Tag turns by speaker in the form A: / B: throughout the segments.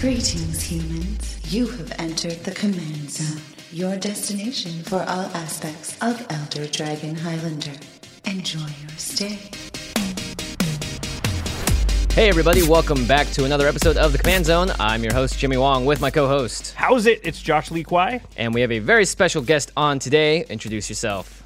A: Greetings, humans. You have entered the command zone, your destination for all aspects of Elder Dragon Highlander. Enjoy your stay.
B: Hey, everybody, welcome back to another episode of The Command Zone. I'm your host, Jimmy Wong, with my co host.
C: How's it? It's Josh Lee Kwai.
B: And we have a very special guest on today. Introduce yourself.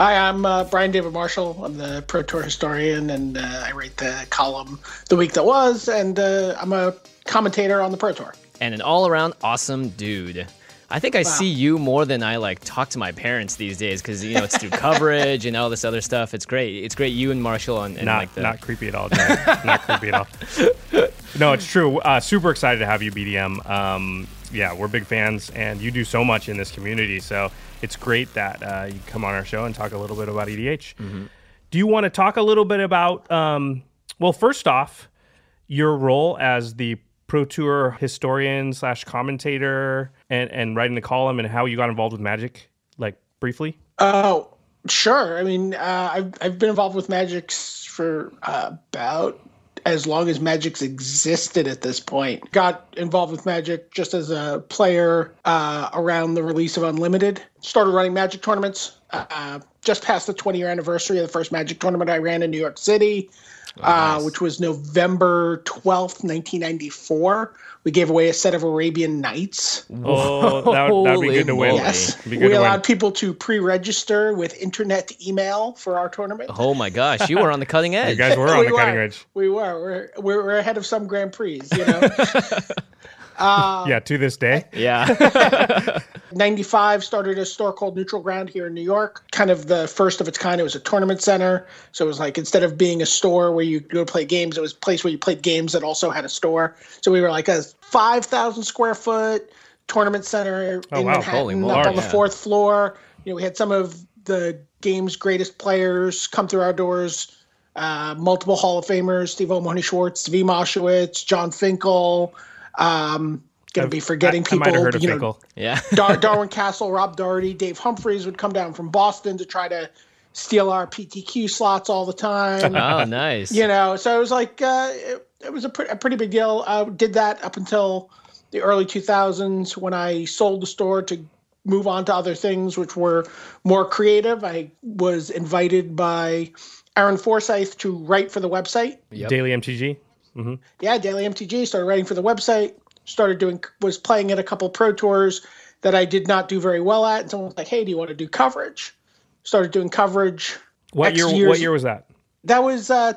D: Hi, I'm uh, Brian David Marshall. I'm the Pro Tour historian, and uh, I write the column The Week That Was, and uh, I'm a commentator on the Pro Tour.
B: And an all around awesome dude. I think I see you more than I like talk to my parents these days because you know it's through coverage and all this other stuff. It's great. It's great you and Marshall and, and
C: Not,
B: like the
C: not creepy at all, Jack. not creepy at all. No, it's true. Uh, super excited to have you, BDM. Um, yeah, we're big fans, and you do so much in this community. So it's great that uh, you come on our show and talk a little bit about EDH.
B: Mm-hmm.
C: Do you want to talk a little bit about, um, well, first off, your role as the Pro Tour historian slash commentator and, and writing the column and how you got involved with Magic, like briefly?
D: Oh, sure. I mean, uh, I've I've been involved with Magic's for uh, about as long as Magic's existed at this point. Got involved with Magic just as a player uh, around the release of Unlimited. Started running Magic tournaments. Uh, Uh, just past the 20 year anniversary of the first Magic tournament I ran in New York City, uh, which was November 12th, 1994. We gave away a set of Arabian Nights.
C: Oh, that would that'd be good to
B: Holy
C: win.
B: moly.
D: Yes.
C: It'd be good
D: We
C: to win.
D: allowed people to pre register with internet email for our tournament. Oh,
B: Oh my gosh, you were on the cutting
C: You
B: edge.
C: guys were on
D: we
C: the
D: were.
C: cutting edge.
D: We were. We're, we're, we're ahead of some Grand Prix, you know? Um,
C: yeah, to this day.
B: Yeah.
D: 95 started a store called Neutral Ground here in New York, kind of the first of its kind. It was a tournament center. So it was like instead of being a store where you go play games, it was a place where you played games that also had a store. So we were like a 5,000 square foot tournament center
C: Oh,
D: in
C: wow.
D: Manhattan
B: Holy
D: up
B: Lord,
D: on the
B: yeah.
D: fourth floor. You know, we had some of the game's greatest players come through our doors. Uh, multiple Hall of Famers, Steve O'Money Schwartz, V. Moshowitz, John Finkel. Um, gonna
C: I've-
D: be forgetting
C: I,
D: people.
C: I might have heard of
D: you know,
C: Fickle.
B: yeah.
D: Dar- Darwin Castle, Rob Doherty, Dave Humphreys would come down from Boston to try to steal our PTQ slots all the time.
B: Oh, nice.
D: you know, so it was like uh, it, it was a, pre- a pretty big deal. I did that up until the early 2000s when I sold the store to move on to other things which were more creative. I was invited by Aaron Forsyth to write for the website
B: Yep.
C: Daily MTG. hmm
D: yeah, Daily MTG. Started writing for the website. Started doing was playing at a couple pro tours that I did not do very well at. And someone was like, "Hey, do you want to do coverage?" Started doing coverage.
C: What
D: X
C: year? What
D: years-
C: year was that?
D: That was uh,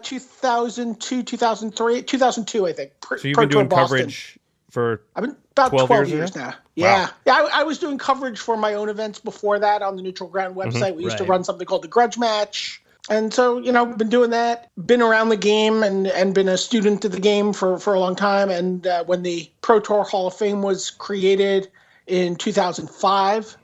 D: 2002, 2003, 2002, I think. Pro,
C: So you've
D: Pro
C: been doing
D: Tour Boston.
C: coverage for.
D: I've been about 12,
C: 12
D: years,
C: years
D: now. Yeah. yeah I, I was doing coverage for my own events before that on the Neutral Ground website. we used to
B: right.
D: run something called the Grudge Match. And so, you know, been doing that, been around the game and, and been a student of the game for, for a long time. And uh, when the Pro Tour Hall of Fame was created in 2005,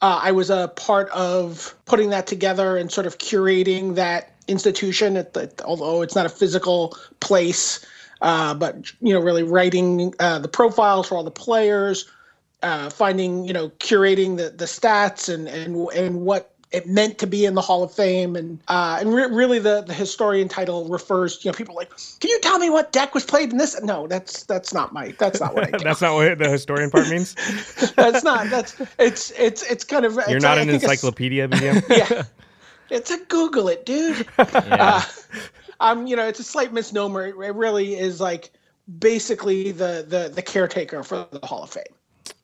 D: uh, I was a part of putting that together and sort of curating that institution. At the, although it's not a physical place, uh, but you know, really writing uh, the profiles for all the players, uh, finding you know, curating the the stats and and and what it meant to be in the Hall of Fame, and uh, and re- really the the historian title refers. You know, people are like, can you tell me what deck was played in this? No, that's that's not my that's not what I do.
C: That's not what the historian part means.
D: that's not that's it's it's it's kind of
C: You're
D: it's-
C: not
D: I
C: an
D: think it's-
C: encyclopedia, E BDM.
D: yeah. It's a Google it, dude.
B: Yeah.
D: Um, you know, it's a slight misnomer. It, it really is like basically the the the caretaker for the Hall of Fame.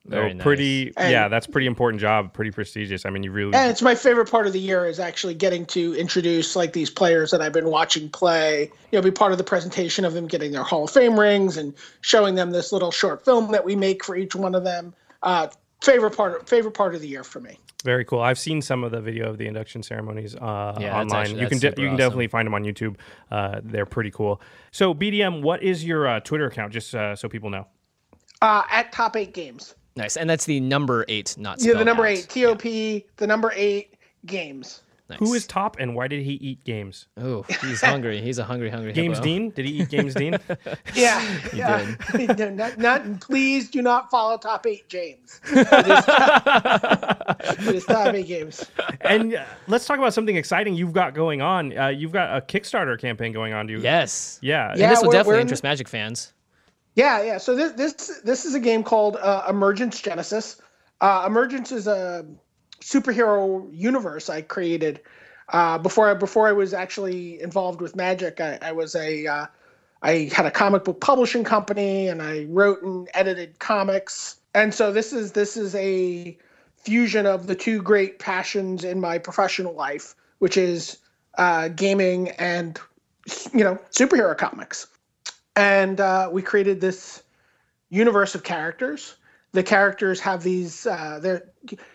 B: Very
C: Oh,
B: nice.
C: pretty.
D: And-
C: yeah, that's a pretty important job. Pretty prestigious. I mean, you really.
D: And it's my favorite part of the year is actually getting to introduce like these players that I've been watching play, you know, be part of the presentation of them getting their Hall of Fame rings and showing them this little short film that we make for each one of them. Uh favorite part favorite part of the year for me.
C: Very cool. I've seen some of the video of the induction ceremonies uh,
B: Yeah, that's
C: online.
B: actually-
C: you can
B: that's
C: de-
B: super
C: you can
B: awesome.
C: definitely find them on YouTube. Uh, they're pretty cool. So BDM, what is your uh, Twitter account? Just uh, so people know.
D: Uh at top 8 games.
B: Nice. And that's the number eight, not
D: Yeah, the
B: spelled
D: number
B: out.
D: 8 TOP, the number 8 games.
B: Nice.
C: Who is top and why did he eat games?
B: Oh, he's hungry. He's a hungry, hungry
C: Games
B: hippo.
C: Dean? Did he eat Games Dean?
D: Yeah, yeah. no, not, not, please do not follow top eight James. It is top- it is top eight games.
C: and uh, let's talk about something exciting you've got going on. Uh, you've got a Kickstarter campaign going on. Do you?
B: Yes.
C: Yeah.
D: Yeah.
B: this will
D: we're-
B: definitely
D: we're in-
B: interest Magic fans.
D: Yeah, yeah. So this this this is a game called uh, Emergence Genesis. Uh, Emergence is a superhero universe I created uh, before I before I was actually involved with magic. I, I was a uh, I had a comic book publishing company and I wrote and edited comics. And so this is this is a fusion of the two great passions in my professional life, which is uh, gaming and you know superhero comics and uh, we created this universe of characters. The characters have these. Uh, their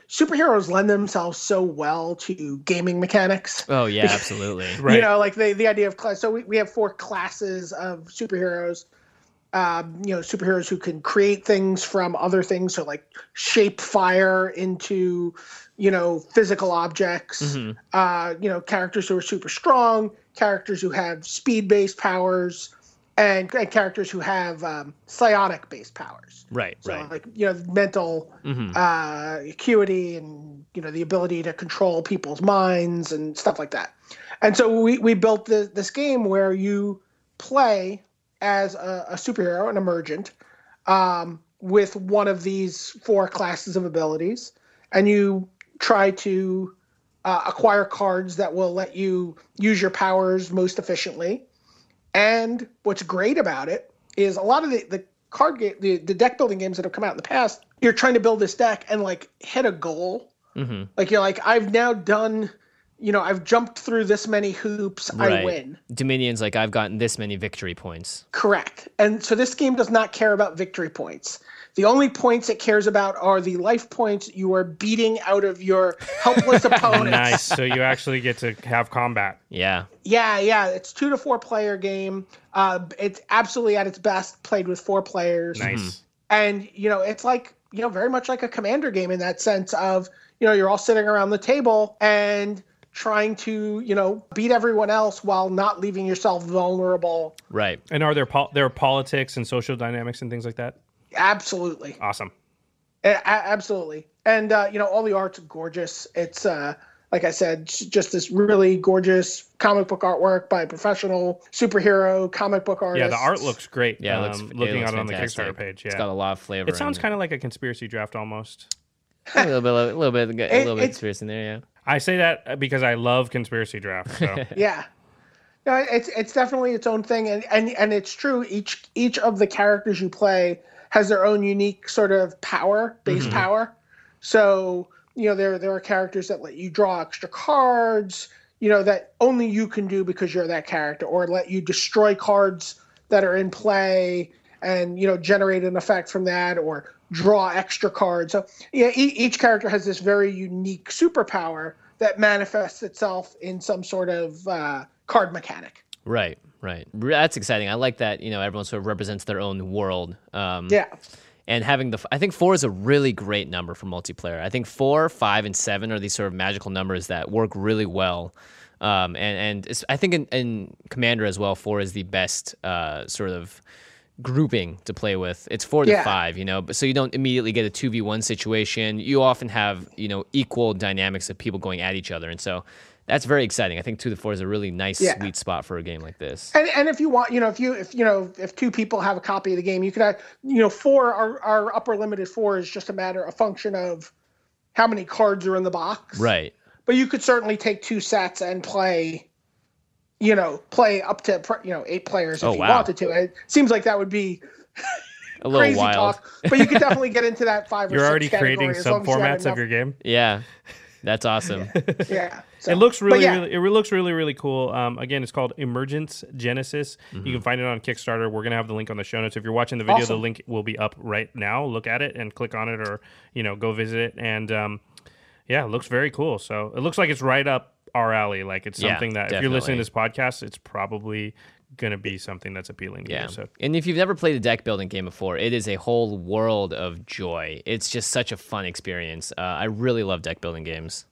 D: superheroes lend themselves so well to gaming mechanics.
B: Oh yeah, absolutely.
C: Right.
D: You know, like the the idea of class. So we, we have four classes of superheroes. Um, you know, superheroes who can create things from other things, so like shape fire into, you know, physical objects.
B: Mhm.
D: Uh, you know, characters who are super strong, characters who have speed-based powers, and, and characters who have um, psionic-based powers.
B: Right,
D: So uh,
B: right.
D: like you know, mental
B: Mhm.
D: uh, acuity and you know the ability to control people's minds and stuff like that. And so we we built the, this game where you play as a, a superhero, an emergent, um, with one of these four classes of abilities, and you try to uh, acquire cards that will let you use your powers most efficiently. And what's great about it is a lot of the, the card game, the, the deck building games that have come out in the past, you're trying to build this deck and like hit a goal.
B: Mhm.
D: Like you're like, I've now done, you know, I've jumped through this many hoops, I
B: Right.
D: win.
B: Dominion's like I've gotten this many victory points.
D: Correct. And so this game does not care about victory points. The only points it cares about are the life points you are beating out of your helpless opponents.
C: nice. So you actually get to have combat.
B: Yeah.
D: Yeah, yeah. It's two to four player game. Uh, it's absolutely at its best played with four players.
B: Mm-hmm.
C: Nice.
D: and you know it's like you know very much like a commander game in that sense of you know you're all sitting around the table and trying to you know beat everyone else while not leaving yourself vulnerable
B: Right.
C: And are there pol- there are politics and social dynamics and things like that?
D: absolutely
C: Awesome.
D: A- a- absolutely and uh, you know all the art's gorgeous it's uh like i said j- just this really gorgeous comic book artwork by professional superhero comic book artist
C: Yeah, the art looks great.
B: Yeah, it looks,
C: um,
B: it
C: looking
B: looks
C: at it on the
B: fantastic.
C: Kickstarter page.
B: It's got a
C: Yeah,
B: lot of flavor.
C: it sounds kind of like a conspiracy draft almost.
B: of a little bit, a little bit, a
D: It-
B: little bit
D: it's-
B: conspiracy in there. Yeah.
C: I say that uh, because I love conspiracy drafts. So.
D: yeah no it's it's definitely its own thing and and and it's true each each of the characters you play has their own unique sort of power base
C: Mm-hmm.
D: power so you know there there are characters that let you draw extra cards you know that only you can do because you're that character or let you destroy cards that are in play and you know generate an effect from that or draw extra cards so yeah e- each character has this very unique superpower that manifests itself in some sort of uh, card mechanic
B: Right. Right. Re- That's exciting. I like that. You know, everyone sort of represents their own world. Um,
D: yeah
B: and having the f- i think four is a really great number for multiplayer i think four five and seven are these sort of magical numbers that work really well um, and, and it's- i think in, in commander as well four is the best uh, sort of grouping to play with it's four to
D: Yeah.
B: five you know but so you don't immediately get a 2v1 situation you often have you know equal dynamics of people going at each other and so that's very exciting i think two to four is a really nice
D: Yeah.
B: sweet spot for a game like this
D: And, and if you want, you know, if you if you know if two people have a copy of the game, you could have, you know, four our, our upper limited four is just a matter a function of how many cards are in the box.
B: right
D: But you could certainly take two sets and play, you know, play up to you know eight players if
B: Oh,
D: you
B: wow.
D: wanted to. It seems like that would be
B: a little
D: crazy
B: wild
D: talk, but you could definitely get into that five.
C: You're
D: or
C: already
D: six category
C: creating
D: as long
C: sub
D: as you have
C: formats of your game.
B: yeah that's awesome
D: enough- Yeah, so-
C: It looks
D: but
C: really,
D: yeah.
C: really, it re- looks really, really cool. Um, again, it's called Emergence Genesis. You
B: Mm-hmm.
C: can find it on Kickstarter. We're gonna have the link on the show notes. If you're watching the video, the
D: Awesome.
C: link will be up right now. Look at it and click on it, or you know, go visit it. And um, yeah, it looks very cool. So it looks like it's right up our alley. Like it's
B: Yeah,
C: something that if you're listening
B: definitely.
C: to this podcast, it's probably gonna be something that's appealing to
B: Yeah.
C: you. So
B: And if you've never played a deck building game before, it is a whole world of joy. It's just such a fun experience. Uh, I really love deck building games.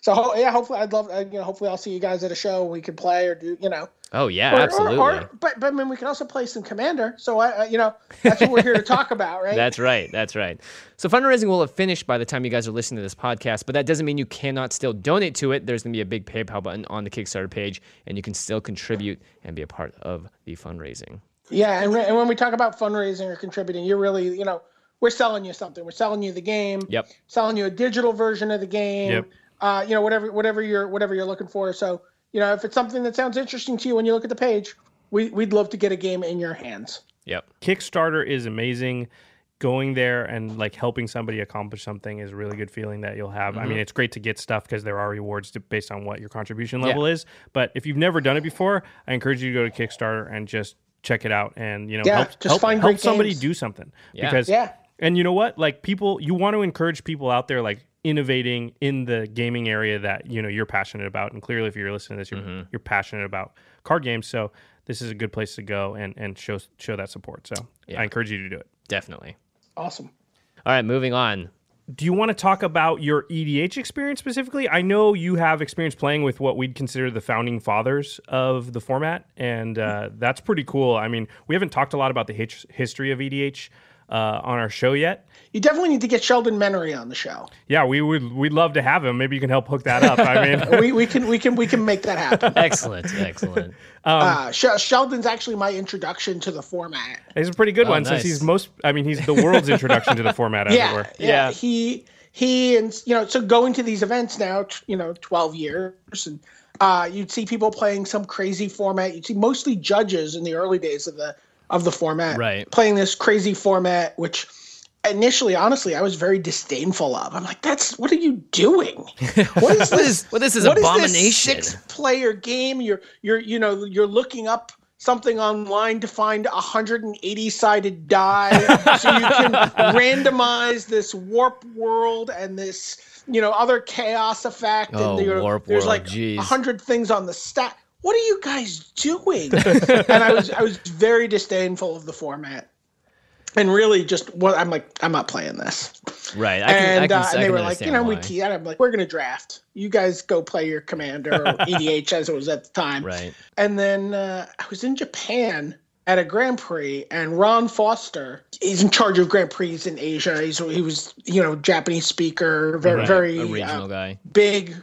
D: So ho- yeah, hopefully I'd love uh, you know hopefully I'll see you guys at a show. We could play or do you know
B: Oh yeah,
D: Or- or-
B: absolutely.
D: Or, but but I mean, we can also play some Commander. So I, I you know, that's what we're here to talk about, right?
B: That's right. That's right. So fundraising will have finished by the time you guys are listening to this podcast, but that doesn't mean you cannot still donate to it. There's going to be a big PayPal button on the Kickstarter page, and you can still contribute and be a part of the fundraising.
D: Yeah, and, and when we talk about fundraising or contributing, you're really, you know, we're selling you something. We're selling you the game.
B: Yep.
D: Selling you a digital version of the game.
C: Yep.
D: Uh, you know, whatever whatever you're whatever you're looking for. So, you know, if it's something that sounds interesting to you when you look at the page, we we'd love to get a game in your hands.
B: Yep.
C: Kickstarter is amazing. Going there and like helping somebody accomplish something is a really good feeling that you'll have.
D: Mm-hmm.
C: I mean, it's great to get stuff because there are rewards to, based on what your contribution level is. But if you've never done it before, I encourage you to go to Kickstarter and just check it out and you know
D: Yeah,
C: help,
D: just
C: help,
D: find
C: help
D: great
C: somebody
D: games.
C: do something
B: Yeah.
C: because
D: Yeah.
C: and you know what like people you want to encourage people out there like innovating in the gaming area that you know you're passionate about and clearly if you're listening to this you're, you're passionate about card games so this is a good place to go and and show show that support so i encourage you to do it
B: Definitely.
D: Awesome.
B: All right, moving on.
C: do you want to talk about your EDH experience specifically? I know you have experience playing with what we'd consider the founding fathers of the format, and uh, that's pretty cool. I mean, we haven't talked a lot about the hitch- history of EDH uh, on our show yet.
D: You definitely need to get Sheldon Menery on the show.
C: Yeah, we would we'd love to have him. Maybe you can help hook that up. I mean,
D: We, we can we can we can make that
B: Um,
D: happen.
B: Excellent. excellent.
D: Uh, Sh- Sheldon's actually my introduction to the format.
C: it's a pretty good one since
B: nice.
C: he's most. I mean, he's the world's introduction to the format, as it
D: yeah,
C: were.
D: yeah.
B: Yeah.
D: He he and you know, so going to these events now, t- you know, twelve years, and uh, you'd see people playing some crazy format. You'd see mostly judges in the early days of the of the format,
B: Right.
D: Playing this crazy format, which initially, honestly, I was very disdainful of. I'm like, that's what are you doing? What is
B: What
D: this?
B: is well, this is
D: What is
B: abomination.
D: this six player game? You're you're you know you're looking up something online to find a 180 sided die so you can randomize this warp world and this you know other chaos effect
B: Oh,
D: and you know,
B: warp
D: there's
B: world,
D: like
B: jeez.
D: a hundred things on the stat. What are you guys doing? and I was I was very disdainful of the format. And really, just what I'm like, I'm not playing this
B: right. I can,
D: and,
B: I can,
D: uh,
B: I
D: and they
B: can
D: were like,
B: understand
D: you know, we
B: why.
D: te- and I'm like, we're gonna draft. You guys go play your commander or EDH as it was at the time.
B: Right.
D: And then uh, I was in Japan at a Grand Prix, and Ron Foster is in charge of Grand Prix in Asia. He's, he was, you know, Japanese speaker, very,
B: Right.
D: very
B: a
D: uh,
B: regional guy.
D: big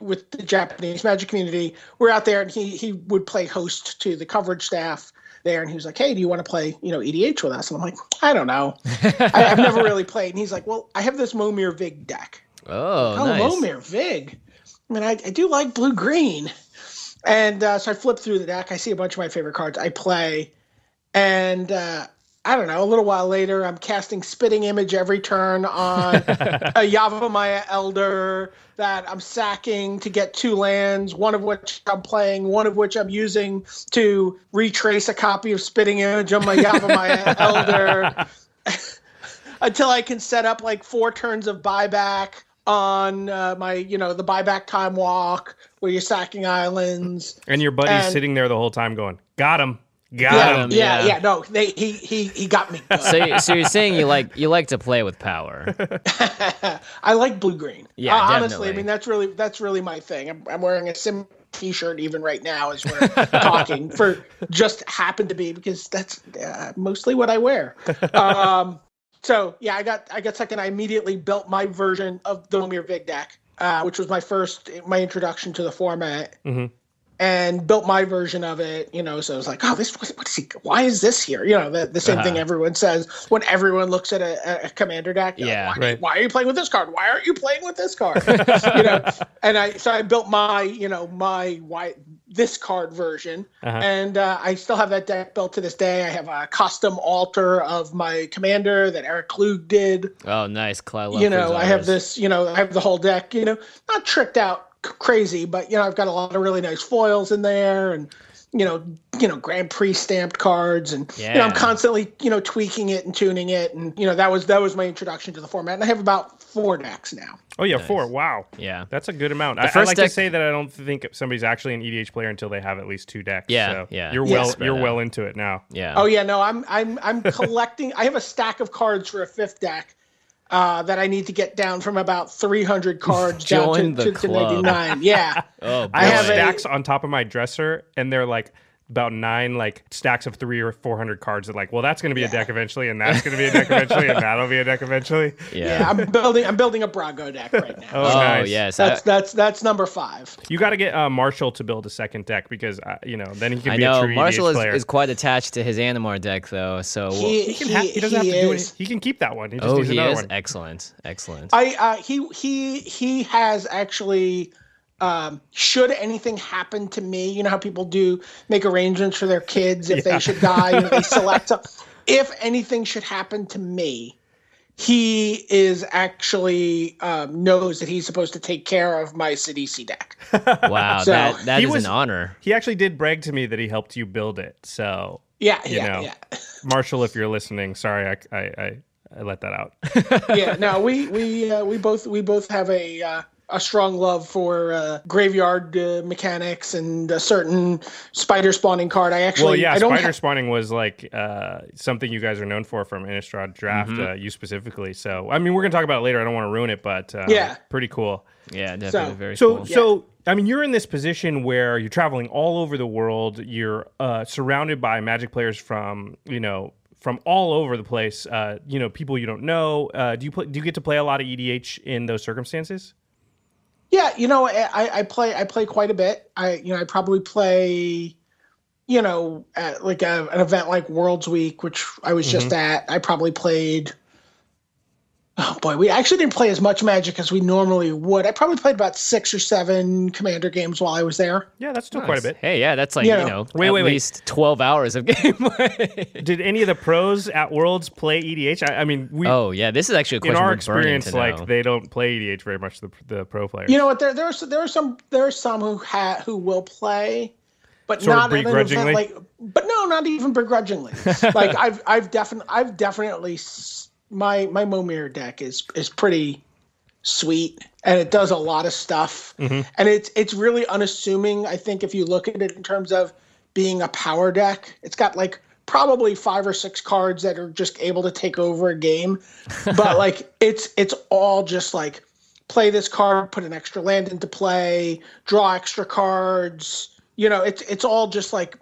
D: with the Japanese magic community. We're out there, and he he would play host to the coverage staff there. And he was like, "Hey, do you want to play you know EDH with us?" And I'm like, "I don't know. I, I've never really played." And he's like, "Well, I have this Momir Vig deck.
B: Oh,
D: Oh,
B: nice.
D: Momir Vig. I mean, I, I do like blue green." And uh, so I flip through the deck. I see a bunch of my favorite cards. I play, and uh, I don't know. A little while later, I'm casting spitting image every turn on a Yavamaya Elder that I'm sacking to get two lands, one of which I'm playing, one of which I'm using to retrace a copy of spitting image on my Yavamaya Elder until I can set up like four turns of buyback on uh, my, you know, the buyback time walk where you're sacking islands.
C: And your buddy's
D: And-
C: sitting there the whole time going, "Got him, got
D: Yeah,
C: him."
D: yeah,
B: yeah.
D: yeah, No, they, he he he got me. good.
B: So, you- so you're saying you like you like to play with power?
D: I like blue green.
B: Yeah,
D: honestly, I
B: definitely.
D: mean that's really that's really my thing. I'm, I'm wearing a sim t-shirt even right now as we're talking for just happened to be because that's uh, mostly what I wear. Um, so yeah, I got I got second. I immediately built my version of the Omir Vig deck, uh, which was my first my introduction to the format. And built my version of it, you know. So I was like, "Oh, this what, what is he? Why is this here?" You know, the, the same thing everyone says when everyone looks at a, a- a commander deck. you're like,
B: Yeah.
D: "Why
C: Right.
D: why are you playing with this card? Why aren't you playing with this card? you know, and I so I built my you know my why this card version, and uh, I still have that deck built to this day. I have a custom altar of my commander that Eric Klug did.
B: Oh, nice, Clyde.
D: you know,
B: Leffler's
D: I have
B: ours.
D: this. You know, I have the whole deck. You know, not tricked out c- crazy, but you know, I've got a lot of really nice foils in there, and you know, you know, Grand Prix stamped cards, and you know, I'm
B: Yeah.
D: constantly you know tweaking it and tuning it, and you know, that was that was my introduction to the format, and I have about four decks now.
C: Oh yeah, four. Wow.
B: Yeah.
C: That's a good amount. I, I
B: first
C: like
B: deck-
C: to say that I don't think somebody's actually an EDH player until they have at least two decks.
B: Yeah,
C: so
B: yeah.
C: You're
B: Yeah.
C: well,
B: Spread
C: you're
B: out.
C: well into it now.
B: Yeah.
D: Oh yeah, no, I'm I'm I'm collecting. I have a stack of cards for a fifth deck uh, that I need to get down from about 300 cards down
B: Join the
D: to, to, to
B: club.
D: 99. Yeah,
B: Oh, boy.
C: I have
D: have a-
C: stacks on top of my dresser, and they're like about nine like stacks of three or four hundred cards that like, well, that's going to be a deck eventually, and that's going to be a deck eventually, and that'll be a deck eventually.
B: Yeah.
D: Yeah, I'm building. I'm building a Brago deck right now.
C: Oh,
B: Oh,
C: nice.
B: yes. I-
D: That's that's that's number five.
C: You got to get uh, Marshall to build a second deck because uh, you know then he can
B: I
C: be a
B: know
C: true
B: Marshall
C: EDH
B: is,
C: player.
B: is quite attached to his Animar deck, though. So we'll-
D: He
C: he, can ha- he doesn't have to do it. He can keep that one. He just
B: oh,
C: needs
B: he
C: another
B: is
C: one.
B: excellent, excellent.
D: I uh, he he he has actually. Um, should anything happen to me, you know how people do make arrangements for their kids if they should die, you know, they select. some- if anything should happen to me, he is actually um, knows that he's supposed to take care of my CDC deck.
B: wow,
D: So,
B: that that
C: he
B: is
C: was-
B: an honor.
C: He actually did brag to me that he helped you build it. So
D: Yeah,
C: You
D: yeah,
C: know.
D: yeah.
C: Marshall, if you're listening, sorry I I, I, I let that out.
D: yeah no we we uh, we both we both have a uh, a strong love for uh, graveyard uh, mechanics and a certain spider spawning card i actually
C: well, yeah,
D: i don't
C: spider
D: ha-
C: spawning was like uh, something you guys are known for from Innistrad Draft,
B: Mm-hmm.
C: uh, you specifically. So I mean, we're gonna talk about it later. I don't want to ruin it, but uh,
D: Yeah.
C: pretty cool.
B: Yeah, definitely
D: So-
B: very
C: So,
B: cool.
C: so I mean, you're in this position where you're traveling all over the world. You're uh, surrounded by Magic players from you know from all over the place. Uh, you know, people you don't know. Uh, do you play, do you get to play a lot of EDH in those circumstances?
D: yeah you know I, I- I play i play quite a bit i you know i probably play you know at like a, an event like world's week which i was
C: Mm-hmm.
D: just at i probably played oh boy we actually didn't play as much magic as we normally would i probably played about six or seven commander games while i was there
C: Yeah, that's still quite a bit.
B: Hey, yeah, that's like
D: Yeah.
B: you know
C: Wait,
B: at
C: wait, wait.
B: least twelve hours of gameplay.
C: Did any of the pros at Worlds play EDH? I, I mean, we
B: oh yeah, this is actually a
C: in
B: question
C: our
B: we're burning
C: experience,
B: to
C: like
B: know.
C: they don't play EDH very much. The the pro players.
D: You know what? There, there are s- there are some there are some who ha, who will play, but
C: Sort of
D: not at an event
C: begrudgingly?
D: like. But no, not even begrudgingly. like I've I've definitely I've definitely s- my my Momir deck is is pretty sweet and it does a lot of stuff
C: Mm-hmm.
D: and it's it's really unassuming. I think if you look at it in terms of being a power deck, it's got like probably five or six cards that are just able to take over a game but like it's it's all just like play this card, put an extra land into play, draw extra cards. You know, it's it's all just like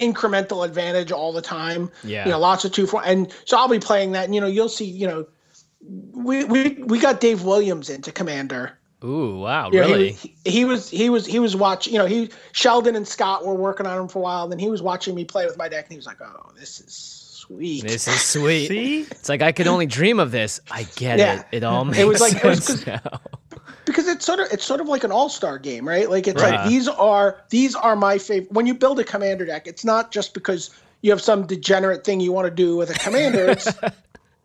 D: incremental advantage all the time.
B: Yeah.
D: You know, lots of two for and so I'll be playing that and you know, you'll see, you know, we we, we got Dave Williams into Commander.
B: Ooh, wow,
D: You know, he-
B: really?
D: He, he was he was he was watching you know, he Sheldon and Scott were working on him for a while, then he was watching me play with my deck and he was like, Oh, this is sweet.
B: This is sweet.
C: See,
B: It's like I could only dream of this. I get
D: Yeah.
B: it. It all makes
D: It was like- it was
B: sense now.
D: because it's sort of it's sort of like an all-star game right like it's
B: Right.
D: like these are these are my favorite when you build a commander deck it's not just because you have some degenerate thing you want to do with a commander it's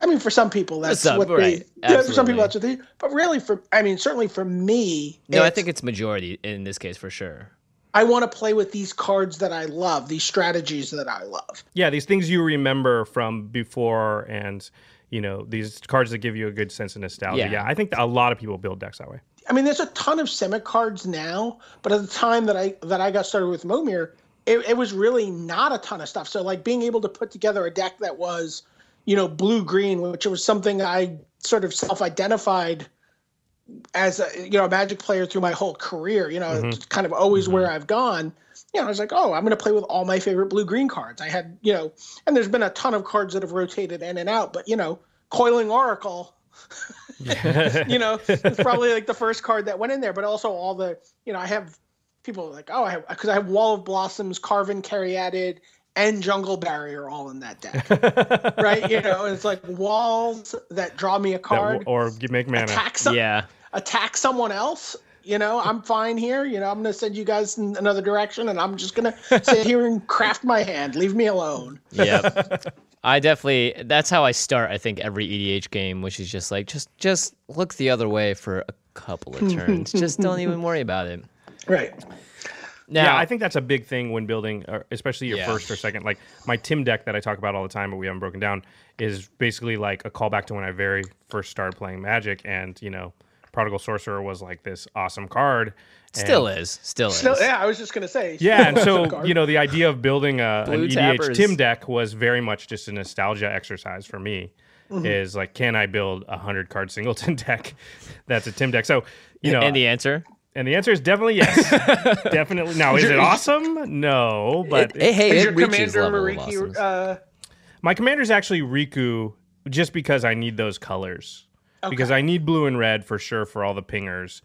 D: i mean for some people that's
B: Some-
D: what
B: right,
D: they yeah, for some people
B: absolutely.
D: that's what they but really for i mean certainly for me
B: No, I
D: it's-
B: think it's majority in this case for sure.
D: i want to play with these cards that i love these strategies that i love
C: yeah, these things you remember from before, and you know these cards that give you a good sense of nostalgia. Yeah,
B: Yeah.
C: I think a lot of people build decks that way.
D: I mean, there's a ton of Simic cards now, but at the time that I that I got started with Momir, it, it was really not a ton of stuff. So like being able to put together a deck that was, you know, blue green, which was something I sort of self-identified as a you know a Magic player through my whole career. You know, it's kind of always where I've gone. You know, I was like, oh, I'm going to play with all my favorite blue green cards. I had you know, and there's been a ton of cards that have rotated in and out, but you know, Coiling Oracle you know, it's probably like the first card that went in there, but also all the, you know, I have people like, oh, I have, because I have Wall of Blossoms, Carven Caryatid, and Jungle Barrier all in that deck, right? You know, it's like walls that draw me a
C: That oh,
D: card,
C: w- or g- make mana.
D: attack, some,
B: Yeah.
D: attack someone else. You know, I'm fine here. You know, I'm going to send you guys in another direction, and I'm just going to sit here and craft my hand. Leave me alone.
B: Yep. I definitely that's how I start I think every EDH game, which is just like just just look the other way for a couple of turns. just don't even worry about it.
D: Right.
B: Now,
C: Yeah, I think that's a big thing when building, uh, especially your
B: Yeah.
C: first or second. Like my Tim deck that I talk about all the time, but we haven't broken down, is basically like a callback to when I very first started playing Magic, and you know, Prodigal Sorcerer was like this awesome card. and-
B: still is, still is.
D: So, yeah, I was just going to say.
C: Yeah, and so
D: Card.
C: you know, the idea of building a, an
B: Blue
C: EDH
B: tappers.
C: Tim deck was very much just a nostalgia exercise for me.
B: Mm-hmm.
C: Is like, can I build a hundred card singleton deck? That's a Tim deck. So you know,
B: and the answer?
C: And the answer is definitely yes. definitely. Now, is it awesome? No, but
B: Hey, hey,
D: Is
B: it
D: your
B: reaches
D: commander
B: level of
D: Mariki?
B: awesomeness.
D: Uh,
C: my commander's actually Riku just because I need those colors. Because I need blue and red for sure for all the pingers.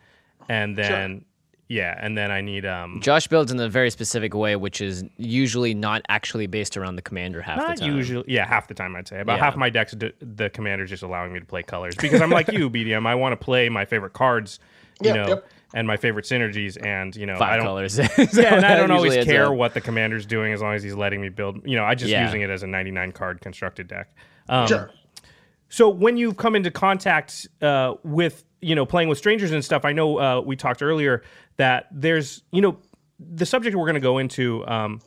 C: And then yeah, and then I need um
B: Josh builds in a very specific way, which is usually not actually based around the commander half
C: not
B: the time.
C: Uh, usually yeah, half the time I'd say. About
B: Yeah.
C: half my decks d- the commander's just allowing me to play colors because I'm like you, BDM, I want to play my favorite cards, you
D: Yep,
C: know,
D: yep.
C: and my favorite synergies and, you know, I
B: Five
C: don't
B: colors.
C: Yeah, and I don't always care what the commander's doing as long as he's letting me build. You know, I just
B: Yeah.
C: using it as a 99 card constructed deck. Um,
D: Sure.
C: So when you've come into contact uh, with, you know, playing with strangers and stuff, I know uh, we talked earlier that there's, you know, the subject we're going to go into um,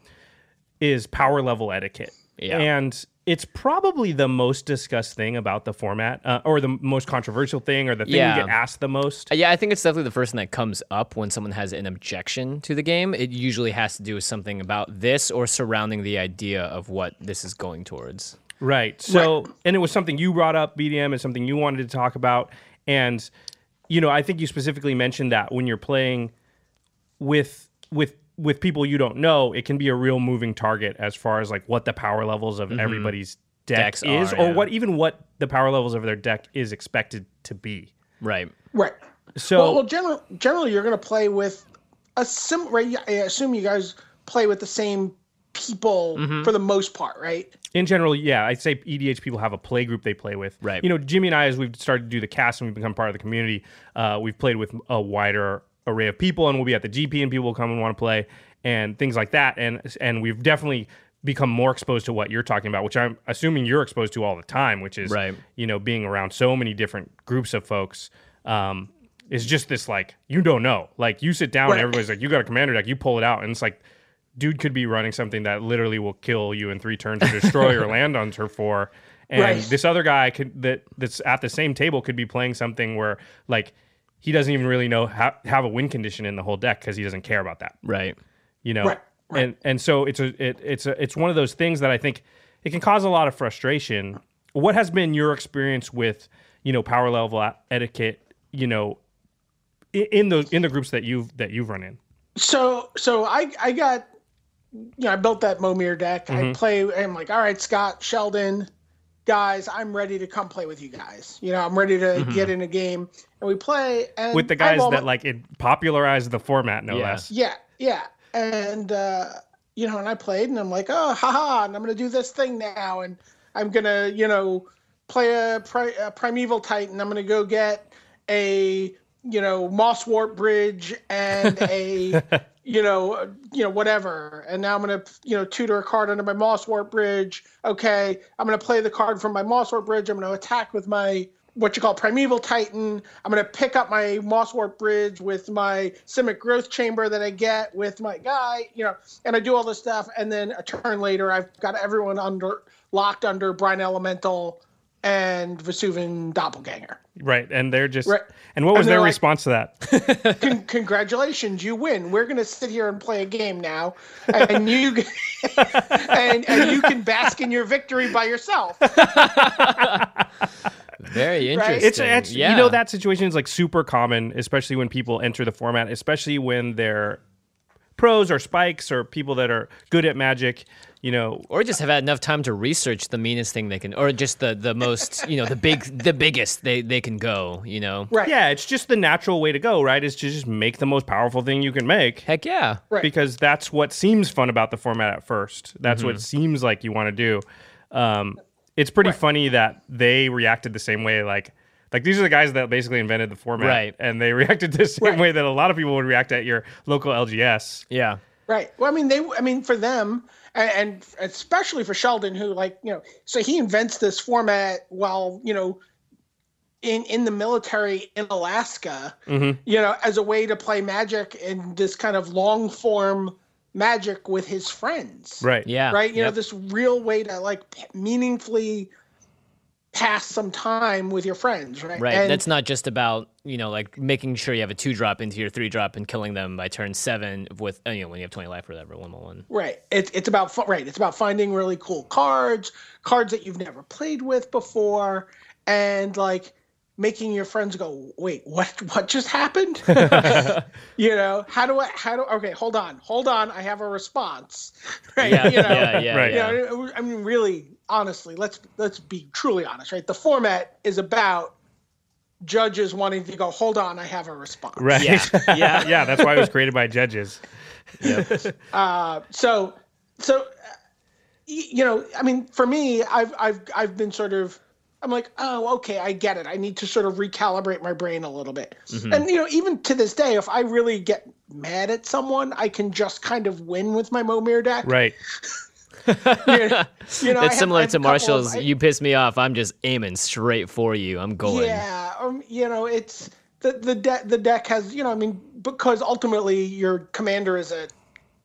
C: is power level etiquette.
B: Yeah.
C: And it's probably the most discussed thing about the format uh, or the most controversial thing or the thing
B: Yeah.
C: you get asked the most.
B: Uh, Yeah, I think it's definitely the first thing that comes up when someone has an objection to the game. It usually has to do with something about this or surrounding the idea of what this is going towards.
C: Right. So, and it was something you brought up, BDM, and something you wanted to talk about. And, you know, I think you specifically mentioned that when you're playing with, with, with people you don't know, it can be a real moving target as far as like what the power levels of everybody's deck
B: Decks
C: is,
B: are,
C: or
B: yeah.
C: what even what the power levels of their deck is expected to be.
B: Right.
D: right.
C: So,
D: Well, well generally, generally, you're going to play with a sim. Right? I assume you guys play with the same people
C: Mm-hmm.
D: for the most part, right?
C: in general, yeah, I'd say EDH people have a play group they play with.
B: Right.
C: You know, Jimmy and I, as we've started to do the cast and we've become part of the community, uh, we've played with a wider array of people, and we'll be at the GP, and people will come and want to play, and things like that. And and we've definitely become more exposed to what you're talking about, which I'm assuming you're exposed to all the time, which is
B: Right.
C: you know being around so many different groups of folks. Um, is just this like you don't know. Like you sit down and
D: Right.
C: everybody's like, you got a commander deck, you pull it out, and it's like dude could be running something that literally will kill you in three turns or destroy your land on turn four. And
D: Right.
C: this other guy could that that's at the same table could be playing something where like he doesn't even really know how have a win condition in the whole deck because he doesn't care about that.
B: Right.
C: You know?
D: Right, right.
C: And and so it's a it, it's a it's one of those things that I think it can cause a lot of frustration. What has been your experience with, you know, power level a- etiquette, you know, i- in those in the groups that you've that you've run in?
D: So so I I got you know I built that Momir deck.
C: Mm-hmm.
D: I play. I'm like, all right, Scott Sheldon, guys, I'm ready to come play with you guys. You know, I'm ready to get in a game, and we play. And
C: Mm-hmm. with the
D: I'm
C: guys
D: all-
C: that like it popularized the format, no
B: Yeah.
C: less.
D: Yeah, yeah. And uh, you know, and I played and I'm like, oh haha, and I'm gonna do this thing now and I'm gonna, you know, play a, pri- a primeval titan. I'm gonna go get a you know moss warp bridge and a you know uh, you know whatever and now i'm gonna you know tutor a card under my moss warp bridge okay i'm gonna play the card from my moss warp bridge i'm gonna attack with my what you call primeval titan i'm gonna pick up my moss warp bridge with my simic growth chamber that i get with my guy you know and i do all this stuff and then a turn later i've got everyone under locked under brine elemental and vesuvian doppelganger
C: Right. And they're just
D: Right.
C: and what was
D: And they're
C: their
D: like-
C: response to that?
D: Con- congratulations, you win. We're gonna sit here and play a game now, and you and, and you can bask in your victory by yourself.
B: Very
D: Right.
B: interesting.
C: It's, it's
B: yeah.
C: you know that situation is like super common, especially when people enter the format, especially when they're pros or spikes or people that are good at magic, you know,
B: or just have had enough time to research the meanest thing they can or just the the most, you know, the big the biggest they they can go, you know.
D: Right.
C: Yeah, it's just the natural way to go, right? Is to just make the most powerful thing you can make.
B: Heck yeah.
D: Right.
C: Because that's what seems fun about the format at first. That's
B: Mm-hmm.
C: what seems like you want to do. Um, it's pretty funny that they reacted the same way. Like, like these are the guys that basically invented the format,
B: Right.
C: And they reacted the same
D: Right.
C: way that a lot of people would react at your local LGS.
B: Yeah.
D: Right. Well, I mean, they. I mean, for them, and, and especially for Sheldon, who like you know, so he invents this format while you know, in in the military in Alaska, you know, as a way to play Magic in this kind of long form Magic with his friends.
C: Right.
B: Yeah.
D: right you know
B: Yep.
D: this real way to like p- meaningfully pass some time with your friends right
B: Right.
D: And-
B: That's not just about, you know, like making sure you have a two drop into your three drop and killing them by turn seven with, uh, you know, when you have 20 life or whatever, one one.
D: right it, it's about fi- right it's about finding really cool cards cards that you've never played with before and like making your friends go, wait, what? What just happened? you know, how do I? How do? Okay, hold on, hold on. I have a response. Right?
B: Yeah,
D: you know,
B: yeah, yeah,
C: Right.
D: you
B: yeah.
D: know, I mean, really, honestly, let's let's be truly honest, right? The format is about judges wanting to go, hold on, I have a response.
C: Right.
B: Yeah, yeah.
C: yeah, that's why it was created by judges.
D: so so uh, y- you know i mean for me i've i've i've been sort of i'm like oh okay i get it i need to sort of recalibrate my brain a little bit
B: Mm-hmm.
D: and you know even to this day if i really get mad at someone i can just kind of win with my momir deck
C: Right.
D: you know, you know, I
B: That's
D: have- I
B: similar
D: have a
B: to
D: couple of-
B: Marshall's.
D: I-
B: you piss me off. I'm just aiming straight for you. I'm going.
D: Yeah, um, you know, it's the the deck. The deck has, you know, I mean, because ultimately your commander is a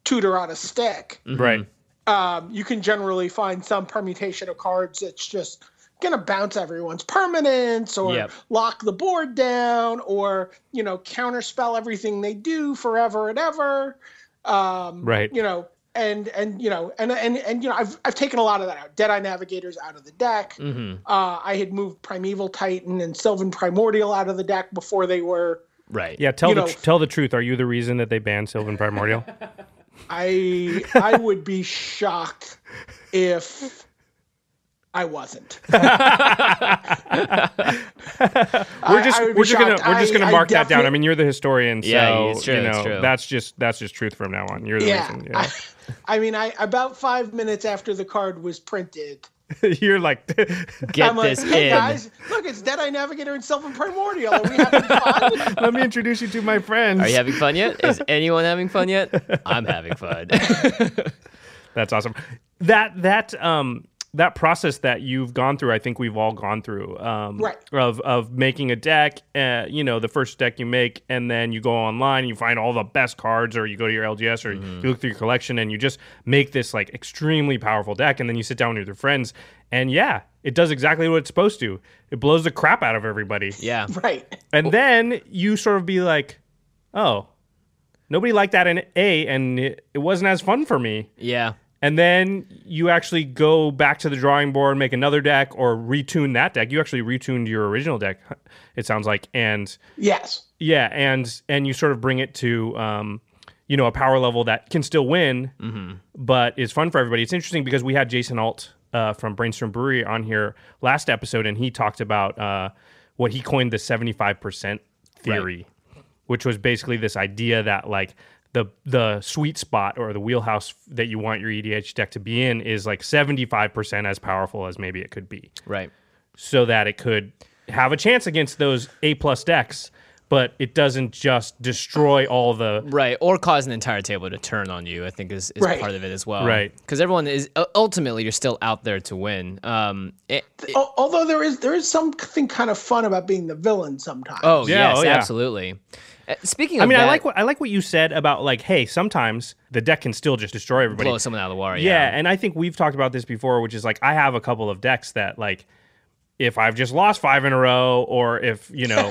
D: tutor on a stick.
B: Mm-hmm.
C: Right.
D: Um, you can generally find some permutation of cards that's just gonna bounce everyone's permanents or
B: Yep.
D: lock the board down or you know counterspell everything they do forever and ever. Um,
C: Right.
D: you know and and you know and and and you know i've i've taken a lot of that out deadeye navigators out of the deck
C: Mm-hmm.
D: uh i had moved primeval titan and sylvan primordial out of the deck before they were
B: Right.
C: Yeah, tell
D: You
C: the
D: know-
C: tr- tell the truth. Are you the reason that they banned Sylvan Primordial?
D: i i would be shocked if i wasn't
C: We're just
D: I would be
C: we're just gonna
D: shocked.
C: we're just gonna
D: I- I
C: mark that down. I
D: definite-
C: mean, you're the historian, so
B: Yeah, it's true,
C: you know
B: it's true.
C: that's just that's just truth from now on. You're the
D: yeah,
C: reason. Yeah.
D: I, I mean i about five minutes after the card was printed
C: you're like,
B: Get
D: i'm like
B: this
D: hey
B: in.
D: guys look it's deadeye navigator and sylvan primordial are we having fun
C: let me introduce you to my friends.
B: Are you having fun yet? Is anyone having fun yet? I'm having fun.
C: That's awesome. That that um that process that you've gone through, I think we've all gone through. Um,
D: Right.
C: Of of making a deck, uh, you know, the first deck you make, and then you go online and you find all the best cards, or you go to your LGS, or you look through your collection, and you just make this like extremely powerful deck, and then you sit down with your friends, and yeah, it does exactly what it's supposed to. It blows the crap out of everybody,
B: Yeah.
D: right
C: and then you sort of be like, oh, nobody liked that in A, and it, it wasn't as fun for me
B: Yeah.
C: and then you actually go back to the drawing board, make another deck, or retune that deck. You actually retuned your original deck, it sounds like, and
D: yes
C: yeah, and and you sort of bring it to, um, you know, a power level that can still win, but is fun for everybody. It's interesting because we had Jason Alt uh, from Brainstorm Brewery on here last episode, and he talked about uh, what he coined the seventy five percent theory, which was basically this idea that like the the sweet spot or the wheelhouse that you want your EDH deck to be in is like seventy five percent as powerful as maybe it could be
B: Right.
C: so that it could have a chance against those A plus decks, but it doesn't just destroy all the
B: Right. Or cause an entire table to turn on you, I think is, is
D: Right.
B: part of it as well.
C: Right.
B: Because everyone is u- ultimately you're still out there to win. Um it- it-
D: Al although there is there is something kind of fun about being the villain sometimes.
B: oh
C: Yeah,
B: yes,
C: oh, yeah.
B: absolutely. Uh, Speaking of
C: I mean, I
B: that,
C: like what I like what you said about like, hey, sometimes the deck can still just destroy everybody.
B: blow someone out of the water.
C: yeah, and I think we've talked about this before, which is like I have a couple of decks that like if I've just lost five in a row, or if you know,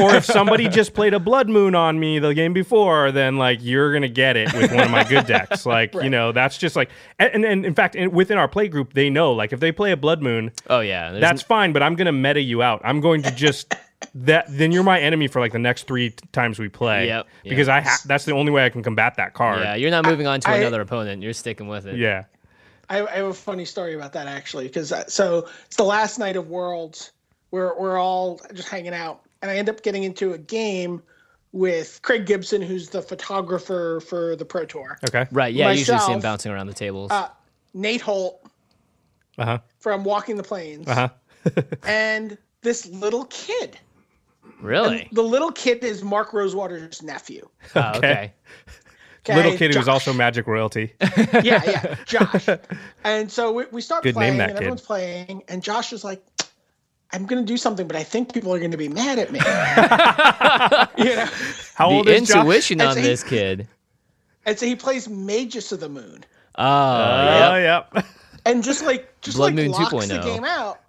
C: or if somebody just played a blood moon on me the game before, then like you're gonna get it with one of my good decks. Like you know, that's just like, and, and, and in fact, in, within our play group, they know like if they play a blood moon,
B: Oh yeah. There's
C: that's fine, but I'm gonna meta you out. I'm going to just that then you're my enemy for like the next three t- times we play.
B: Yep,
C: Because I ha- that's the only way I can combat that card.
B: Yeah, you're not moving on to
D: I-
B: another opponent. You're sticking with it.
C: yeah.
D: I, I have a funny story about that actually, because so it's the last night of Worlds. We're we're all just hanging out, and I end up getting into a game with Craig Gibson, who's the photographer for the Pro Tour.
C: Okay.
B: Right. Yeah. you usually see him
D: Myself, uh,
B: bouncing around the tables.
D: Nate Holt
C: Uh-huh.
D: from Walking the Plains,
C: Uh-huh.
D: and this little kid.
B: really?
D: The little kid is Mark Rosewater's nephew.
B: Oh, okay.
D: okay?
C: Little kid who's
D: Josh.
C: also magic royalty.
D: yeah, yeah, Josh. And so we, we start
C: Good name,
D: playing,
C: that
D: and
C: kid.
D: everyone's playing, and Josh is like, "I'm going to do something, but I think people are going to be mad at me." you know,
C: How old
B: The
C: is Josh?
B: intuition
D: That's
B: on
D: eight.
B: this kid.
D: and so he plays Magus of the Moon,
B: Oh,
C: Oh
B: yep.
C: yep.
D: and just like just
B: Blood
D: like
B: Moon
D: locks the
B: 2.0.
C: oh.
D: game out.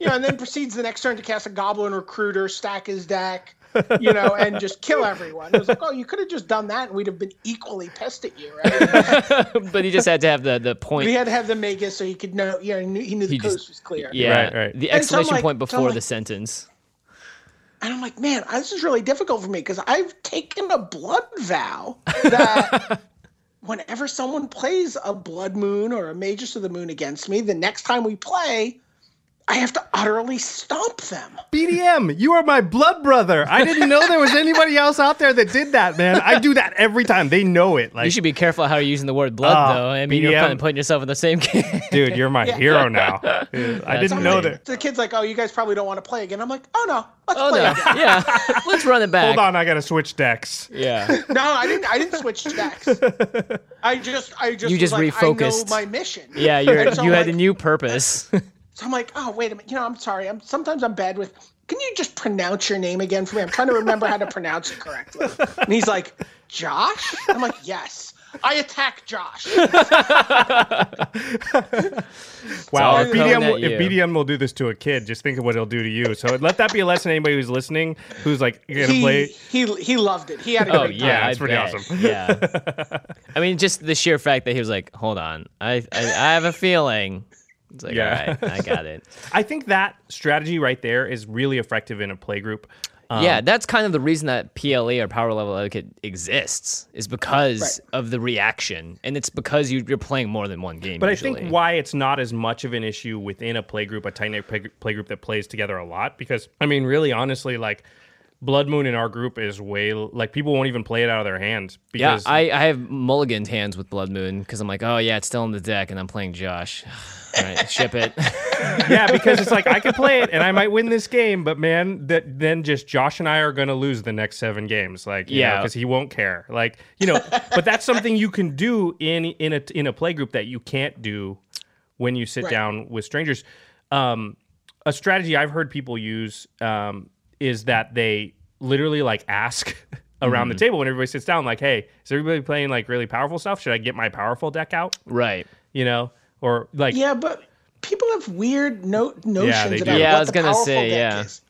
D: You know, and then proceeds the next turn to cast a Goblin Recruiter, stack his deck, you know, and just kill everyone. It was like, oh, you could have just done that, and we'd have been equally pissed at you, right?
B: but he just had to have the the point.
D: we had to have the Magus so he could know, you know, he knew, he knew the
B: He just-
D: coast was clear.
B: yeah,
C: Right, right.
B: the
D: And so I'm
B: exclamation
D: like-
B: point
D: so I'm
B: before the
D: like-
B: sentence.
D: And I'm like, man, this is really difficult for me because I've taken a blood vow that whenever someone plays a blood moon or a mages of the moon against me, the next time we play, I have to utterly stomp them.
C: BDM, you are my blood brother. I didn't know there was anybody else out there that did that, man. I do that every time. They know it. Like,
B: You should be careful how you're using the word blood,
C: Ah,
B: though. I mean, you're
C: BDM.
B: kind of putting yourself in the same game.
C: dude, you're my hero now. Dude, I didn't know
B: amazing.
C: that.
D: The kid's like, oh, you guys probably don't want to play again. I'm like, oh no, let's
B: oh
D: play
B: no,
D: again.
B: yeah. Let's run it back.
C: Hold on, I gotta switch decks.
B: Yeah,
D: No, I didn't. I didn't switch decks. I just, I just,
B: You
D: was
B: just
D: like,
B: refocused.
D: I know my mission.
B: yeah. You're,
D: And so
B: you
D: I'm
B: had a
D: like-
B: new purpose.
D: So I'm like, oh wait a minute. You know, I'm sorry. I'm sometimes I'm bad with. Can you just pronounce your name again for me? I'm trying to remember how to pronounce it correctly. And he's like, Josh. I'm like, yes. I attack Josh.
C: Wow,
B: all
C: if
B: thrown
C: BDM,
B: at
C: will, if
B: you.
C: BDM will do this to a kid, just think of what he'll do to you. So let that be a lesson to anybody who's listening, who's like gonna
D: He,
C: play.
D: he he loved it. He had a
B: Oh
D: great
B: yeah,
D: time.
C: it's
B: I
C: pretty
B: bet.
C: awesome.
B: Yeah. I mean, just the sheer fact that he was like, "Hold on, I I, I have a feeling." It's like,
C: Yeah.
B: all right, I got it.
C: I think that strategy right there is really effective in a play group.
B: yeah,
C: Um,
B: that's kind of the reason that PLE or power level etiquette exists is because of the reaction, and it's because you, you're playing more than one game.
C: But I
B: usually.
C: think why it's not as much of an issue within a playgroup, a tight knit play, playgroup that plays together a lot, because I mean, really, honestly, like Blood Moon in our group is way like people won't even play it out of their hands
B: Yeah,
C: because
B: I, I have mulliganed hands with Blood Moon because I'm like, oh yeah, it's still in the deck, and I'm playing Josh. All right, ship it.
C: yeah, because it's like I could play it and I might win this game, but man, that then just Josh and I are gonna lose the next seven games, like yeah,
B: Yeah.
C: because he won't care, like you know. but that's something you can do in in a in a play group that you can't do when you sit down with strangers. Um, a strategy I've heard people use um, is that they literally like ask around the table when everybody sits down, like, hey, is everybody playing like really powerful stuff? Should I get my powerful deck out?
B: right.
C: You know, or like
D: Yeah, but people have weird no- notions
C: do.
D: about
B: Yeah, I
D: what
B: was
D: the
B: gonna
D: powerful
B: say,
D: deck
B: yeah.
D: is.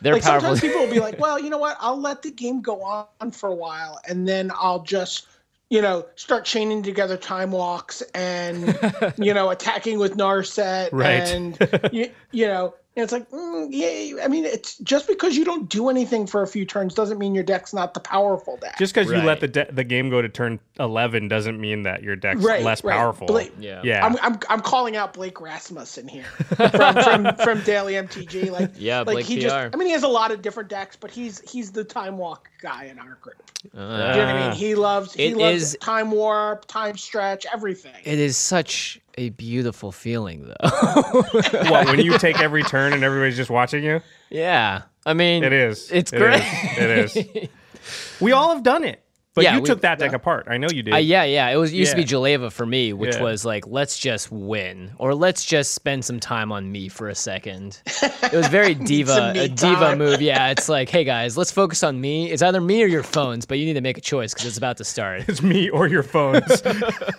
B: They're
D: like
B: powerful.
D: sometimes people will be like, "Well, you know what? I'll let the game go on for a while, and then I'll just, you know, start chaining together time walks and, you know, attacking with Narset,
C: Right.
D: and you, you know." And it's like, mm, yeah. I mean, it's just because you don't do anything for a few turns doesn't mean your deck's not the powerful deck.
C: Just because you let
B: Right.
C: the de- the game go to turn eleven doesn't mean that your deck's
D: Right,
C: less
D: right.
C: powerful.
D: Blake-
B: Yeah.
C: yeah.
D: I'm, I'm, I'm calling out Blake Rasmussen here from, from, from Daily MTG. Like,
B: Yeah,
D: like
B: Blake
D: he
B: PR.
D: just, I mean, he has a lot of different decks, but he's he's the time walk guy in our group. Do you know what I
B: Uh.
D: mean? He loves he
B: It
D: loves
B: is-
D: time warp, time stretch, everything.
B: it is such a beautiful feeling, though.
C: what when you take every turn and everybody's just watching you?
B: yeah, I mean,
C: It is.
B: It's
C: It
B: great.
C: is. It is. we all have done it, but
B: Yeah,
C: you
B: we-
C: took that deck apart. I know you did.
B: Uh, yeah, yeah. It was used to
C: Yeah.
B: be Jaleva for me, which
C: Yeah.
B: was like, let's just win, or let's just spend some time on me for a second. It was very diva,
D: me
B: a diva
D: time.
B: move. Yeah, it's like, hey guys, let's focus on me. It's either me or your phones, but you need to make a choice because it's about to start.
C: It's me or your phones.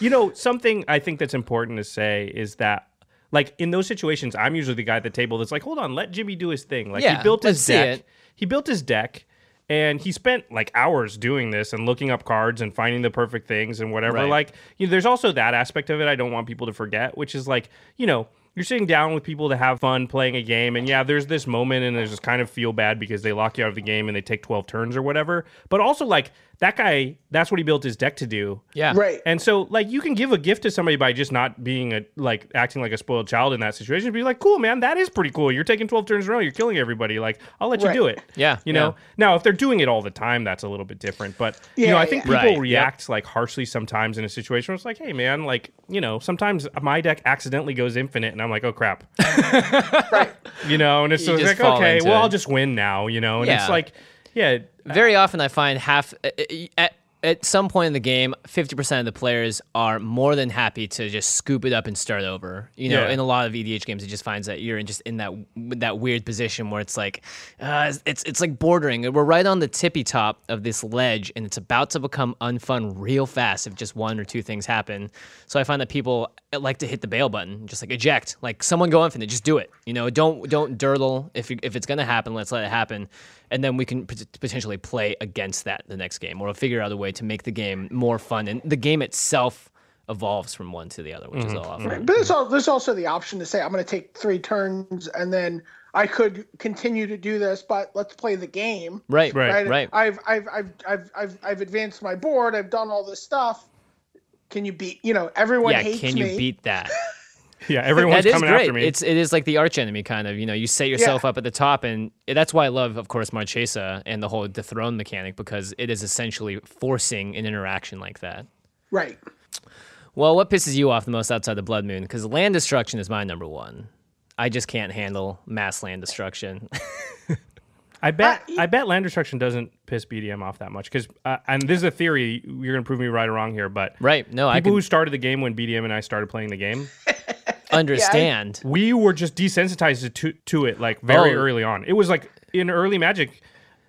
C: you know, something I think that's important to say is that. Like in those situations, I'm usually the guy at the table that's like, "Hold on, let Jimmy do his thing." Like
B: Yeah,
C: he built
B: let's
C: his
B: see
C: deck.
B: it.
C: He built his deck, and he spent like hours doing this and looking up cards and finding the perfect things and whatever.
B: Right.
C: Like, you know, there's also that aspect of it I don't want people to forget, which is like, you know, you're sitting down with people to have fun playing a game, and yeah, there's this moment, and there's just kind of feel bad because they lock you out of the game and they take 12 turns or whatever. But also, like that guy, that's what he built his deck to do.
B: Yeah,
D: right.
C: And so, like, you can give a gift to somebody by just not being a like acting like a spoiled child in that situation. Be like, cool, man, that is pretty cool. You're taking twelve turns in a row. You're killing everybody. Like, I'll let you
D: Right.
C: do it.
B: Yeah,
C: you know. Now, if they're doing it all the time, that's a little bit different. But you
D: Yeah,
C: know, I think
B: yeah.
C: people
B: Right,
C: react like harshly sometimes in a situation where it's like, hey, man, like, you know, sometimes my deck accidentally goes infinite, and I'm like, oh crap,
D: right.
C: you know. And it's
B: You
C: just
B: just
C: like,
B: fall
C: okay,
B: into
C: well,
B: it.
C: I'll just win now, you know. And
B: Yeah.
C: it's like, yeah,
B: Very often, I find half uh, at, at some point in the game, fifty percent of the players are more than happy to just scoop it up and start over. You know,
C: Yeah.
B: in a lot of EDH games, it just finds that you're in just in that that weird position where it's like, uh, it's it's like bordering. We're right on the tippy top of this ledge, and it's about to become unfun real fast if just one or two things happen. So I find that people uh, like to hit the bail button, just like eject, like someone go infinite, just do it. You know, don't don't dirtle. If you, if it's gonna happen, let's let it happen, and then we can pot- potentially play against that the next game, or figure out a way to make the game more fun, and the game itself evolves from one to the other, which is all. I find.
D: But there's, al- there's also the option to say, I'm going to take three turns and then I could continue to do this, but let's play the game.
B: Right,
C: Right.
B: right, right.
D: I've, I've, I've, I've, I've, I've advanced my board. I've done all this stuff. Can you beat? You know, everyone
B: yeah,
D: hates
B: can
D: me.
B: you beat that?
C: Yeah, everyone's
B: that is
C: coming
B: great.
C: after me.
B: It's it is like the arch enemy kind of. You know, you set yourself up at the top, and that's why I love, of course, Marchesa and the whole dethrone mechanic because it is essentially forcing an interaction like that.
D: Right.
B: Well, what pisses you off the most outside the Blood Moon? Because land destruction is my number one. I just can't handle mass land destruction.
C: I bet I bet land destruction doesn't piss BDM off that much because uh, and this is a theory you're gonna prove me right or wrong here, but
B: right? No, I
C: people who
B: can
C: started the game when BDM and I started playing the game,
B: understand.
C: we were just desensitized to to it like very
B: Oh.
C: early on. It was like in early Magic,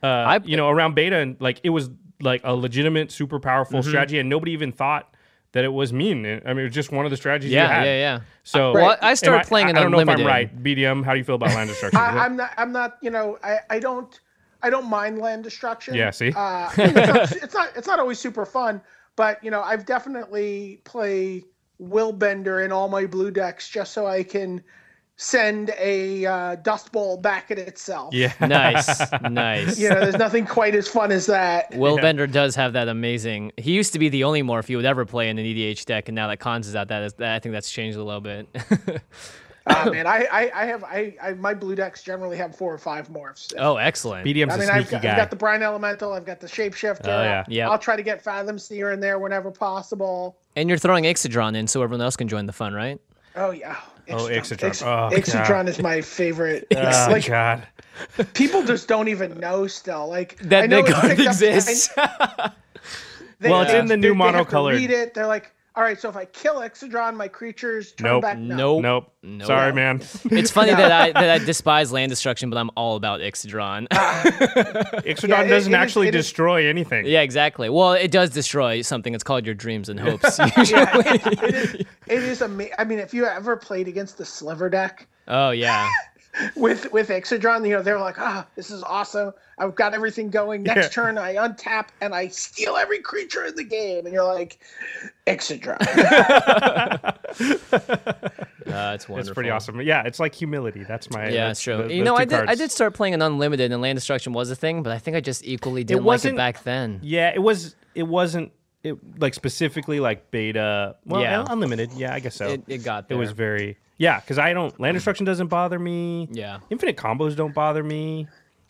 C: uh,
B: I-
C: you know, around beta, and like it was like a legitimate, super powerful
B: Mm-hmm.
C: strategy, and nobody even thought that it was mean. I mean, it was just one of the strategies. you
B: Yeah,
C: had.
B: yeah, yeah.
C: So
B: Well, I- I
C: am
B: started playing
C: I,
B: an
C: I don't know if I'm
B: unlimited.
C: right. BDM, how do you feel about land destruction?
D: I, I'm not. I'm not. You know, I, I don't. I don't mind land destruction.
C: Yeah, see?
D: Uh, you know, it's, not, it's not. It's not always super fun, but you know, I've definitely play Willbender in all my blue decks just so I can send a uh, dust ball back at itself.
C: yeah.
B: nice, nice.
D: You know, there's nothing quite as fun as that.
B: Will Bender does have that amazing. He used to be the only morph you would ever play in an EDH deck, and now that Cons is out, that is, that- I think that's changed a little bit.
D: Uh, man, I, I, I have I, I my blue decks generally have four or five morphs.
B: oh, excellent.
C: BDM's
D: I
C: a
D: mean,
C: sneaky
D: I've got,
C: guy.
D: I've got the brine elemental. I've got the shapeshifter.
C: Oh, yeah.
B: Yep.
D: I'll try to get Fathom Seer in there whenever possible.
B: And you're throwing Ixodron in so everyone else can join the fun, right?
D: Oh yeah.
C: Oh, Ixodron.
D: Ix-
C: Oh,
D: Ixodron is my favorite.
C: Oh,
D: like
C: God.
D: people just don't even know still. Like I
B: That
D: know
B: that
D: it's
B: card
D: picked up-
B: exists.
D: I- they-
C: Well, it's
D: they-
C: in the new
D: they- they have to
C: monocolored.
D: Read it. They're like, all right. So if I kill Ixodron, my creatures turn
C: Nope.
D: back. No.
B: nope.
C: Nope.
B: No.
C: Sorry, man.
B: It's funny that I that I despise land destruction, but I'm all about Ixodron.
C: Ixodon
D: Yeah, it-
C: doesn't
D: it is-
C: actually
D: it is-
C: destroy anything.
B: yeah, exactly. Well, it does destroy something. It's called your dreams and hopes. usually.
D: Yeah, it, it is. It is ama- I mean, if you ever played against the Sliver deck
B: oh yeah.
D: with with Ixodron, you know they're like, ah, this is awesome. I've got everything going. Next
C: Yeah.
D: turn, I untap and I steal every creature in the game, and you're like, Ixodron.
B: Uh, it's wonderful.
C: It's pretty awesome. Yeah, it's like humility. That's my
B: Yeah,
C: that's
B: it's true.
C: the-
B: you
C: those
B: know,
C: two
B: I did I
C: cards.
B: did start playing an unlimited, and land destruction was a thing, but I think I just equally didn't like it
C: wasn't-
B: back then.
C: Yeah, it was. It wasn't. It like specifically like beta. Well,
B: Yeah.
C: un- unlimited. Yeah, I guess so.
B: It- it got
C: It was
B: there. Mm.
C: very. Yeah, because I don't land destruction doesn't bother me.
B: Yeah.
C: infinite combos don't bother me.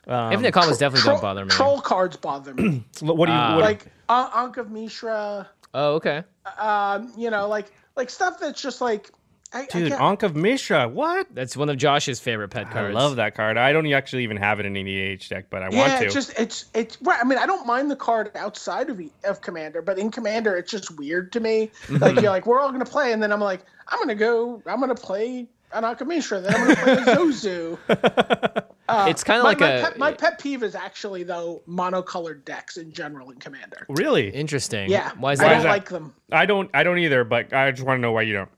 C: Um,
B: Infinite combos definitely
D: Troll-
B: don't bother me.
D: Troll cards bother me.
C: L- What do you
B: Ah.
C: what,
D: like uh, Ankh of Mishra,
B: Oh, okay.
D: um, you know, like like stuff that's just like, I, I
C: dude?
D: can't-
C: Ankh of Mishra. What?
B: That's one of Josh's favorite pet cards.
C: I love that card. I don't e, actually even have it in an EDH deck, but I
D: yeah,
C: want to.
D: it's just it's it's. Right, I mean, I don't mind the card outside of E- of Commander, but in Commander, it's just weird to me. Like you're like, we're all gonna play, and then I'm like, I'm gonna go, I'm gonna play an Ankh of Mishra, then I'm gonna play a Zozu.
B: It's kind of
D: Uh, my,
B: like
D: my
B: a
D: pet, my pet peeve is actually though monocolored decks in general in Commander.
C: really.
B: interesting.
D: Yeah,
B: Why is
D: I
B: that?
D: don't like them.
C: I don't. I don't either. But I just want to know why you don't.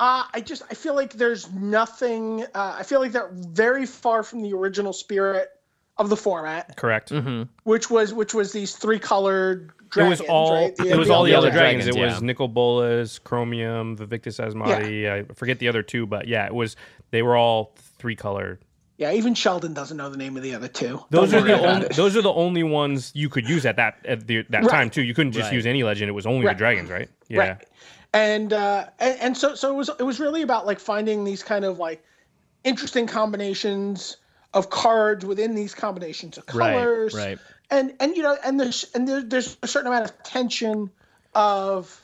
D: Uh, I just I feel like there's nothing. Uh, I feel like they're very far from the original spirit of the format,
C: Correct.
B: Mm-hmm.
D: which was which was these three colored
C: It
D: dragons.
C: was all
D: right?
C: it was all the
B: Yellow
C: other dragons.
B: Dragons,
C: It was
B: yeah.
C: Nicol Bolas, Chromium, the Victus Asmati. I forget the other two, but yeah, it was. They were all three color.
D: Yeah, even Sheldon doesn't know the name of the other two.
C: Those
D: Don't
C: are
D: worry
C: the
D: about
C: only,
D: it.
C: those are the only ones you could use at that at the, that
D: Right.
C: time too. You couldn't just
B: Right.
C: use any legend. It was only
D: Right.
C: the dragons, right? Yeah.
D: Right. And, uh, and and so so it was it was really about like finding these kind of like interesting combinations of cards within these combinations of
C: Right,
D: colors.
B: right.
D: And and you know and there's and there, there's a certain amount of tension of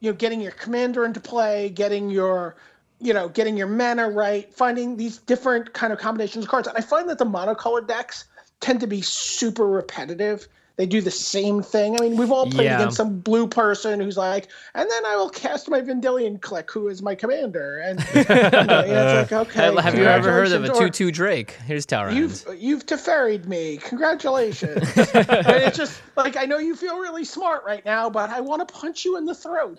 D: you know getting your commander into play, getting your you know getting your mana right, finding these different kind of combinations of cards. And I find that the monocolored decks tend to be super repetitive. They do the same thing. I mean, we've all played
B: Yeah.
D: against some blue person who's like, and then I will cast my Vendilion click, who is my commander. And you know, it's like, okay.
B: Have you ever heard of a
D: congratulations, or-
B: two-two Drake? Here's Tower.
D: You've you've teferied me. Congratulations. and it's just like I know you feel really smart right now, but I want to punch you in the throat.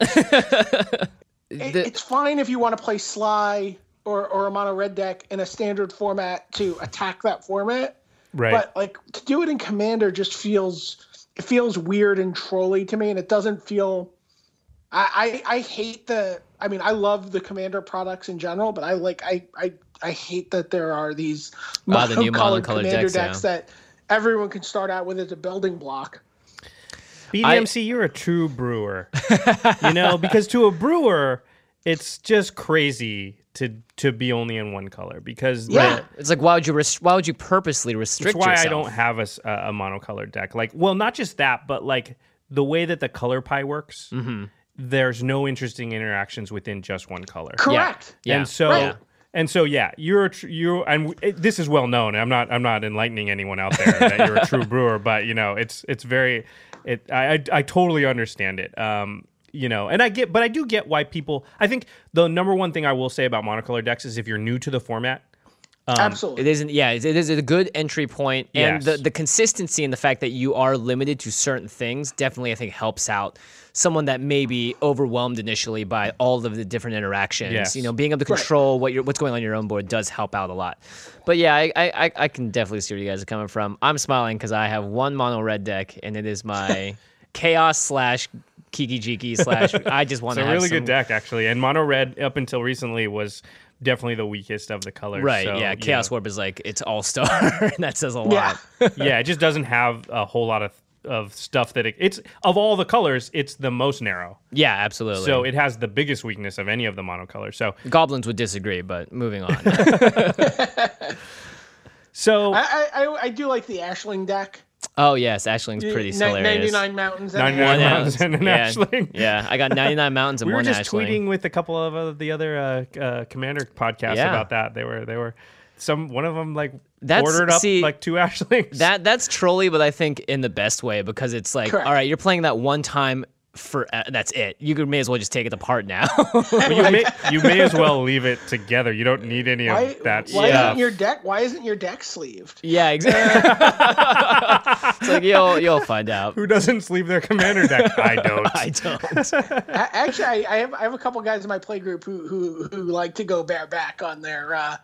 D: It-
B: The-
D: it's fine if you want to play Sly or or a mono red deck in a standard format to attack that format,
C: Right.
D: but like to do it in Commander just feels it feels weird and trolly to me, and it doesn't feel I, I I hate the. I mean, I love the Commander products in general, but I like I I, I hate that there are these
B: Ah, the new
D: monocolored
B: monocolored
D: Commander
B: decks, yeah.
D: decks that everyone can start out with as a building block.
C: BDMC, you're a true brewer. you know, because to a brewer, it's just crazy to to be only in one color because
D: Yeah.
C: the-
B: It's like why would you rest- why would you purposely restrict
C: that's why
B: yourself?
C: I don't have a, s- a- a monocolored deck. Like, well, not just that, but like the way that the color pie works,
B: Mm-hmm.
C: there's no interesting interactions within just one color.
D: Correct.
B: Yeah.
C: And so
D: Right.
C: and so yeah, you're a tr- you and w- it, this is well known. I'm not I'm not enlightening anyone out there that you're a true brewer, but you know, it's it's very it I I, I totally understand it. Um you know, and I get, but I do get why people. I think the number one thing I will say about monocolor decks is if you're new to the format,
D: Absolutely.
B: um, It isn't. Yeah, it it is a good entry point, and
C: Yes.
B: the the consistency and the fact that you are limited to certain things definitely, I think, helps out someone that may be overwhelmed initially by all of the different interactions.
C: Yes.
B: You know, being able to control what you're, what's going on in your own board does help out a lot. But yeah, I I, I- I can definitely see where you guys are coming from. I'm smiling because I have one mono red deck, and it is my chaos slash kiki jiki slash. I just want to
C: it's a
B: have
C: really
B: some
C: good deck actually. And mono red up until recently was definitely the weakest of the colors.
B: Right,
C: So,
B: yeah.
C: you
B: Chaos
C: know.
B: Warp is like it's all star, and that says a lot.
D: Yeah.
C: yeah, it just doesn't have a whole lot of of stuff that it, it's of all the colors, it's the most narrow.
B: Yeah, absolutely.
C: So it has the biggest weakness of any of the monocolors. So
B: goblins would disagree, but moving on.
C: so
D: I, I I- I do like the Ashling deck.
B: oh yes, Ashling's pretty
D: Nin-
B: hilarious.
D: 99 mountains. and
C: 99
D: Ashling.
C: Mountains and an
B: yeah,
C: Ashling.
B: yeah, I got 99 mountains and
C: we were
B: one
C: just
B: Ashling.
C: tweeting with a couple of uh, the other uh, uh, commander podcasts
B: Yeah.
C: about that. They were they were some one of them like
B: That's-
C: ordered up
B: see,
C: like two Ashlings.
B: That that's trolly, but I think in the best way because it's like,
D: Correct.
B: all right, you're playing that one time for uh, that's it. You could may as well just take it apart now.
C: you, may, you may as well leave it together. You don't need any
D: Why,
C: of that.
D: why
B: yeah.
D: isn't your deck? Why isn't your deck sleeved?
B: yeah, exactly. it's like you'll you'll find out.
C: Who doesn't sleeve their commander deck? I don't.
B: I don't.
D: A- Actually, I, I have I have a couple guys in my play group who who, who like to go bareback on their uh,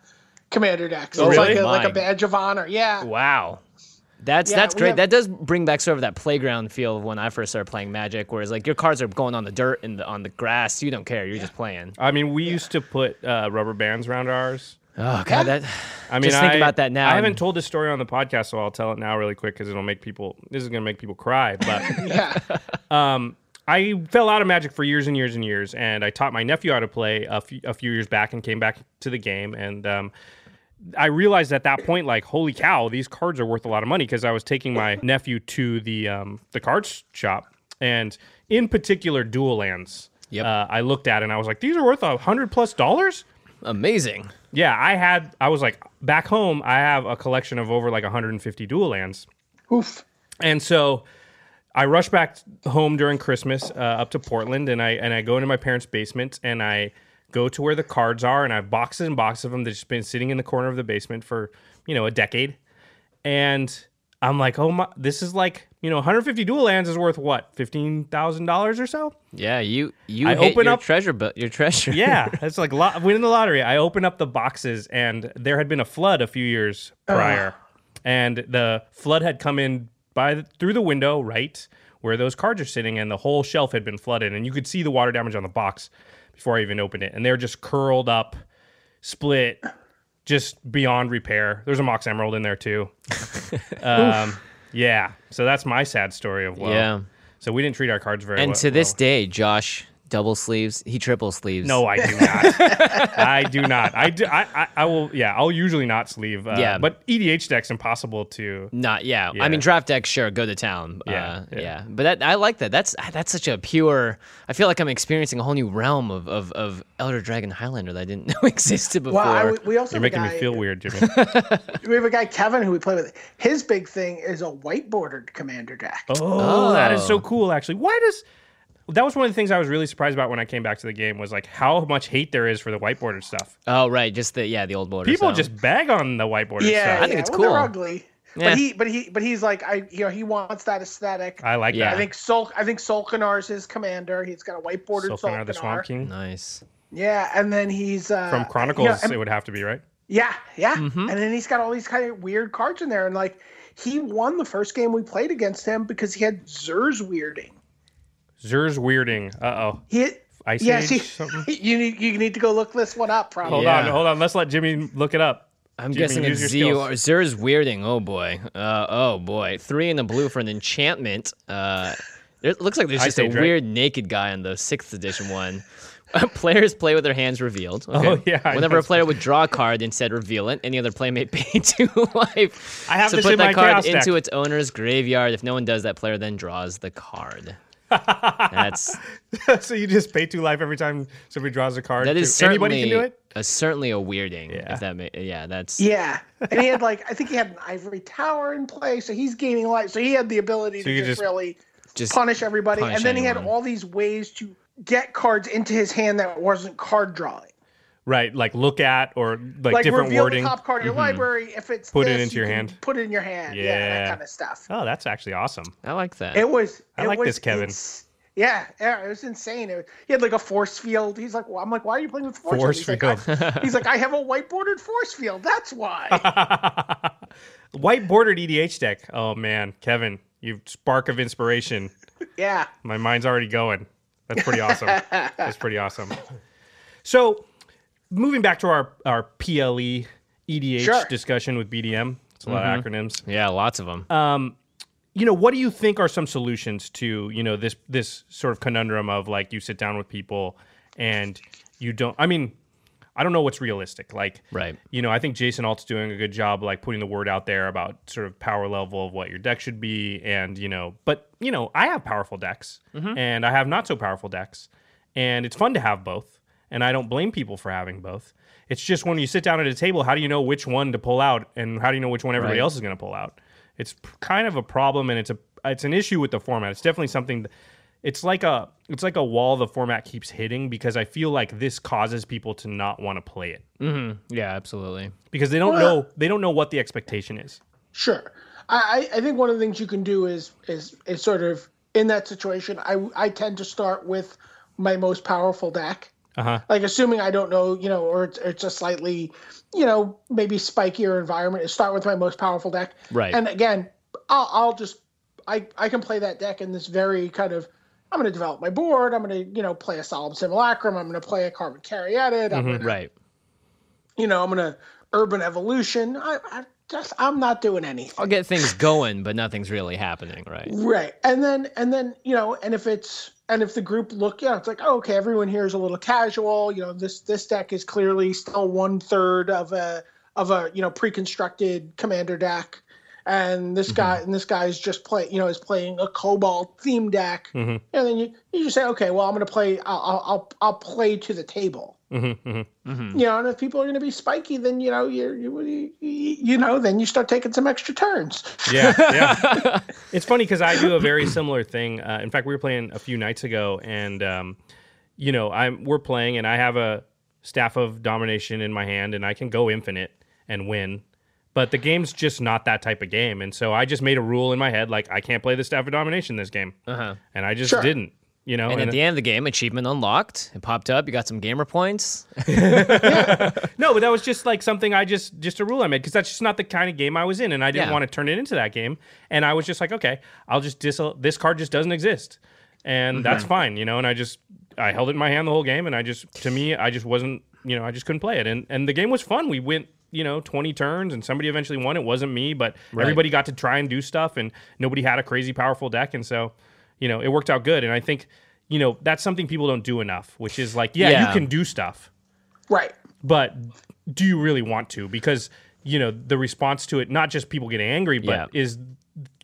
D: commander decks.
B: Oh,
D: it's
B: really?
D: like a, like
B: Mine.
D: a badge of honor. Yeah.
B: Wow. That's
D: Yeah,
B: that's
D: we
B: great.
D: have-
B: that does bring back sort of that playground feel of when I first started playing Magic, whereas like your cards are going on the dirt and the, on the grass. You don't care. You're just playing.
C: I mean, we used to put uh, rubber bands around ours.
B: Oh god, that
C: I mean,
B: Just think
C: I-
B: about that now
C: I haven't
B: and-
C: told this story on the podcast, so I'll tell it now really quick because it'll make people. This is gonna make people cry. But um,
D: Yeah.
C: I fell out of Magic for years and years and years, and I taught my nephew how to play a few, a few years back, and came back to the game, and um, I realized at that point, like, holy cow, these cards are worth a lot of money because I was taking my nephew to the um, the cards shop, and in particular, Dual Lands.
B: Yep.
C: Uh, I looked at and I was like, these are worth a hundred plus dollars.
B: amazing.
C: Yeah, I had. I was like, back home, I have a collection of over like 150 dual lands,
D: Oof.
C: and so I rushed back home during Christmas uh, up to Portland, and I and I go into my parents' basement, and I go to where the cards are, and I have boxes and boxes of them that's just been sitting in the corner of the basement for you know a decade, and I'm like, oh my, this is like you know 150 dual lands is worth what fifteen thousand dollars or so.
B: Yeah, you you
C: I
B: hit
C: open
B: your
C: up-
B: treasure, but your treasure.
C: Yeah, that's like lo- winning the lottery. I open up the boxes, and there had been a flood a few years prior, and the flood had come in by the, through the window right where those cards are sitting, and the whole shelf had been flooded, and you could see the water damage on the box before I even opened it, and they're just curled up, split, just beyond repair. There's a mox emerald in there too. um, yeah, so that's my sad story of well.
B: Yeah.
C: So we didn't treat our cards very well.
B: And to this
C: well.
B: day, Josh double sleeves, he triple sleeves.
C: No, I do not. I do not. I do. I, I, I will. Yeah, I'll usually not sleeve. Uh,
B: Yeah.
C: But EDH deck's impossible to.
B: Not yeah.
C: Yeah.
B: I mean draft deck, sure, go to town. Yeah,
C: Yeah,
B: uh,
C: yeah.
B: yeah. But that, I like that. That's that's such a pure. I feel like I'm experiencing a whole new realm of of, of Elder Dragon Highlander that I didn't know existed before.
D: Well, I, we also
C: You're
D: have
C: making
D: a
C: me
D: guy-
C: feel weird, Jimmy.
D: We have a guy Kevin who we play with. His big thing is a white bordered commander deck.
C: Oh, that is so cool. Actually, why does that was one of the things I was really surprised about when I came back to the game was like how much hate there is for the whiteboarded stuff.
B: oh right, just the yeah the old border.
C: People
B: so.
C: just bag on the whiteboarded
D: yeah,
C: stuff.
B: I think it's
D: well, they're
B: cool.
D: ugly.
B: Yeah.
D: But he, but he, but he's like, I, you know, he wants that aesthetic.
C: I like
B: Yeah.
D: I
C: that.
D: think Sol, I think Solkanar's his commander. He's got a white bordered
C: Sylphanar
D: Solkanar.
C: the Swamp King
B: nice.
D: Yeah, and then he's uh,
C: from
D: you know,
C: Chronicles.
D: and-
C: it would have to be right.
D: Yeah, yeah.
C: Mm-hmm.
D: And then he's got all these kind of weird cards in there. And like he won the first game we played against him because he had Zer's weirding.
C: Zer's weirding. Uh oh.
D: He,
C: Ice
D: yeah,
C: Age
D: see,
C: something?
D: you need you need to go look this one up. Probably.
C: Hold
B: Yeah.
C: on, hold on. Let's let Jimmy look it up.
B: I'm
C: Jimmy,
B: guessing it's
C: use
B: Z
C: your
B: or Zer's weirding. Oh boy. Uh, oh boy. Three in the blue for an enchantment. Uh, there- it looks like there's
C: Ice
B: just a
C: Age, right?
B: weird naked guy in the sixth edition one. Players play with their hands revealed. Okay.
C: Oh, yeah, I
B: Whenever
C: know.
B: a player would draw a card and said reveal it, any other player may pay two life.
C: I have
B: to
C: this
B: put
C: in
B: that
C: my
B: card
C: chaos deck.
B: into its owner's graveyard. If no one does, that player then draws the card. That's
C: so you just pay two life every time somebody draws a card.
B: that is
C: too.
B: certainly
C: anybody can do it.
B: A, certainly a weirding.
C: Yeah.
B: If that may, yeah, that's
D: Yeah, and he had like I think he had an ivory tower in play, so he's gaining life. So he had the ability
C: you
D: to just,
C: just
D: really
B: just
D: punish everybody,
B: punish
D: and then he had
B: anyone.
D: all these ways to get cards into his hand that wasn't card drawing.
C: Right, like look at or like,
D: Like
C: different
D: reveal
C: wording. Mm-hmm.
D: the top card in your library. If it's
C: Put it
D: this,
C: into
D: you
C: your
D: can
C: hand.
D: Put it in your hand. Yeah, that
C: Yeah.
D: kind of stuff.
C: Oh, that's actually awesome.
B: I like that.
D: It was.
C: I
D: it
C: like
D: was
C: this, Kevin.
D: ins- yeah, yeah, it was insane. It was- he had like a force field. He's like, well, I'm like, why are you playing with force,
C: Force
D: field? He's Like, I, he's like, I have a whiteboarded force field. That's why.
C: White bordered EDH deck. Oh man, Kevin, you spark of inspiration.
D: yeah.
C: My mind's already going. That's pretty awesome. That's pretty awesome. So, moving back to our our E PLE EDH
D: Sure.
C: discussion with BDM. It's a lot of
B: Mm-hmm.
C: acronyms.
B: yeah, lots of them.
C: you know what do you think are some solutions to you know this this sort of conundrum of like you sit down with people and you don't i mean i don't know what's realistic like
B: Right.
C: you know i think jason alt's doing a good job like putting the word out there about sort of power level of what your deck should be and you know but you know i have powerful decks and i have not so powerful decks and it's fun to have both and i don't blame people for having both it's just when you sit down at a table how do you know which one to pull out and how do you know which one everybody
B: Right.
C: else is going to pull out it's p- kind of a problem and it's a it's an issue with the format it's definitely something th- it's like a it's like a wall the format keeps hitting because i feel like this causes people to not want to play it
B: Yeah, absolutely.
C: because they don't know they don't know what the expectation is
D: Sure. I, I I think one of the things you can do is is is sort of in that situation. I I tend to start with my most powerful deck.
C: Uh-huh.
D: Like assuming I don't know, you know, or it's, it's a slightly, you know, maybe spikier environment. is Start with my most powerful deck.
B: Right.
D: And again, I'll I'll just I I can play that deck in this very kind of. I'm going to develop my board. I'm going to, you know, play a solemn simulacrum. I'm going to play a carbon caryatid. I'm going to,
B: Mm-hmm, Right.
D: you know, I'm going to urban evolution. I, I just, I'm not doing anything.
B: I'll get things going, but nothing's really happening. Right.
D: Right. And then and then, you know, and if it's and if the group look, you know, it's like, oh, okay, everyone here is a little casual, you know, this this deck is clearly still one third of a of a, you know, pre-constructed commander deck. And this guy and this guy is just play, you know, is playing a cobalt theme deck. And then you, you just say, okay, well, I'm going to play. I'll, I'll I'll I'll play to the table.
B: Mm-hmm,
D: You know, and if people are going to be spiky, then you know you're, you you you know then you start taking some extra turns.
C: Yeah, yeah. it's funny because I do a very similar thing. Uh, in fact, we were playing a few nights ago, and um, you know, I'm we're playing, and I have a staff of domination in my hand, and I can go infinite and win. But the game's just not that type of game, and so I just made a rule in my head like I can't play the staff of domination this game, uh-huh. and I just
D: Sure.
C: didn't. You know,
B: And at the end of the game, achievement unlocked. It popped up. You got some gamer points.
C: No, but that was just like something I just just a rule I made because that's just not the kind of game I was in, and I didn't
B: Yeah.
C: want to turn it into that game. And I was just like, okay, I'll just dis this card just doesn't exist, and that's fine, you know. And I just I held it in my hand the whole game, and I just to me I just wasn't you know I just couldn't play it, and and the game was fun. We went you know 20 turns and somebody eventually won it wasn't me but everybody got to try and do stuff and nobody had a crazy powerful deck and so you know it worked out good and i think you know that's something people don't do enough which is like yeah.
B: Yeah.
C: you can do stuff
D: Right.
C: but do you really want to because you know the response to it not just people getting angry but
B: Yeah.
C: is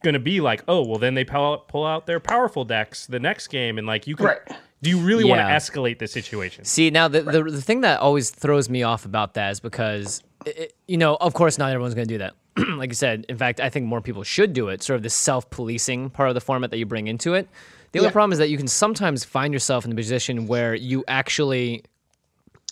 C: going to be like oh well then they pull out, pull out their powerful decks the next game and like you can
D: Right.
C: do you really want to
B: Yeah.
C: escalate the situation
B: See, now the, the the thing that always throws me off about that is because it, it- you know, of course, not everyone's going to do that. like you said, in fact, I think more people should do it. Sort of the self policing part of the format that you bring into it. The other
D: Yeah.
B: problem is that you can sometimes find yourself in the position where you actually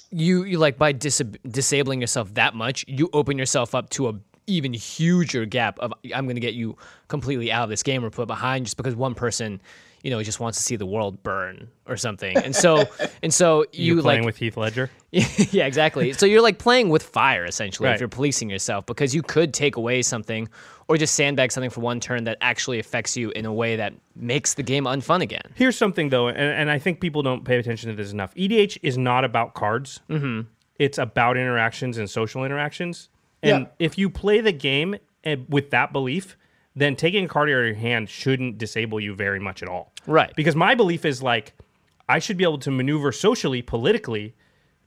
B: you, you like by disab- disabling yourself that much, you open yourself up to a even huger gap of I'm going to get you completely out of this game or put behind just because one person, you know, just wants to see the world burn or something. And so and so you
C: you playing
B: like
C: with heath ledger
B: yeah, exactly. So you're like playing with fire essentially
C: Right.
B: if you're policing yourself because you could take away something or just sandbag something for one turn that actually affects you in a way that makes the game unfun again.
C: Here's something though, and, and I think people don't pay attention to this enough. EDH is not about cards. Mm-hmm. It's about interactions and social interactions. And
D: Yeah.
C: if you play the game eh, with that belief, then taking a card out of your hand shouldn't disable you very much at all.
B: Right.
C: Because my belief is like I should be able to maneuver socially, politically,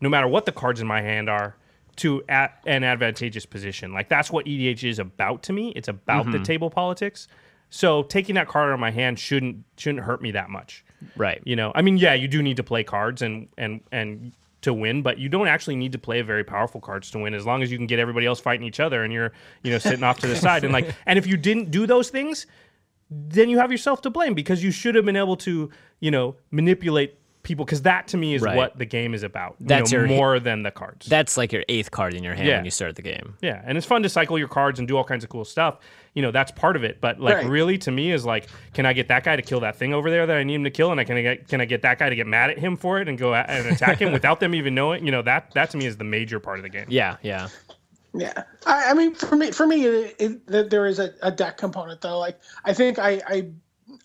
C: no matter what the cards in my hand are, to at an advantageous position. Like that's what EDH is about to me. It's about the table politics. So taking that card out of my hand shouldn't shouldn't hurt me that much.
B: Right.
C: You know, I mean, yeah, you do need to play cards and and and to win, but you don't actually need to play very powerful cards to win as long as you can get everybody else fighting each other and you're, you know, sitting off to the side and like and if you didn't do those things, then you have yourself to blame because you should have been able to, you know, manipulate people because that to me is
B: Right.
C: what the game is about. you
B: That's
C: know,
B: your-
C: more than the cards.
B: That's like your eighth card in your hand
C: Yeah.
B: when you start the game.
C: Yeah, and it's fun to cycle your cards and do all kinds of cool stuff. You know, that's part of it. But like,
D: Right.
C: really, to me, is like, can I get that guy to kill that thing over there that I need him to kill, and I can I get can I get that guy to get mad at him for it and go at, and attack him without them even knowing? You know, that that to me is the major part of the game.
B: Yeah, yeah.
D: Yeah, I, I mean, for me, for me, it, it, that there is a, a deck component though. Like, I think I, I,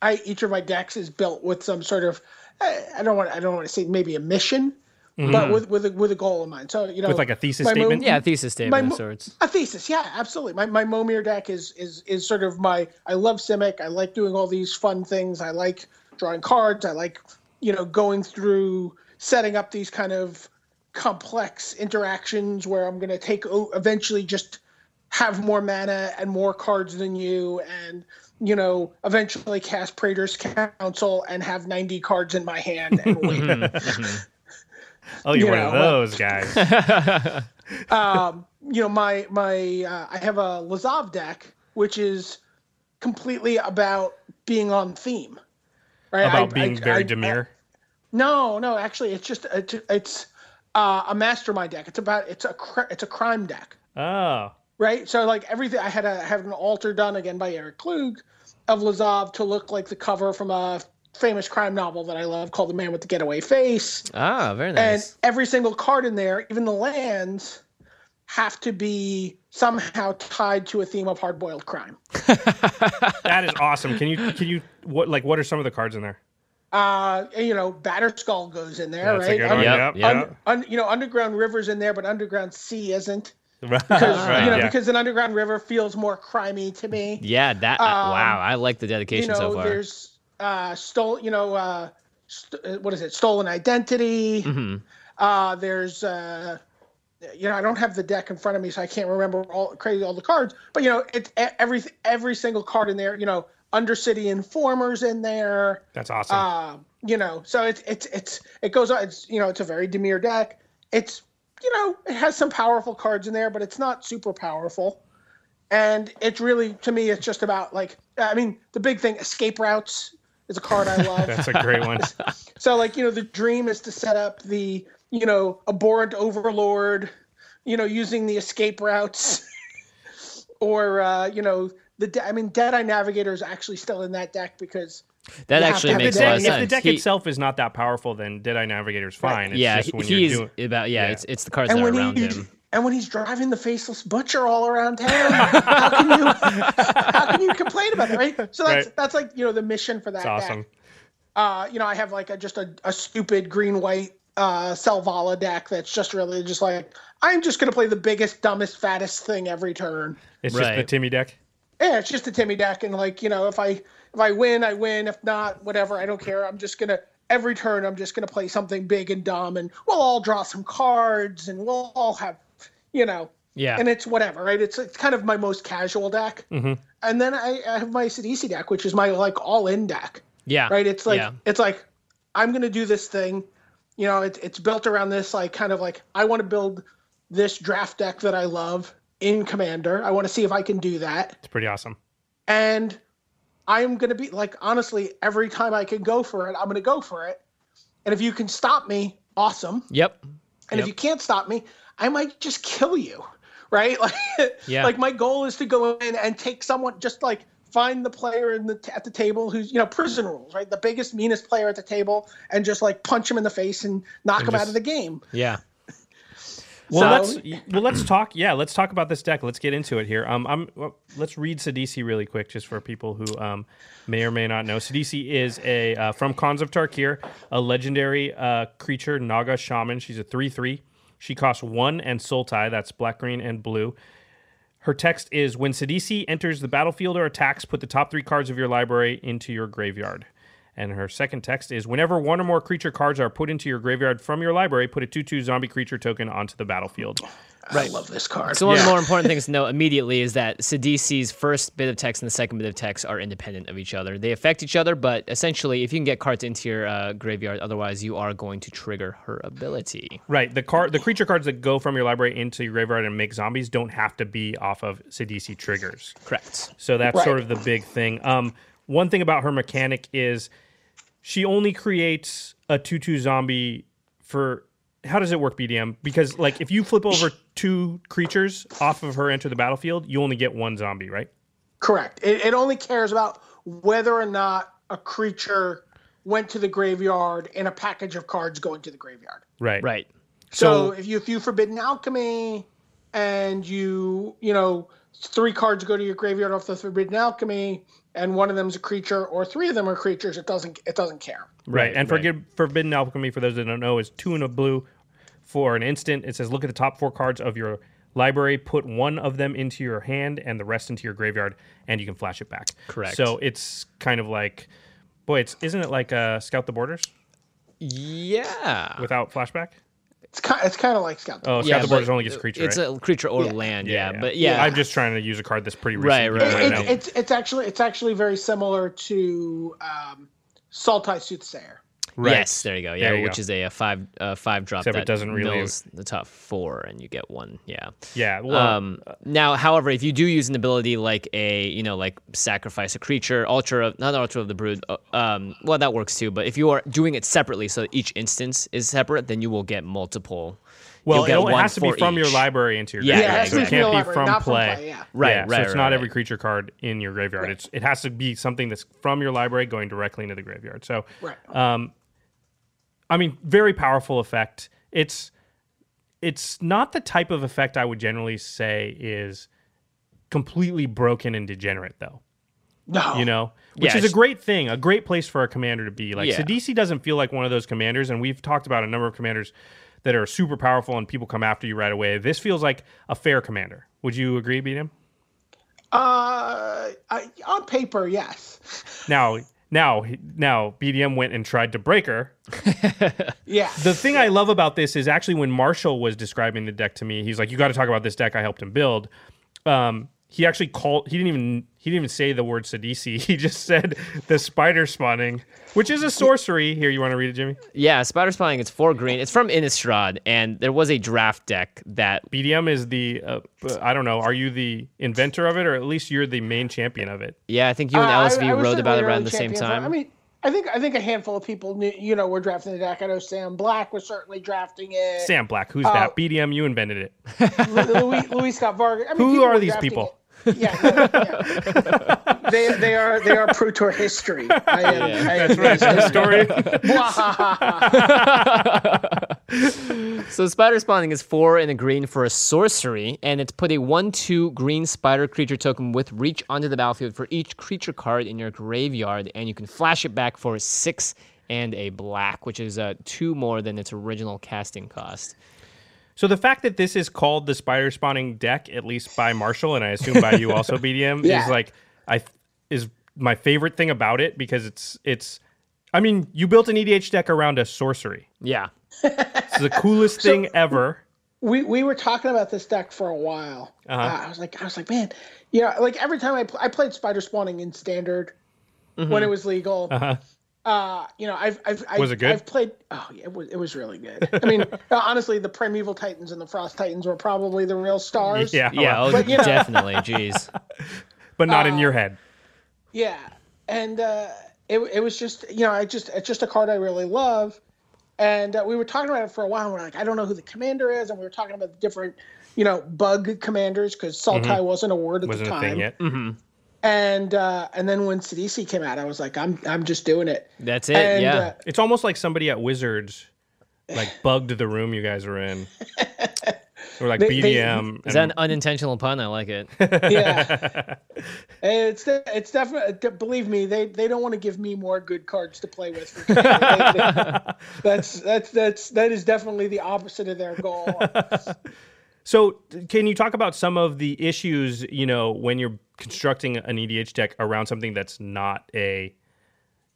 D: I each of my decks is built with some sort of, I, I don't want, I don't want to say maybe a mission, but with with a, with a goal in mind. So you
C: Mm-hmm.
D: know,
C: With, like, a thesis
D: my
C: statement?
B: Yeah, thesis
D: My
B: statement
D: mo-
B: of sorts.
D: a thesis, yeah, absolutely. My my Momir deck is is is sort of my I love Simic. I like doing all these fun things. I like drawing cards. I like you know going through setting up these kind of complex interactions where I'm going to take o- eventually just have more mana and more cards than you and you know eventually cast Praetor's Council and have 90 cards in my hand and win.
C: Oh, you're
D: You
C: one
D: know,
C: of
D: well-
C: those guys.
D: um, you know, my my uh, I have a Lazav deck, which is completely about being on theme, right? I-
C: About being
D: I-
C: very
D: I-
C: demure.
D: no, no, actually, it's just it's, it's uh, a mastermind deck. It's about it's a cr- it's a crime deck
C: Oh,
D: right? So like everything, I had a I had an altar done again by Eric Klug of Lazav to look like the cover from a famous crime novel that I love called The Man with the Getaway Face.
B: Ah, very
D: And
B: nice.
D: every single card in there, even the lands, have to be somehow tied to a theme of hard-boiled crime.
C: that is awesome. Can you can you what like what are some of the cards in there?
D: Uh, you know, Batterskull goes in there,
C: That's a
D: right?
C: good
D: Un-
C: one.
B: Yep,
C: Yep,
B: yep.
D: un- you know, Underground River's in there, but Underground Sea isn't.
C: Right.
D: Because you know,
C: yeah.
D: because an Underground River feels more crimey to me.
B: Yeah, that uh,
D: Um,
B: wow, I like the
D: you
B: dedication
D: know,
B: so far.
D: there's uh, stole. You know, uh, st- uh, what is it? Stolen identity.
B: Mm-hmm.
D: Uh, there's uh, you know, I don't have the deck in front of me, so I can't remember all crazy all the cards. But you know, it's e- every every single card in there. You know, Undercity Informers in there.
C: That's awesome.
D: Uh, you know, so it's it's it's it goes on. It's you know, it's a very demure deck. It's you know, it has some powerful cards in there, but it's not super powerful. And it's really to me, it's just about like I mean, the big thing, escape routes is a card I love.
C: That's a great one.
D: so like you know, the dream is to set up the you know abhorrent overlord, you know, using the escape routes, or uh, you know. The de- I mean, Deadeye Navigator is actually still in that deck because
B: That
D: yeah,
B: actually
D: if the
B: makes
D: deck-
B: a lot of
D: if the
B: sense.
C: If the deck
B: He-
C: itself is not that powerful, then Deadeye Navigator's fine. It's
B: yeah,
C: just when
B: he's
C: you're doing
B: about yeah,
C: yeah.
B: It's it's the cards
D: and
B: that are
D: when
B: around
D: he
B: him.
D: and when he's driving the faceless butcher all around town, how can you how can you complain about that, right? So that's
C: Right.
D: that's like you know the mission for that.
C: it's awesome.
D: Deck. Uh, you know, I have like a, just a, a stupid green white uh, Selvala deck that's just really just like I'm just gonna play the biggest, dumbest, fattest thing every turn.
C: It's just the
B: Right.
C: Timmy deck.
D: Yeah, it's just a Timmy deck, and like you know, if I if I win, I win. If not, whatever, I don't care. I'm just gonna every turn, I'm just gonna play something big and dumb, and we'll all draw some cards, and we'll all have, you know,
B: Yeah. Mm-hmm.
D: and it's whatever, right? It's it's kind of my most casual deck, and then I, I have my Sidisi deck, which is my like all in deck,
B: yeah.
D: right? It's like
B: yeah.
D: it's like I'm gonna do this thing, you know. It's it's built around this like kind of like I want to build this draft deck that I love in Commander. I want to see if I can do that
C: It's pretty awesome.
D: and I'm gonna be like honestly, every time I can go for it, I'm gonna go for it. And if you can stop me, awesome.
B: Yep. Yep.
D: And if you can't stop me, I might just kill you, right? Like,
B: Yeah.
D: like my goal is to go in and take someone, just like find the player in the at the table who's you know prison rules, right? The biggest, meanest player at the table, and just like punch him in the face and knock him out
C: just-
D: of the game.
B: Yeah.
C: Well,
D: So-
C: let's well let's talk. Yeah, let's talk about this deck. Let's get into it here. Um, I'm well, let's read Sadisi really quick, just for people who um may or may not know. Sadisi is a uh, from Khans of Tarkir, a legendary uh creature Naga shaman. She's a three three. She costs one and soul tie. That's black, green, and blue. Her text is when Sadisi enters the battlefield or attacks, put the top three cards of your library into your graveyard. And her second text is whenever one or more creature cards are put into your graveyard from your library, put a 2 2 zombie creature token onto the battlefield.
D: I love this card.
B: So one of the more important things to know immediately is that Sadisi's first bit of text and the second bit of text are independent of each other. They affect each other, but essentially, if you can get cards into your uh, graveyard, otherwise you are going to trigger her ability.
C: Right. The card, the creature cards that go from your library into your graveyard and make zombies don't have to be off of Sadisi triggers.
B: Correct.
C: So that's
D: Right.
C: sort of the big thing. Um, one thing about her mechanic is she only creates a 2 2 zombie for. How does it work, BDM? Because, like, if you flip over two creatures off of her enter the battlefield, you only get one zombie, right?
D: Correct. It, it only cares about whether or not a creature went to the graveyard and a package of cards going to the graveyard.
C: Right.
B: Right.
C: So-
D: So, if you if you forbidden alchemy and you you know three cards go to your graveyard off the forbidden alchemy and one of them's a creature or three of them are creatures, it doesn't it doesn't care.
C: Right. And forgive Forbidden Alchemy, for those that don't know, is two in a blue for an instant. It says, look at the top four cards of your library, put one of them into your hand and the rest into your graveyard, and you can flash it back.
B: Correct.
C: So it's kind of like, boy, it's isn't it like uh, Scout the Borders
B: Yeah.
C: without flashback?
D: It's kind it's kind of like Scout.
C: Oh, Scout
B: yeah,
C: the
B: but
C: Borders only gets creature,
B: It's
C: right?
B: a creature or land. Yeah, but yeah,
C: I'm just trying to use a card that's pretty
B: Right,
C: recent.
B: right,
D: It-
B: right.
C: now.
D: it's it's actually it's actually very similar to um, Saltai Soothsayer.
C: Right.
B: Yes, there you go. Yeah,
C: There you
B: which
C: go.
B: is a, uh five uh, five drop
C: Except it
B: that
C: doesn't really-
B: mills the top four, and you get one. Yeah.
C: Yeah. Well,
B: Um, now, however, if you do use an ability like a, you know, like sacrifice a creature, altar of not altar of the brood, uh, um, well that works too. But if you are doing it separately, so each instance is separate, then you will get multiple.
C: well
B: you'll
C: it
B: get
C: only
B: one
C: has to be
B: for
C: from your
B: each.
C: library into your
B: Yeah,
C: graveyard.
B: yeah,
C: so it
B: exactly.
C: can't
D: From your
C: be
D: library,
C: from
D: not from
C: play.
D: play, yeah.
B: Right,
C: Yeah,
B: right,
C: So it's
B: right,
C: not
B: right.
C: every creature card in your graveyard. It's it has to be something that's from your library going directly into the graveyard. So
D: Right.
C: Uh, I mean, very powerful effect. It's it's not the type of effect I would generally say is completely broken and degenerate though.
D: no.
C: You know? Which
B: Yeah,
C: is a
B: it's-
C: great thing, a great place for a commander to be. Like
B: Yeah.
C: Sadisi doesn't feel like one of those commanders, and we've talked about a number of commanders that are super powerful and people come after you right away. This feels like a fair commander. Would you agree, Beatum?
D: Uh, I, on paper, yes.
C: Now, now, now, BDM went and tried to break her.
D: Yeah.
C: The thing I love about this is actually when Marshall was describing the deck to me, he's like, "You got to talk about this deck I helped him build." Um, he actually called. He didn't even he didn't even say the word Sadisi. He just said the spider spawning, which is a sorcery. Here, you want to read it, Jimmy?
B: Yeah, spider spawning. It's four green. It's from Innistrad, and there was a draft deck that
C: BDM is the uh, I don't know. Are you the inventor of it, or at least you're the main champion of it?
B: yeah, I think you and
D: Uh, I-
B: LSV
D: I was
B: wrote about it
D: certainly
B: around
D: early
B: the same
D: champion, but
B: time.
D: I mean, I think I think a handful of people knew. You know, were drafting the deck. I know Sam Black was certainly drafting it.
C: Sam Black, who's that? BDM, you invented it.
D: Lu- Louis, Louis Scott Vargas. I mean,
C: Who
D: people
C: are
D: were
C: these
D: drafting
C: people?
D: it. Yeah, yeah, yeah. they they are they are pro tour history. I am, I am
C: That's story.
B: So spider spawning is four and a green for a sorcery, and it's put a one-two green spider creature token with reach onto the battlefield for each creature card in your graveyard, and you can flash it back for six and a black, which is uh, two more than its original casting cost.
C: So the fact that this is called the spider spawning deck, at least by Marshall, and I assume by you also, BDM,
D: Yeah.
C: is like I is my favorite thing about it because it's it's. I mean, you built an EDH deck around a sorcery.
B: Yeah.
C: It's the coolest thing ever.
D: we we were talking about this deck for a while. uh
C: Uh-huh.
D: I was like, I was like, man, you know, like every time I pl- I played Spider Spawning in Standard when it was legal. uh you know, I've I've I've,
C: Mm-hmm. Uh-huh. Was it good?
D: I've played. Oh yeah, it was, it was really good. I mean, honestly, the Primeval Titans and the Frost Titans were probably the real stars.
C: Yeah,
B: Yeah, oh,
D: But, you know-
B: definitely. Jeez.
C: but not in your head.
D: Yeah, and uh, it it was just you know I just it's just a card I really love, and uh, we were talking about it for a while. And we're like, I don't know who the commander is, and we were talking about the different you know bug commanders because Saltai wasn't a word
C: Mm-hmm.
D: at
C: Wasn't
D: the
C: a
D: time.
C: thing yet.
D: And uh, and then when Sidisi came out, I was like, I'm I'm just doing it.
B: That's it.
D: And,
B: yeah.
D: uh,
C: It's almost like somebody at Wizards like bugged the room you guys were in. Or like
D: They- they-
C: BDM.
B: Is that
C: and-
B: an unintentional pun? I like it.
D: yeah, it's it's definitely. Believe me, they they don't want to give me more good cards to play with. For Commander. They- they- that's that's that's that is definitely the opposite of their goal.
C: So, t- can you talk about some of the issues, you know, when you're constructing an EDH deck around something that's not a,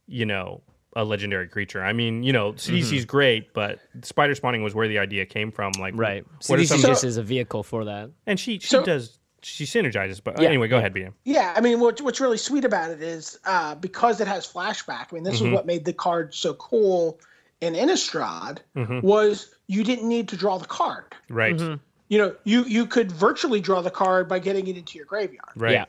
C: you know, a legendary creature? I mean, you know, CDC's
B: Mm-hmm.
C: great, but spider spawning was where the idea came from. Like,
B: Right.
C: What are
B: CDC
C: some,
D: So-
B: just is a vehicle for that.
C: and she she
D: So-
C: does she synergizes, but
B: Yeah,
C: anyway, go ahead, BM.
D: Yeah, I mean, what, what's really sweet about it is uh, because it has flashback. I mean, this
C: Mm-hmm.
D: is what made the card so cool in Innistrad
C: Mm-hmm.
D: was you didn't need to draw the card.
C: Right,
B: Mm-hmm.
D: You know, you you could virtually draw the card by getting it into your graveyard.
C: right,
B: Yeah.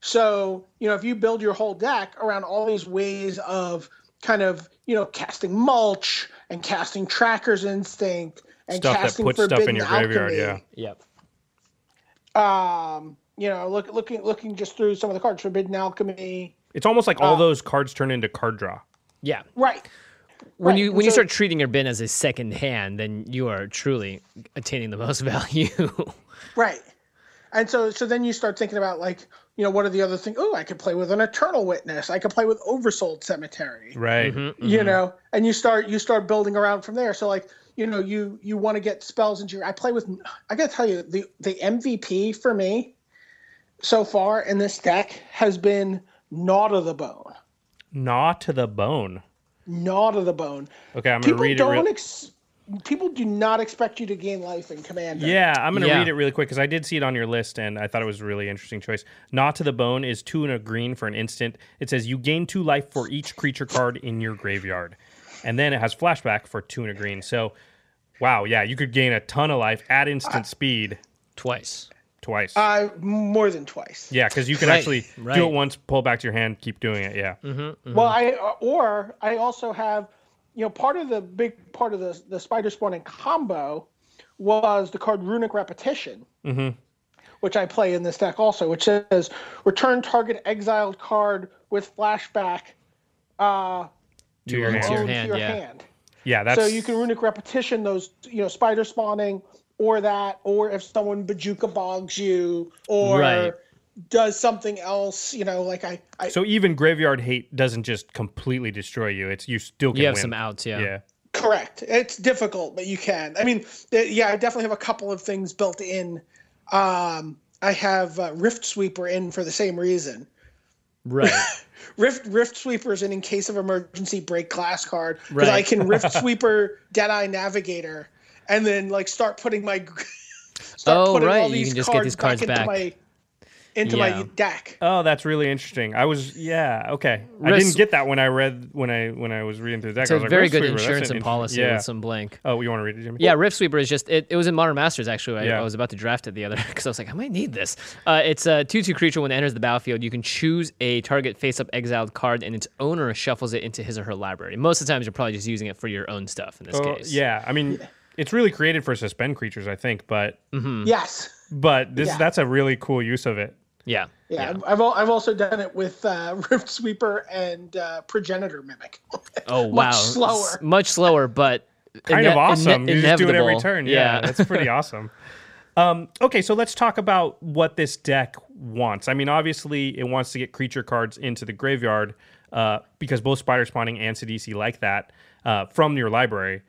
D: So, you know, if you build your whole deck around all these ways of kind of, you know, casting mulch and casting tracker's instinct and
C: stuff that
D: casting
C: puts
D: forbidden
C: stuff in your graveyard.
D: alchemy,
C: Yeah,
B: Yep.
D: Um, you know, look looking looking just through some of the cards, forbidden alchemy.
C: it's almost like
D: Um,
C: all those cards turn into card draw.
B: Yeah.
D: Right.
B: When
D: Right,
B: you
D: and
B: when you
D: so-
B: start treating your bin as a second hand, then you are truly attaining the most value.
D: Right. And so so then you start thinking about like, you know, what are the other things? Oh, I could play with an eternal witness. I could play with oversold cemetery.
C: Right,
B: Mm-hmm.
D: You know, and you start you start building around from there. So like, you know, you you want to get spells into your I play with I got to tell you the the MVP for me so far in this deck has been Gnaw to the Bone.
C: gnaw to the bone.
D: Gnaw to the Bone.
C: Okay, I'm gonna
D: People
C: read it.
D: don't
C: Real-
D: ex- people do not expect you to gain life in Commander.
C: Yeah, I'm going to
B: Yeah.
C: read it really quick because I did see it on your list and I thought it was a really interesting choice. Not to the bone is two and a green for an instant. It says you gain two life for each creature card in your graveyard. And then it has flashback for two and a green. So, wow, yeah, you could gain a ton of life at instant speed
B: Twice.
C: twice.
D: Uh, more than twice.
C: yeah, because you can
B: Right,
C: actually
B: right. Mm-hmm.
C: do it once, pull back to your hand, keep doing it. Yeah.
D: Well, I uh, or I also have, you know, part of the big part of the the spider spawning combo was the card runic repetition,
B: Mm-hmm.
D: which I play in this deck also, which says return target exiled card with flashback uh,
C: To your
B: own
C: hand.
B: To your
D: owned
B: hand, yeah.
D: hand.
C: Yeah, that's
D: So you can runic repetition those, you know, spider spawning or that, or if someone bajuka bogs you or
B: Right.
D: does something else, you know, like I, I
C: So even graveyard hate doesn't just completely destroy you. It's you still can
B: You have
C: win.
B: some outs, yeah.
C: yeah.
D: Correct. It's difficult, but you can. I mean, th- yeah, I definitely have a couple of things built in. Um, I have uh, Rift Sweeper in for the same reason.
B: Right.
D: Rift Rift Sweeper is an in case of emergency break class card because I
B: Right.
D: can Rift Sweeper Deadeye Navigator and then like start putting my start
B: Oh,
D: putting
B: right,
D: all
B: you
D: these
B: can just get
D: cards
B: these cards back.
D: back, into my into
B: Yeah.
D: my deck.
C: Oh, that's really interesting. I was yeah okay. I
B: Risk-
C: didn't get that when I read when I when I was reading through the deck.
B: It's
C: I
B: a
C: was like,
B: very
C: "Risk
B: good
C: Sweeper, that's
B: insurance and
C: an interesting-"
B: policy
C: Yeah.
B: with some blank.
C: Oh, you want to read it, Jimmy?
B: Yeah, Rift Sweeper is just it, it was in Modern Masters actually. I,
C: Yeah.
B: I was about to draft it the other because I was like, I might need this. Uh, it's a two-two creature when it enters the battlefield. You can choose a target face-up exiled card, and its owner shuffles it into his or her library. Most of the times, you're probably just using it for your own stuff in this
C: Oh,
B: case.
C: yeah. I mean, it's really created for suspend creatures, I think, but
B: Hmm.
D: Yes.
C: but this
D: Yeah.
C: that's a really cool use of it.
B: yeah,
D: Yeah, I've- I've al- I've also done it with uh, Rift Sweeper and uh, Progenitor Mimic.
B: Oh wow,
D: Much slower.
B: S- much slower, but ine-
C: Kind of
B: ine-
C: awesome. you just do it every
B: inevitable.
C: turn. Yeah, that's pretty awesome. Um, okay, so let's talk about what this deck wants. I mean, obviously, it wants to get creature cards into the graveyard uh, because both Spider Spawning and Sidisi like that uh, from your library.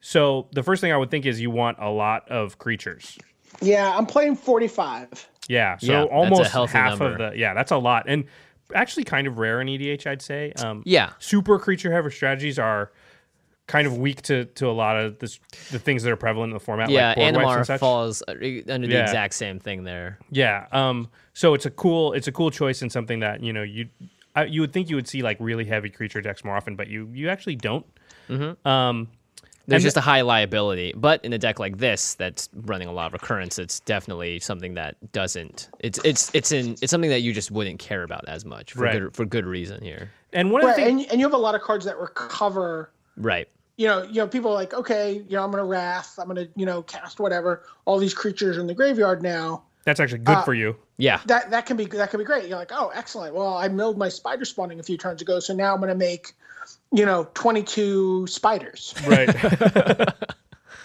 C: So the first thing I would think is you want a lot of creatures.
D: Yeah, I'm playing 45.
C: Yeah, so
B: Yeah, that's a
C: almost
B: healthy
C: half
B: number.
C: of the yeah, that's a lot, and actually kind of rare in EDH, I'd say. Um,
B: Yeah.
C: super creature heavy strategies are kind of weak to to a lot of this, the things that are prevalent in the format.
B: yeah.
C: like board wipes and
B: Animar
C: such.
B: falls uh, under the
C: Yeah.
B: exact same thing there.
C: Yeah, um, so it's a cool it's a cool choice and something that you know you I, you would think you would see like really heavy creature decks more often, but you you actually don't.
B: There's
C: And
B: just a high liability, but in a deck like this that's running a lot of recurrence, it's definitely something that doesn't. It's it's it's in it's something that you just wouldn't care about as much for
C: Right.
B: good for good reason here.
C: And one of
D: Right,
C: the things,
D: and, and you have a lot of cards that recover.
B: Right.
D: You know, you know, people are like, okay, you know, I'm gonna wrath, I'm gonna, you know, cast whatever. All these creatures are in the graveyard now.
C: that's actually
D: uh,
C: good for you.
B: Yeah.
D: That that can be that can be great. You're like, oh, excellent. Well, I milled my spider spawning a few turns ago, so now I'm gonna make, you know, 22 spiders.
C: Right.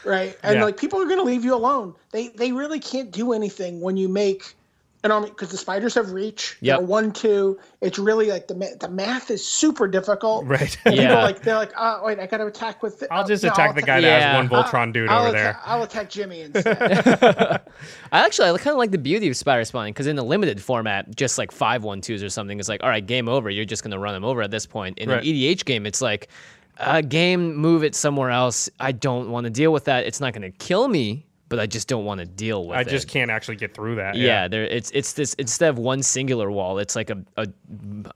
D: right? And
C: Yeah.
D: like people are going to leave you alone. They they really can't do anything when you make an army because the spiders have reach. you
B: Yep.
D: know, one two. It's really like the ma- the math is super difficult.
C: Right.
D: People
B: Yeah.
D: like they're like, oh wait, I got to attack with. oh,
C: I'll just
D: no,
C: attack the guy that
B: Yeah.
C: has one Voltron dude
D: I'll
C: over
D: atta-
C: there.
D: I'll attack Jimmy instead.
B: I actually I kind of like the beauty of spider spawning because in the limited format, just like five one twos or something, it's like all right, game over. You're just gonna run them over at this point. In
C: Right.
B: an EDH game, it's like uh, game move it somewhere else. I don't want to deal with that. It's not gonna kill me, but I just don't want to deal with
C: I
B: it.
C: just can't actually get through that.
B: Yeah, there it's it's this instead of one singular wall, it's like a a,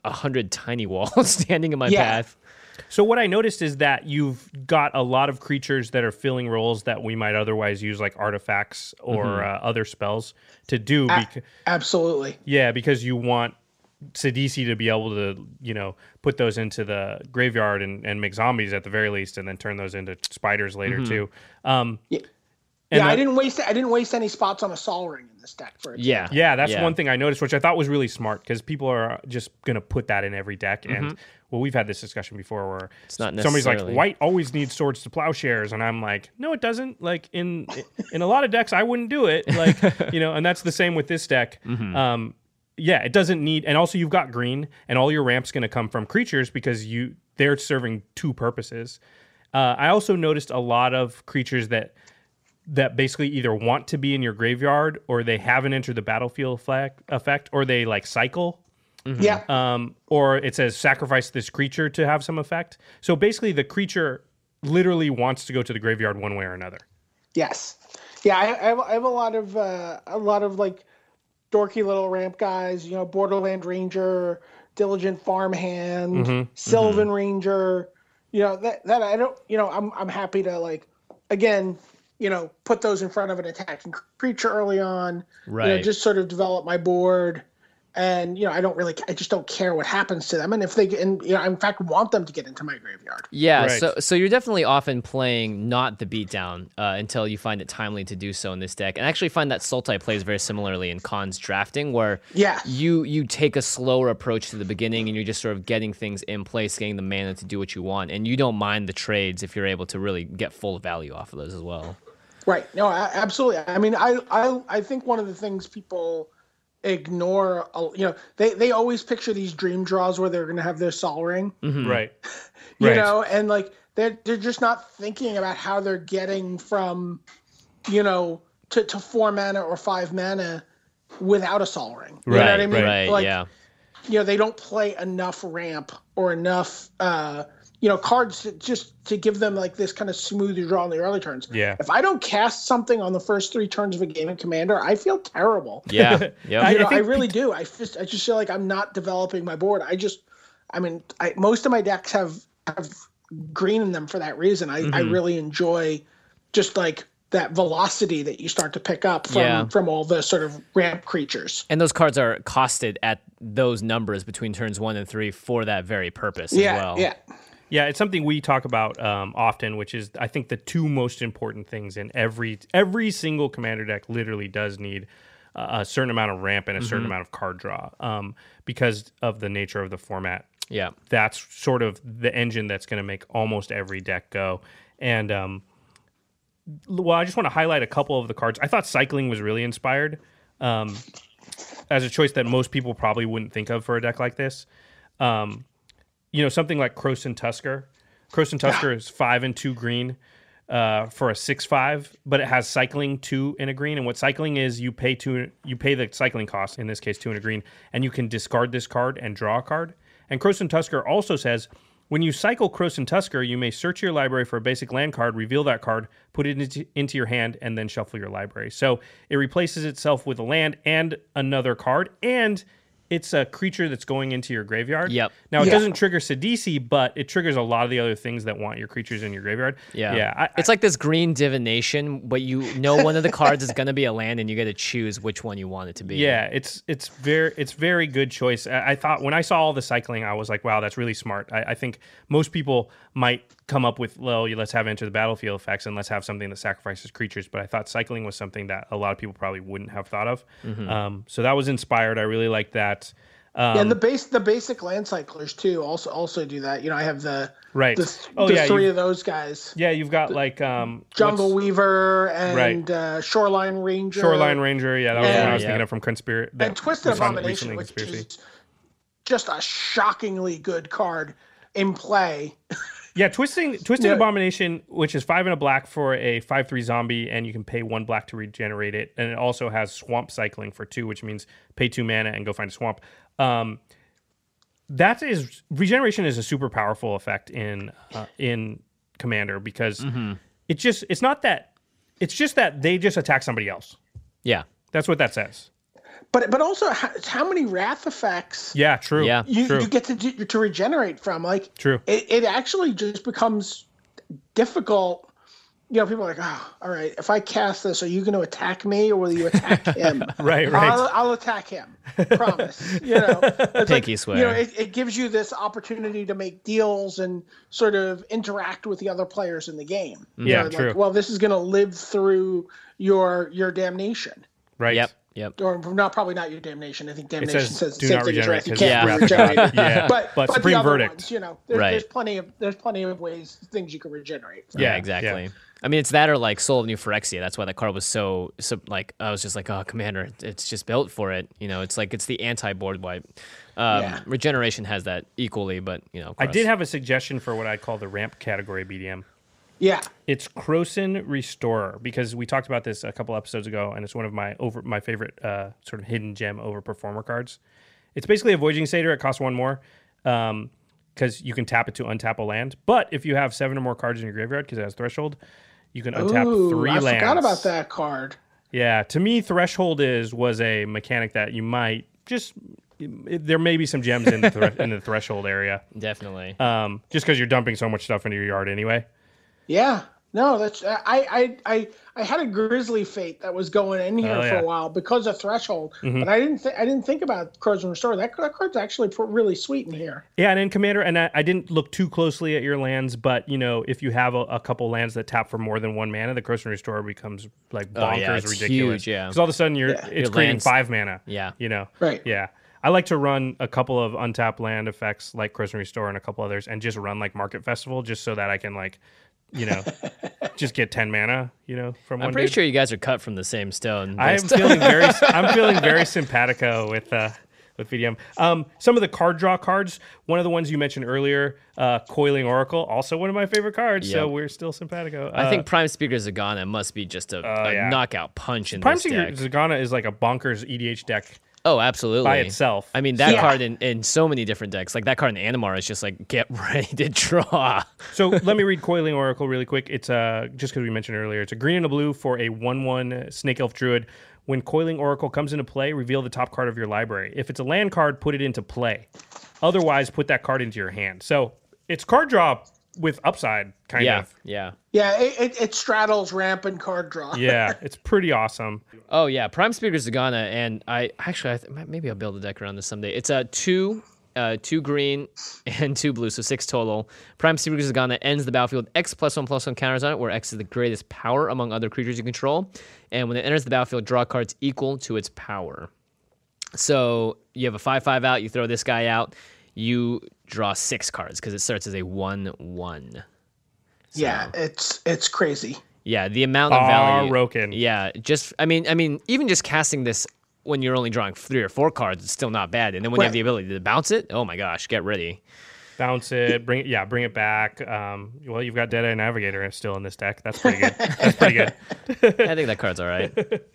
B: a hundred tiny walls standing in my
D: Yeah.
B: path.
C: So what I noticed is that you've got a lot of creatures that are filling roles that we might otherwise use, like artifacts or uh, other spells, to do. Bec-
D: Absolutely.
C: yeah, because you want Sidisi to be able to, you know, put those into the graveyard and, and make zombies at the very least, and then turn those into spiders later too. Um,
D: yeah, I
C: that-
D: didn't waste I didn't waste any spots on a Sol Ring in this deck for example.
B: Yeah,
C: Yeah, that's one thing I noticed, which I thought was really smart because people are just going to put that in every deck. And well, we've had this discussion before where it's
B: not
C: somebody's like,
B: necessarily-
C: "White always needs swords to plowshares," and I'm like, "No, it doesn't." Like in in a lot of decks, I wouldn't do it. Like you know, and that's the same with this deck.
B: Mm-hmm.
C: Um, yeah, it doesn't need, and also you've got green, and all your ramps going to come from creatures because you they're serving two purposes. Uh, I also noticed a lot of creatures that that basically either want to be in your graveyard or they haven't entered the battlefield flag effect or they like cycle
D: Yeah.
C: um, or it says sacrifice this creature to have some effect so basically the creature literally wants to go to the graveyard one way or another
D: Yes. Yeah, I, I, have, I have a lot of uh, a lot of like dorky little ramp guys. You know, Borderland Ranger, Diligent Farmhand, Sylvan Ranger. You know that that I don't. You know, I'm I'm happy to like again. You know, put those in front of an attacking creature early on. You know,
B: Right.
D: just sort of develop my board. And you know, I don't really, I just don't care what happens to them. And if they, and you know, I in fact want them to get into my graveyard.
B: Yeah,
C: Right.
B: so so you're definitely often playing not the beatdown uh, until you find it timely to do so in this deck, and I actually find that Sultai plays very similarly in Khan's drafting, where
D: Yeah.
B: you you take a slower approach to the beginning, and you're just sort of getting things in place, getting the mana to do what you want, and you don't mind the trades if you're able to really get full value off of those as well.
D: Right. No, a- absolutely. I mean, I, I, I think one of the things people ignore, uh, you know, they, they always picture these dream draws where they're going to have their sol ring,
C: right
D: you
C: Mm, Right.
D: know, and like they're, they're just not thinking about how they're getting from, you know, to, to four mana or five mana without a sol ring. You know what I
C: Right,
D: mean?
B: Right?
D: Like,
B: yeah.
D: you know, they don't play enough ramp or enough, uh, you know, cards to, just to give them like this kind of smoother draw in the early turns.
C: yeah
D: If I don't cast something on the first three turns of a game in Commander, I feel terrible.
B: Yeah.
C: I-
B: Yeah.
D: You know, I,
C: think
D: really do. I just, I just feel like I'm not developing my board. I just, I mean, I, most of my decks have have green in them for that reason. I, I really enjoy just like that velocity that you start to pick up from
B: Yeah.
D: from all the sort of ramp creatures.
B: And those cards are costed at those numbers between turns one and three for that very purpose
D: Yeah,
B: as well.
D: yeah,
C: Yeah, it's something we talk about um, often, which is I think the two most important things in every every single commander deck literally does need uh, a certain amount of ramp and a certain amount of card draw um, because of the nature of the format.
B: Yeah.
C: That's sort of the engine that's going to make almost every deck go. And um, well, I just want to highlight a couple of the cards. I thought cycling was really inspired um, as a choice that most people probably wouldn't think of for a deck like this. Um, you know, something like Croson Tusker. Croson Tusker is five and two green uh, for a six five, but it has cycling two in a green. And what cycling is, you pay two, you pay the cycling cost in this case two in a green, and you can discard this card and draw a card. And Croson Tusker also says. When you cycle Croson Tusker, you may search your library for a basic land card, reveal that card, put it into, into your hand, and then shuffle your library. So it replaces itself with a land and another card, and it's a creature that's going into your graveyard.
B: Yep.
C: Now it
D: Yeah.
C: doesn't trigger Sidisi, but it triggers a lot of the other things that want your creatures in your graveyard.
B: Yeah.
C: Yeah. I,
B: it's like this green divination, but you know one of the cards is going to be a land and you get to choose which one you want it to be.
C: yeah, it's it's very it's very good choice. I, I thought when I saw all the cycling, I was like, wow, that's really smart. I, I think most people might come up with, well, let's have enter the battlefield effects and let's have something that sacrifices creatures. But I thought cycling was something that a lot of people probably wouldn't have thought of. Um, so that was inspired. I really liked that. Um,
D: yeah, and the base the basic land cyclers too also also do that. You know, I have the
C: right.
D: the, th-
C: oh
D: the
C: yeah,
D: three
C: you,
D: of those guys.
C: yeah. You've got like um
D: Jungle
C: what's-
D: Weaver and uh, Shoreline Ranger.
C: Shoreline Ranger. Yeah, that was the one
D: Yeah,
C: I was
B: yeah.
C: thinking of from Conspiracy.
D: and Twisted Abomination, which is just a shockingly good card in play.
C: Yeah, twisting twisted
D: Yeah.
C: abomination, which is five and a black for a five three zombie, and you can pay one black to regenerate it, and it also has swamp cycling for two, which means pay two mana and go find a swamp. Um, that is regeneration is a super powerful effect in uh, in commander because
D: Mm-hmm.
C: it just it's not that it's just that they just attack somebody else.
B: Yeah.
C: That's what that says.
D: But but also how, how many wrath effects
C: Yeah, true.
B: Yeah.
D: you,
C: true.
D: you get to do, to regenerate from like
C: True.
D: it, it actually just becomes difficult. You know, people are like, oh, all right, if I cast this, are you going to attack me or will you attack him?
C: Right, right.
D: I'll, I'll attack him. Promise. you know, it's
B: Pinky
D: you
B: swear.
D: know, it, it gives you this opportunity to make deals and sort of interact with the other players in the game. You
C: Yeah,
D: know, like,
C: true.
D: well, this is going to live through your your damnation.
C: right.
B: Yep. Yep.
D: Or not probably not your damnation. I think damnation
C: says,
D: says,
C: "Do
D: the same
C: not
D: thing as
C: regenerate
D: wrath. You
C: 'cause
D: can't
B: wrath
C: is God."
D: regenerate.
C: Yeah.
D: But,
C: But
D: but,
C: Supreme
D: the other
C: Verdict.
D: ones, you know, there,
B: Right.
D: there's plenty of there's plenty of ways things you can regenerate. from.
C: Yeah, yeah.
B: exactly. I mean, it's that or like Soul of New Phyrexia. That's why that card was so, so like I was just like, oh, Commander, it's just built for it. You know, it's like it's the anti-board wipe. Um,
D: Yeah.
B: Regeneration has that equally, but you know,
C: I did have a suggestion for what I call the ramp category BDM.
D: Yeah.
C: It's Croson Restorer because we talked about this a couple episodes ago, and it's one of my over my favorite uh, sort of hidden gem over performer cards. It's basically a Voyaging Satyr. It costs one more because you can tap it to untap a land. But if you have seven or more cards in your graveyard because it has Threshold, you can untap
D: Ooh,
C: three
D: I
C: lands.
D: forgot about that card.
C: Yeah, to me, Threshold is was a mechanic that you might just there may be some gems in the thre- in the Threshold area
B: definitely.
C: um, just because you're dumping so much stuff into your yard anyway.
D: Yeah. No, that's I I I I had a grizzly fate that was going in here
C: Oh,
D: for
C: yeah. Mm-hmm.
D: a while because of threshold, but I didn't th- I didn't think about Crows and Restore. That, that card's actually pr- really sweet in here.
C: Yeah, and in Commander, and I, I didn't look too closely at your lands, but you know, if you have a, a couple lands that tap for more than one mana, the Curse and Restore becomes like bonkers,
B: Oh, yeah, it's
C: ridiculous.
B: huge, yeah.
C: because all of a sudden you're it's
B: Your
C: creating
B: lands-
C: five mana.
B: Yeah.
C: you know,
D: Right.
C: Yeah, I like to run a couple of untapped land effects like Curse and Restore and a couple others, and just run like Market Festival, just so that I can like, you know, just get ten mana. You know, from
B: I'm
C: one.
B: pretty
C: dude.
B: sure you guys are cut from the same stone.
C: I'm
B: based-
C: feeling very I'm feeling very simpatico with uh with VDM. Um, some of the card draw cards. One of the ones you mentioned earlier, uh, Coiling Oracle, also one of my favorite cards. So
B: Yep.
C: we're still simpatico.
B: I
C: Uh, Oh,
B: think Prime Speaker Zagana must be just a, a
C: yeah.
B: knockout punch in
C: Prime
B: this
C: Secret
B: deck.
C: Zagana is like a bonkers EDH deck
B: Oh, absolutely.
C: by itself.
B: I mean, that
D: Yeah.
B: card in, in so many different decks. Like that card in Animar is just like, get ready to draw.
C: So let me read Coiling Oracle really quick. It's uh, just because we mentioned earlier. It's a green and a blue for a 1 1 Snake Elf Druid. When Coiling Oracle comes into play, reveal the top card of your library. If it's a land card, put it into play. Otherwise, put that card into your hand. So it's card draw with upside, kind
B: yeah.
C: of.
B: Yeah.
D: Yeah, it, it, it straddles ramp and card draw.
C: Yeah, it's pretty awesome.
B: Oh, yeah. Prime Speaker Zagana. And I actually, I th- ma- maybe I'll build a deck around this someday. It's a two. Uh, two green and two blue, so six total. Prime Speaker Zagana ends the battlefield with X plus one plus one counters on it, where X is the greatest power among other creatures you control. And when it enters the battlefield, draw cards equal to its power. So you have a five five out. You throw this guy out. You draw six cards because it starts as a one one.
D: Yeah, it's it's crazy.
B: Yeah, the amount of
C: Ah,
B: value.
C: Roken.
B: Yeah, just I mean, I mean, even just casting this when you're only drawing three or four cards, it's still not bad. And then when you have
D: Right.
B: the ability to bounce it, oh my gosh, get ready.
C: Bounce it, bring it, yeah, bring it back. Um, well, you've got Dead Eye Navigator still in this deck. That's pretty good. That's pretty good.
B: I think that card's all right.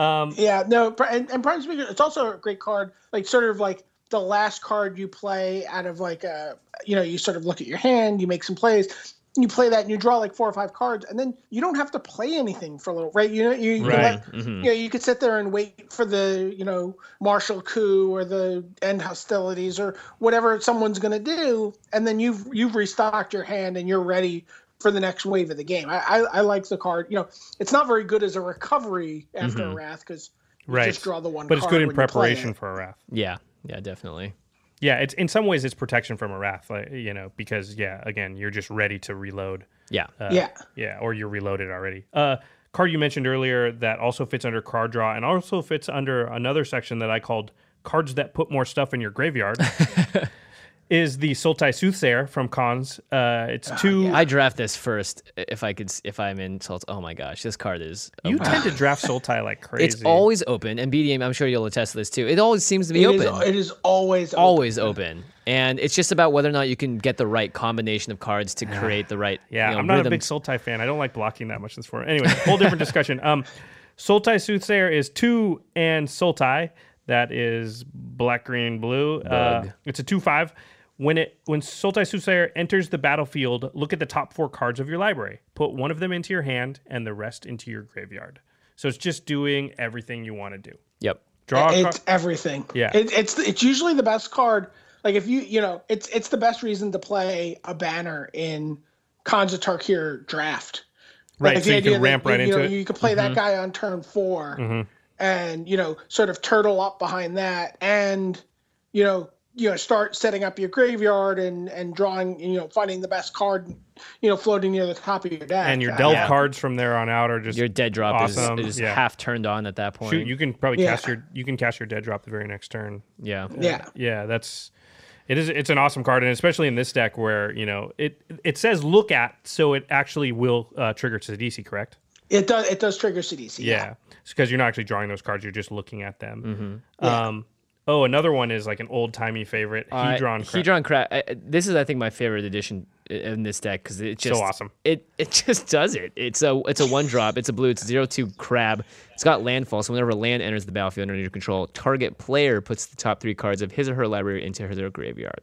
D: Yeah, no, Pri- and, and Prime Speaker, it's also a great card. Like sort of like the last card you play out of like a, you know, you sort of look at your hand, you make some plays, you play that, and you draw like four or five cards, and then you don't have to play anything for a little, right? You know, you, you
C: Right.
D: let- you know, you could sit there and wait for the, you know, martial coup or the end hostilities or whatever someone's going to do, and then you've you've restocked your hand and you're ready for the next wave of the game. I, I, I like the card. You know, it's not very good as a recovery after a wrath because
C: Mm-hmm. Right.
D: just draw the one.
C: But it's
D: card
C: good in
D: when you play
C: preparation
D: it.
C: for a wrath.
B: Yeah, yeah, definitely.
C: Yeah, it's in some ways it's protection from a wrath, like, you know, because yeah, again, you're just ready to reload.
B: Yeah,
C: Uh,
D: yeah,
C: Yeah, or you're reloaded already. Uh, card you mentioned earlier that also fits under card draw and also fits under another section that I called cards that put more stuff in your graveyard. is the Sultai Soothsayer from Cons? Uh, it's two.
B: I draft this first if I could s- if I'm in Salt. Oh my gosh, this card is
C: You
B: open.
C: tend to draft Sultai like crazy.
B: it's always open and BDM. I'm sure you'll attest to this too. It always seems to be
D: It
B: open.
D: is, it is always open.
B: always open. And it's just about whether or not you can get the right combination of cards to create the right.
C: Ah, Yeah,
B: you know,
C: I'm not a
B: rhythm.
C: big Sultai fan. I don't like blocking that much this form. Anyway, whole different discussion. Um, Sultai Soothsayer is two and Sultai. That is black, green, blue. Uh, it's a two-five. When it when Sultai Soothsayer enters the battlefield, look at the top four cards of your library. Put one of them into your hand and the rest into your graveyard. So it's just doing everything you want to do.
B: Yep.
C: Draw. A card.
D: it's everything.
C: Yeah.
D: it, it's it's usually the best card. Like if you you know it's it's the best reason to play a banner in Kanza Tarkir draft.
C: Right,
D: Like
C: so
D: the
C: you can
D: idea that,
C: ramp right
D: you
C: into
D: know,
C: it. Mm-hmm.
D: You can play that guy on turn 4 and you know sort of turtle up behind that, and you know you know start setting up your graveyard and and drawing you know finding the best card you know floating near the top of your deck
C: and your
D: Uh,
C: delve cards from there on out are just
B: Your dead drop
C: Awesome.
B: is, is
C: Yeah.
B: half turned on at that point.
C: shoot. You can probably
D: Yeah.
C: cast your you can cast your dead drop the very next turn.
B: yeah.
D: Yeah.
C: yeah that's it is it's an awesome card and especially in this deck where you know it it says look at so it actually will uh, trigger to the dc correct
D: It does. It does trigger CDC.
C: yeah because you're not actually drawing those cards you're just looking at them
B: Mm-hmm.
C: um oh another one is like an old timey favorite
B: Uh,
C: he drawn
B: Hedron Cra- I- I- This is, I think, my favorite edition i- in this deck because it just
C: awesome.
B: It it just does it. It's a it's a one drop. It's a blue. It's zero two crab. It's got landfall. So whenever land enters the battlefield under your control, target player puts the top three cards of his or her library into her or their graveyard.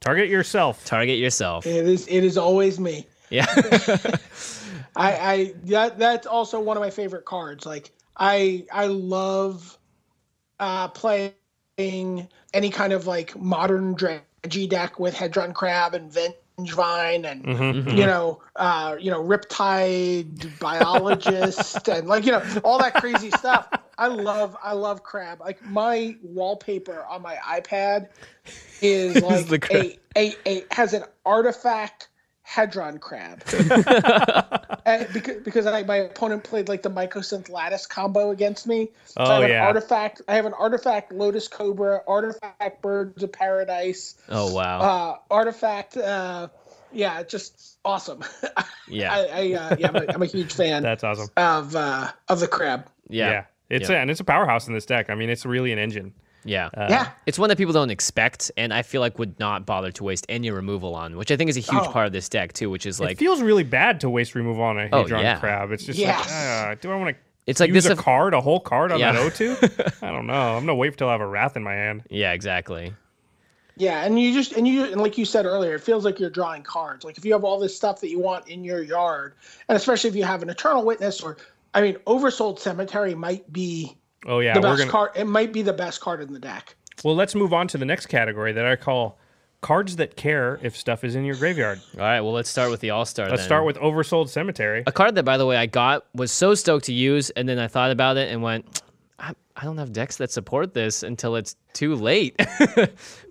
C: target yourself
B: Target yourself.
D: It is. It is always me.
B: Yeah.
D: I, I that that's also one of my favorite cards. Like I I love uh, playing any kind of like modern strategy deck with Hedron Crab and Vengevine and
B: Mm-hmm.
D: you know uh, you know Riptide Biologist and like you know all that crazy stuff. I love I love Crab. Like my wallpaper on my iPad is like
B: the crab.
D: a, a a has an artifact Hedron Crab. Uh, because, because I, my opponent played like the mycosynth lattice combo against me. So I
C: Oh,
D: have an
C: yeah.
D: artifact. I have an artifact lotus cobra, artifact birds of paradise,
B: oh wow.
D: uh, artifact. Uh, yeah, just awesome.
B: yeah.
D: I, I uh, yeah, I'm a, I'm a huge fan
C: that's awesome
D: of uh, of the crab.
B: yeah. Yeah.
C: it's
B: Yeah.
C: and it's a powerhouse in this deck i mean it's really an engine Uh, Uh-huh.
D: yeah,
B: It's one that people don't expect, and I feel like would not bother to waste any removal on, which I think is a huge
D: Oh.
B: part of this deck too. Which is
C: it
B: like
C: feels really bad to waste removal on a
B: Oh,
C: hedron
B: yeah.
C: crab it's just
D: Yes.
C: like uh, do i want to
B: It's like
C: use
B: this
C: a
B: if-
C: card a whole card on
B: Yeah.
C: that o2 i don't know i'm gonna wait till i have a wrath in my hand
B: yeah, exactly.
D: yeah, and you just and you and like you said earlier, it feels like you're drawing cards. Like if you have all this stuff that you want in your yard, and especially if you have an eternal witness or I mean, oversold cemetery might be
C: oh yeah
D: the
C: we're
D: best
C: gonna
D: card. It might be the best card in the deck.
C: Well, let's move on to the next category that I call cards that care if stuff is in your graveyard.
B: All right, well let's start with the All Star.
C: Let's start with Oversold Cemetery.
B: a card that, by the way, I got was so stoked to use, and then I thought about it and went, I, I don't have decks that support this until it's too late.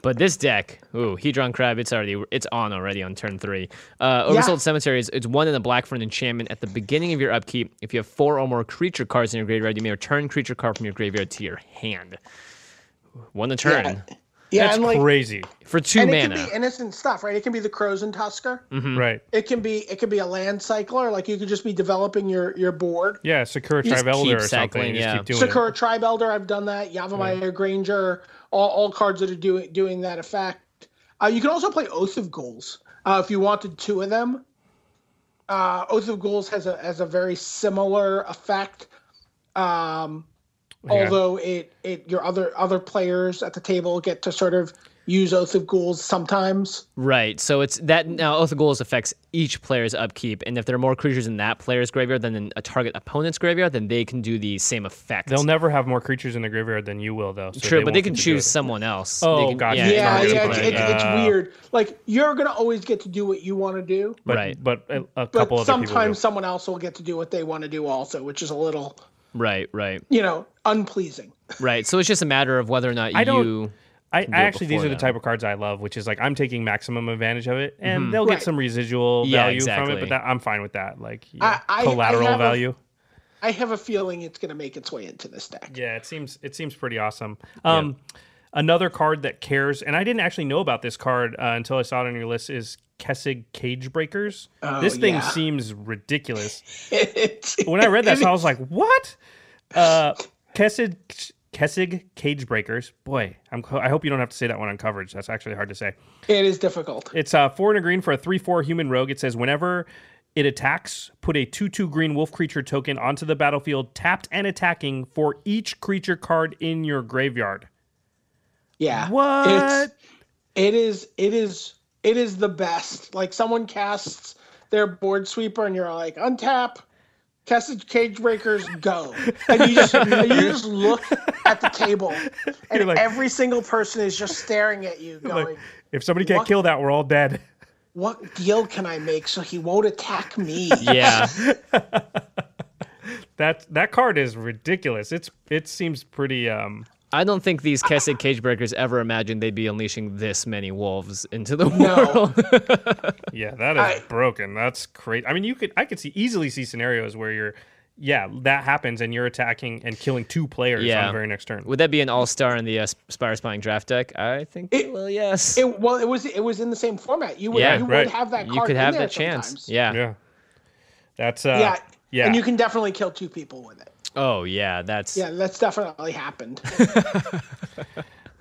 B: but this deck, ooh, Hedron Crab, it's already it's on already on turn three. Uh, Oversold
D: Yeah.
B: Cemetery is it's one in the black for an enchantment at the beginning of your upkeep. If you have four or more creature cards in your graveyard, you may return creature card from your graveyard to your hand. One a turn
D: Yeah,
C: That's
D: and like
C: crazy,
B: for two
D: and it
B: mana.
D: can be innocent stuff, right? It can be the crows and Tusker.
B: Hmm.
C: right?
D: It can be it can be a land cycler. Like you could just be developing your your board.
C: Yeah, Sakura
B: just
C: Tribe Elder
B: keep
C: or something.
B: cycling,
C: You just
B: yeah.
C: keep doing
D: Sakura Tribe Elder, I've done that. Yavamaya Granger, all, all cards that are doing doing that effect. Uh, you can also play Oath of Ghouls uh, if you wanted two of them. Uh, Oath of Ghouls has a has a very similar effect. Um,
C: Yeah.
D: although it it your other other players at the table get to sort of use Oath of Ghouls sometimes.
B: Right. So it's that now Oath of Ghouls affects each player's upkeep, and if there are more creatures in that player's graveyard than in a target opponent's graveyard, then they can do the same effect.
C: it. They'll never have more creatures in the graveyard than you will, though. so
B: True, but
C: won't
B: they
C: get
B: can
C: to do
B: choose
C: it.
B: someone else.
C: Oh,
B: they can,
C: gotcha.
B: Yeah,
C: It's
D: yeah,
C: not
B: it's
C: gonna
D: yeah,
B: not
D: it's,
C: play.
B: gonna-
D: it's, it's
C: Uh,
D: weird. Like you're gonna always get to do what you want to do,
C: But,
B: Right.
C: But a, a
D: but
C: couple other people. will.
D: sometimes someone else will get to do what they want to do also, which is a little,
B: right, right,
D: you know, unpleasing.
B: right. So it's just a matter of whether or not
C: I don't-
B: you.
C: I, I
B: it
C: actually, these
B: before
C: are the
B: now.
C: type of cards I love, which is like I'm taking maximum advantage of it, and they'll get
D: Right.
C: some residual
B: Mm-hmm. Yeah,
C: value from it.
B: exactly.
C: But that, I'm fine with that, like
D: I- I- I
C: collateral
D: have a-
C: value.
D: I have a feeling it's gonna make its way into this deck.
C: Yeah, it seems it seems pretty awesome. Um, Another card that cares, and I didn't actually know about this card uh, until I saw it on your list, is Kessig Cage Breakers.
D: Oh,
C: this thing
D: yeah.
C: seems ridiculous.
D: It's-
C: When I read that, I was like, what? Uh, Kessig, Kessig Cage Breakers. Boy, I'm, I hope you don't have to say that one on coverage. That's actually hard to say.
D: it is difficult.
C: It's uh, four and a green for a three-four human rogue. It says whenever it attacks, put a two-two green wolf creature token onto the battlefield, tapped and attacking for each creature card in your graveyard.
D: Yeah.
C: What?
D: It's, it is. It is. It is the best. Like someone casts their board sweeper, and you're like, untap, cast cage breakers, go, and you just and you just look at the table, and
C: like-
D: every single person is just staring at you, going,
C: Like, if somebody can't
D: What?
C: kill that, we're all dead.
D: "What deal can I make so he won't attack me?"
B: Yeah.
C: That that card is ridiculous. It's it seems pretty. Um,
B: I don't think these Keswick cage breakers ever imagined they'd be unleashing this many wolves into the
D: No.
B: world.
C: yeah, that is
D: I-
C: broken. That's crazy. I mean, you could I could see easily see scenarios where you're, yeah, that happens and you're attacking and killing two players on
B: Yeah.
C: the very next turn.
B: Would that be an all star in the uh, Spire Spying draft deck? I think,
D: It-
B: well, yes.
D: It, well, it was it was in the same format. You would
B: Yeah,
D: you
C: right.
D: would have that card.
B: you could
D: in
B: have
D: there
B: that chance.
D: sometimes.
B: Yeah.
C: yeah, that's uh,
D: yeah,
C: yeah.
D: And you can definitely kill two people with it.
B: Oh, yeah. That's.
D: Yeah, that's definitely happened.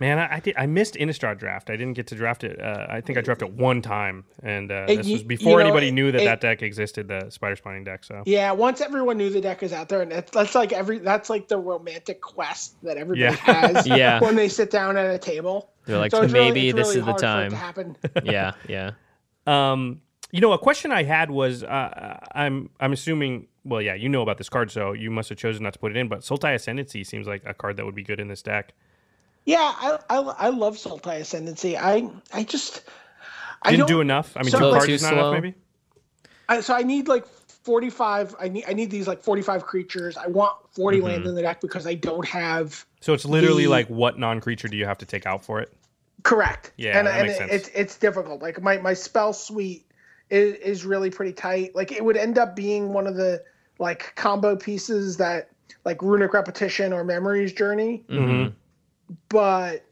C: Man, I I, did, I missed Innistrad draft. I didn't get to draft it. Uh, I think I drafted it one time, and uh,
D: It-
C: this
D: you-
C: was
D: you
C: before
D: know,
C: anybody knew that
D: it-
C: that deck existed, the Spider Spawning deck. So
D: Yeah, once everyone knew the deck was out there, and that's, that's like every that's like the romantic quest that everybody
C: Yeah.
D: has
B: Yeah.
D: when they sit down at a table.
B: They're like,
D: it's really-
B: maybe
D: it's
B: this
D: really
B: is the
D: hard for it
B: time.
D: to happen.
B: Yeah. Yeah.
C: Um, you know, a question I had was, uh, I'm I'm assuming, well, yeah, you know about this card, so you must have chosen not to put it in. But Sultai Ascendancy seems like a card that would be good in this deck.
D: yeah, I, I I love Sultai Ascendancy. I I just I
C: Didn't
D: don't
C: do enough. I mean,
D: So-
C: two
D: Little
C: cards
B: too
C: is not enough,
B: slow.
C: maybe.
D: I, so I need like 45 I need I need these like 45 creatures. I want 40
B: Mm-hmm.
D: land in the deck because I don't have
C: So it's literally
D: The-
C: like, what non-creature do you have to take out for it?
D: Correct.
C: Yeah,
D: and,
C: that
D: and
C: makes
D: it,
C: sense.
D: it's it's difficult. Like my my spell suite is is really pretty tight. Like it would end up being one of the like combo pieces that like runic repetition or memories journey,
B: Mhm.
D: but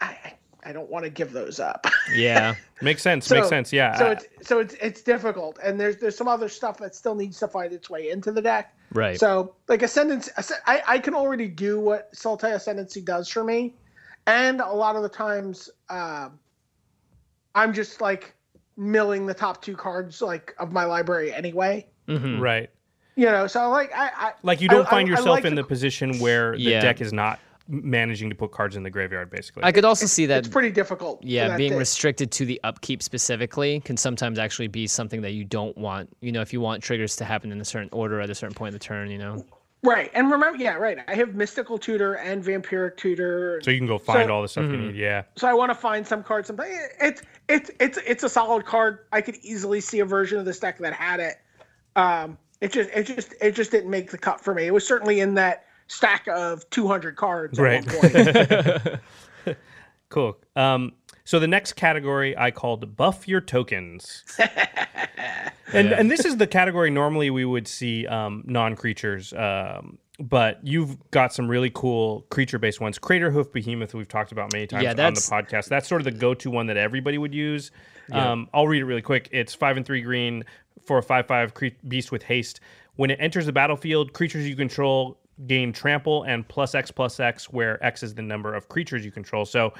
D: I I- I don't want to give those up.
B: Yeah.
C: Makes sense.
D: So-
C: makes sense. Yeah.
D: so it's so it's it's difficult, and there's there's some other stuff that still needs to find its way into the deck.
B: Right.
D: So like ascendance, Asc- I, I can already do what Sultai ascendancy does for me, and a lot of the times, um, I'm just like milling the top two cards like of my library anyway.
B: Mhm.
C: hmm, right.
D: You know, so like I, I
C: Like you
D: I-
C: don't
D: I-
C: find
D: I
C: yourself
D: like
C: in
D: the-
C: the position where the
B: Yeah.
C: deck is not managing to put cards in the graveyard, basically.
B: I could also see that
D: it's pretty difficult. for
B: yeah
D: that
B: being
D: to-
B: restricted to the upkeep specifically can sometimes actually be something that you don't want you know if you want triggers to happen in a certain order at a certain point in the turn you know
D: right. And remember, yeah, right. I have mystical tutor and vampiric tutor.
C: so you can go find
D: So-
C: all the stuff
B: Mm-hmm.
C: you need. Yeah.
D: so I want to find some cards. Some it's it's it's it's a solid card. I could easily see a version of this deck that had it. Um, it just it just it just didn't make the cut for me. It was certainly in that stack of 200 cards. At
C: Right.
D: one point.
C: Cool. Um, so the next category I called buff your tokens, and and this is the category normally we would see um, non creatures, um, but you've got some really cool creature based ones. Crater Hoof Behemoth we've talked about many times
B: Yeah,
C: on the
B: that's-
C: podcast. That's sort of the go to one that everybody would use. Um, I'll read it really quick. It's five and three green for a five five cre- beast with haste. When it enters the battlefield, creatures you control gain trample and plus x plus x, where x is the number of creatures you control. So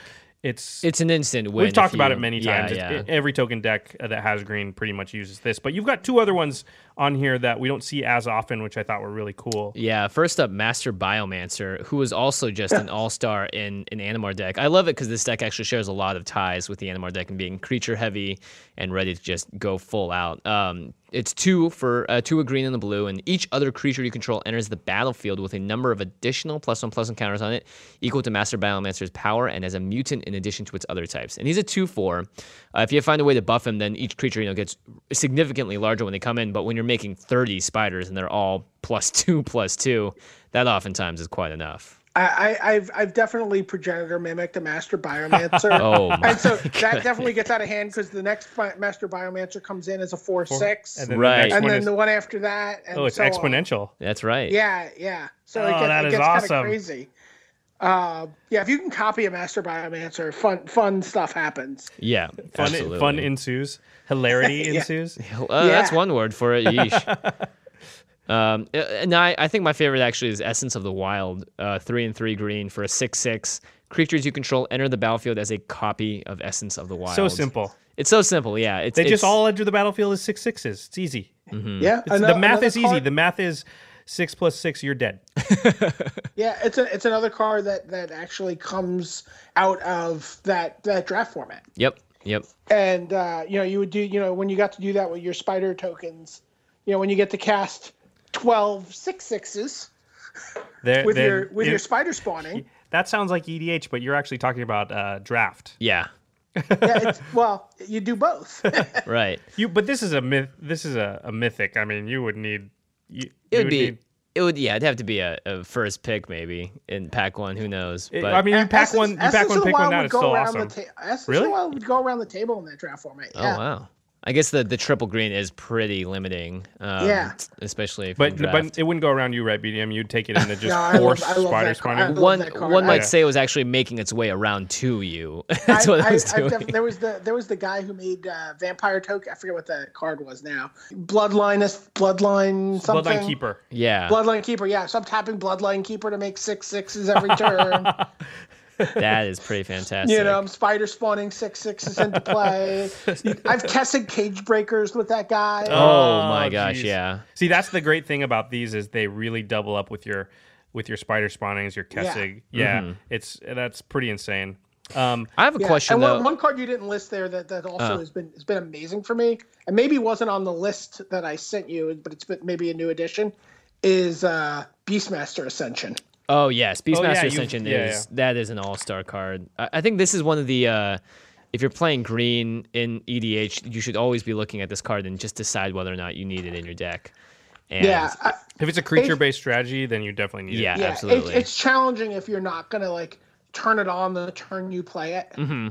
C: it's
B: it's an instant win
C: We've
B: if
C: talked about
B: you-
C: it many
B: yeah,
C: times. It's-
B: yeah.
C: it- every token deck uh, that has green pretty much uses this, but you've got two other ones on here that we don't see as often, which I thought were really cool.
B: Yeah, first up, Master Biomancer, who was also just an all star in an Animar deck. I love it because this deck actually shares a lot of ties with the Animar deck and being creature heavy and ready to just go full out. Um, it's two for uh, two a green and a blue, and each other creature you control enters the battlefield with a number of additional plus one plus one counters on it, equal to Master Biomancer's power, and as a mutant in addition to its other types. And he's a two four. Uh, if you find a way to buff him, then each creature you know gets significantly larger when they come in. But when you're making thirty spiders and they're all plus two plus two, that oftentimes is quite enough.
D: I, I I've I've definitely progenitor mimicked a master biomancer.
B: Oh my
D: and so that definitely gets out of hand because the next bi- master biomancer comes in as a four, six,
C: And
D: and
C: then
D: then,
B: Right.
C: the next one
D: the,
C: is,
D: one after that. And
C: oh, it's
D: so on.
C: exponential.
B: That's right.
D: Yeah, yeah. So
C: Oh,
D: it gets,
C: that
D: it
C: is
D: gets kind
C: awesome.
D: of crazy. Uh, yeah, if you can copy a master biomancer, fun fun stuff happens.
B: Yeah,
C: Fun,
B: absolutely.
C: fun ensues. Hilarity ensues.
B: Uh, That's
D: Yeah.
B: one word for it. Yeesh. um, uh, and I, I think my favorite actually is Essence of the Wild, uh, three and three green for a six six. Creatures you control enter the battlefield as a copy of Essence of the Wild.
C: So simple.
B: It's so simple. Yeah. It's
C: They
B: it's,
C: just all enter the battlefield as six sixes. It's easy.
D: Yeah,
C: It's-
D: ano-
C: the math
D: another
C: is easy.
D: card-
C: The math is six plus six. You're dead.
D: Yeah, it's a, it's another card that that actually comes out of that that draft format.
B: Yep. Yep.
D: and uh, you know you would do you know when you got to do that with your spider tokens you know when you get to cast 12 six sixes
C: They're-
D: with
C: they're-
D: your with
C: it-
D: your spider spawning
C: that sounds like EDH, but you're actually talking about uh, draft.
B: Yeah.
D: yeah, it's, well you do both
B: Right.
C: You, but this is a myth. This is a, a mythic. I mean, you would need. You,
B: It
C: you
B: would be.
C: need-
B: It would. Yeah. It'd have to be a, a first pick maybe in pack one. Who knows?
C: it-
B: But
C: I mean, you pack one. You pack
D: Essence
C: one.
D: of the
C: Pick one.
D: Wild
C: Out.
D: would
C: It's
D: go
C: still
D: around
C: awesome.
D: the ta- Essence
C: Really?
D: of the Wild would go around the table in that draft format
B: oh
D: yeah
B: wow. I guess the, the triple green is pretty limiting. Um,
D: Yeah.
B: Especially if
C: But
B: you draft.
C: but it wouldn't go around you, right, BDM? You'd take it in and just
D: No, I love-
C: force
D: I love
C: spider
D: that card.
C: spawning.
D: I love
B: one
D: that card.
B: one
D: I-
B: might say it was actually making its way around to you.
D: I,
B: That's what it
D: I-
B: was
D: I
B: doing.
D: def- there was the there was the guy who made uh, vampire token. I forget what that card was now. Bloodline, bloodline, something.
C: Bloodline keeper.
B: yeah,
D: Bloodline keeper. Yeah, so I'm tapping bloodline keeper to make six sixes every turn.
B: that is pretty fantastic.
D: You know, I'm spider spawning six sixes into play. I've tested cage breakers with that guy.
B: oh my
C: Oh,
B: gosh,
C: geez.
B: yeah.
C: See, that's the great thing about these is they really double up with your with your spider spawnings, your
D: Yeah.
C: Kessig. Yeah,
B: Mm-hmm.
C: it's that's pretty insane. Um,
B: I have a
D: Yeah,
B: question
D: and
B: though. Uh.
D: one, one card you didn't list there that, that also has been has been amazing for me, and maybe wasn't on the list that I sent you, but it's been maybe a new addition, is uh, Beastmaster Ascension.
B: oh yes, Beastmaster
C: yeah, you-
B: Ascension
C: yeah,
B: is that is an all star card. I, I think this is one of the. Uh, if you're playing green in EDH, you should always be looking at this card and just decide whether or not you need it in your deck. And
D: Yeah, I-
C: if it's a creature based strategy, then you definitely need
B: yeah,
C: it.
D: yeah, it's-
B: absolutely.
D: it's challenging if you're not gonna like turn it on the turn you play it.
B: Mm-hmm.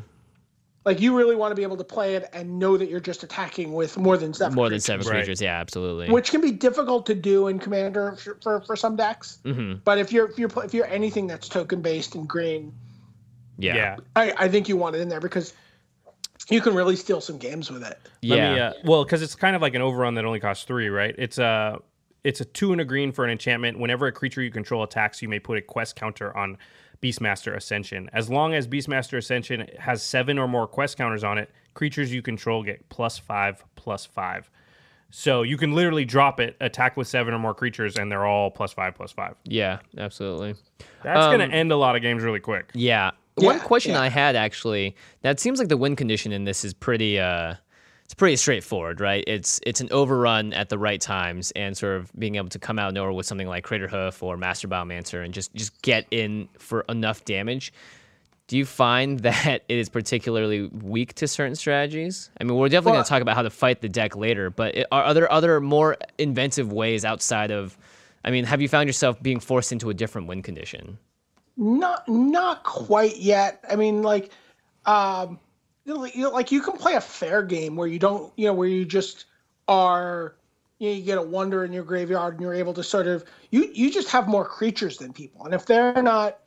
D: Like you really want to be able to play it and know that you're just attacking with more than seven.
B: More than seven
C: Right.
B: creatures, yeah, absolutely.
D: which can be difficult to do in commander for, for, for some decks
B: Mm-hmm.
D: but if you're if you're pl- if you're anything that's token based and green
B: yeah,
C: yeah.
B: yeah.
D: I, I think you want it in there because you can really steal some games with it
C: Let me, uh, well, because it's kind of like an overrun that only costs three, right? It's a it's a two and a green for an enchantment. Whenever a creature you control attacks, you may put a quest counter on Beastmaster Ascension. As long as Beastmaster Ascension has seven or more quest counters on it, creatures you control get plus five, plus five. So you can literally drop it, attack with seven or more creatures, and they're all plus five, plus five.
B: yeah, absolutely.
C: That's going to end a lot of games really quick.
B: Yeah. One
D: Yeah,
B: question
D: yeah.
B: I had actually. Now it seems like the win condition in this is pretty. Uh, it's pretty straightforward, right? It's it's an overrun at the right times, and sort of being able to come out of nowhere with something like Crater Hoof or Master Biomancer, and just just get in for enough damage. Do you find that it is particularly weak to certain strategies? I mean, we're definitely going
D: Well-
B: to talk about how to fight the deck later, but it, are, are there other more inventive ways outside of? I mean, have you found yourself being forced into a different win condition?
D: not not quite yet i mean like um you know, you know, like you can play a fair game where you don't you know where you just are you, know, you get a wonder in your graveyard and you're able to sort of you you just have more creatures than people and if they're not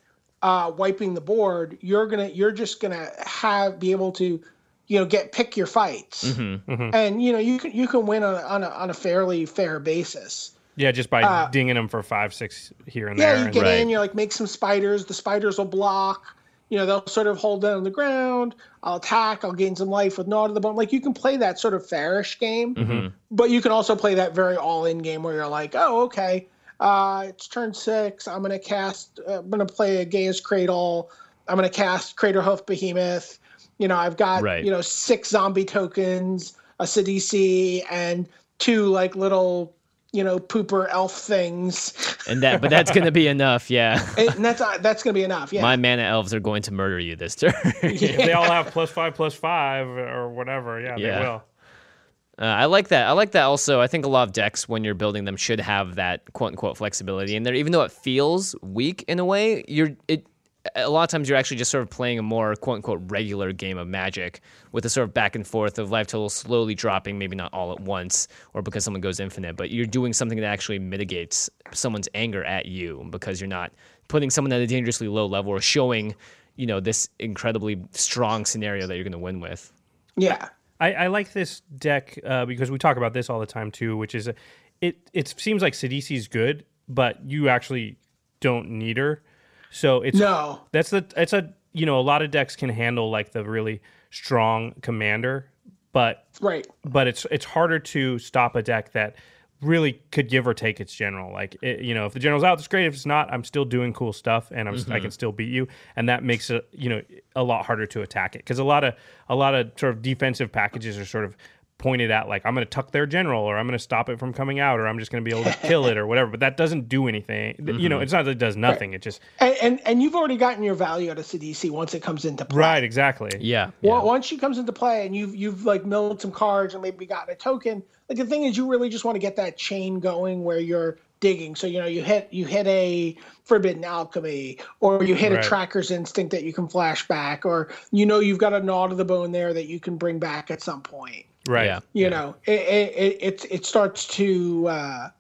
D: uh, wiping the board you're gonna you're just gonna have be able to you know get pick your fights and you know you can you can win on a, on a, on a fairly fair basis
C: Yeah, just by dinging them for five, six here and there.
D: Uh, yeah, you
C: and-
D: get
B: Right.
D: in, you like make some spiders. The spiders will block. You know, they'll sort of hold down the ground. I'll attack. I'll gain some life with Gnaw to the Bone. Like you can play that sort of fairish game,
B: Mm-hmm.
D: but you can also play that very all-in game where you're like, oh, okay, uh, it's turn six. I'm gonna cast. Uh, I'm gonna play a Gaia's Cradle. I'm gonna cast Crater Hoof Behemoth. You know, I've got
B: Right.
D: you know six zombie tokens, a Sidisi, and two like little you know pooper elf things.
B: and that but that's gonna be enough yeah
D: and that's uh, that's gonna be enough. Yeah,
B: my mana elves are going to murder you this turn uh,
C: if they all have plus five, plus five, or whatever, yeah,
B: Yeah.
C: they will.
B: Uh, i like that i like that also i think a lot of decks when you're building them should have that quote unquote flexibility in there even though it feels weak in a way you're it a lot of times you're actually just sort of playing a more quote unquote regular game of magic with a sort of back and forth of life total slowly dropping maybe not all at once or because someone goes infinite but you're doing something that actually mitigates someone's anger at you because you're not putting someone at a dangerously low level or showing, you know, this incredibly strong scenario that you're going to win with.
D: Yeah.
C: I, I like this deck uh, because we talk about this all the time too, which is uh, it. It seems like Sidisi's good, but you actually don't need her. So it's
D: No.
C: That's the it's a you know a lot of decks can handle like the really strong commander, but
D: Right.
C: but it's it's harder to stop a deck that really could give or take its general. Like it, you know, if the general's out, it's great. If it's not, I'm still doing cool stuff, and I'm I can still beat you, and that makes it you know a lot harder to attack it because a lot of a lot of sort of defensive packages are sort of pointed at like I'm going to tuck their general or I'm going to stop it from coming out or I'm just going to be able to kill it or whatever. But that doesn't do anything. You know, it's not that it does nothing. It just
D: And, and and you've already gotten your value out of CDC once it comes into play.
C: right exactly.
B: Yeah.
D: Well, once she comes into play and you've you've like milled some cards and maybe gotten a token, like the thing is you really just want to get that chain going where you're digging. So you know you hit you hit a forbidden alchemy or you hit
C: Right.
D: a tracker's instinct that you can flash back or you know you've got a gnaw to the bone there that you can bring back at some point.
C: Right.
B: Yeah.
D: You know it it it, it's- it starts to. uh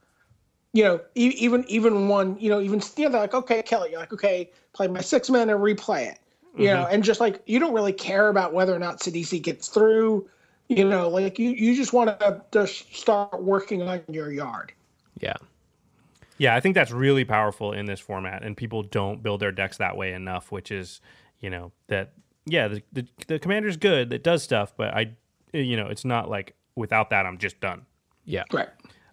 D: you know, e- even even one, you know, even you know, they're like, okay, kill it. You're like, okay, play my six man and replay it. You
C: Mm-hmm.
D: know, and just like you don't really care about whether or not Sidisi gets through. You know, like you you just want to just start working on your yard.
B: Yeah.
C: Yeah, I think that's really powerful in this format, and people don't build their decks that way enough. Which is, you know, that yeah, the the, the commander's good that does stuff, but I, you know, it's not like without that I'm just done.
B: Yeah.
D: Right.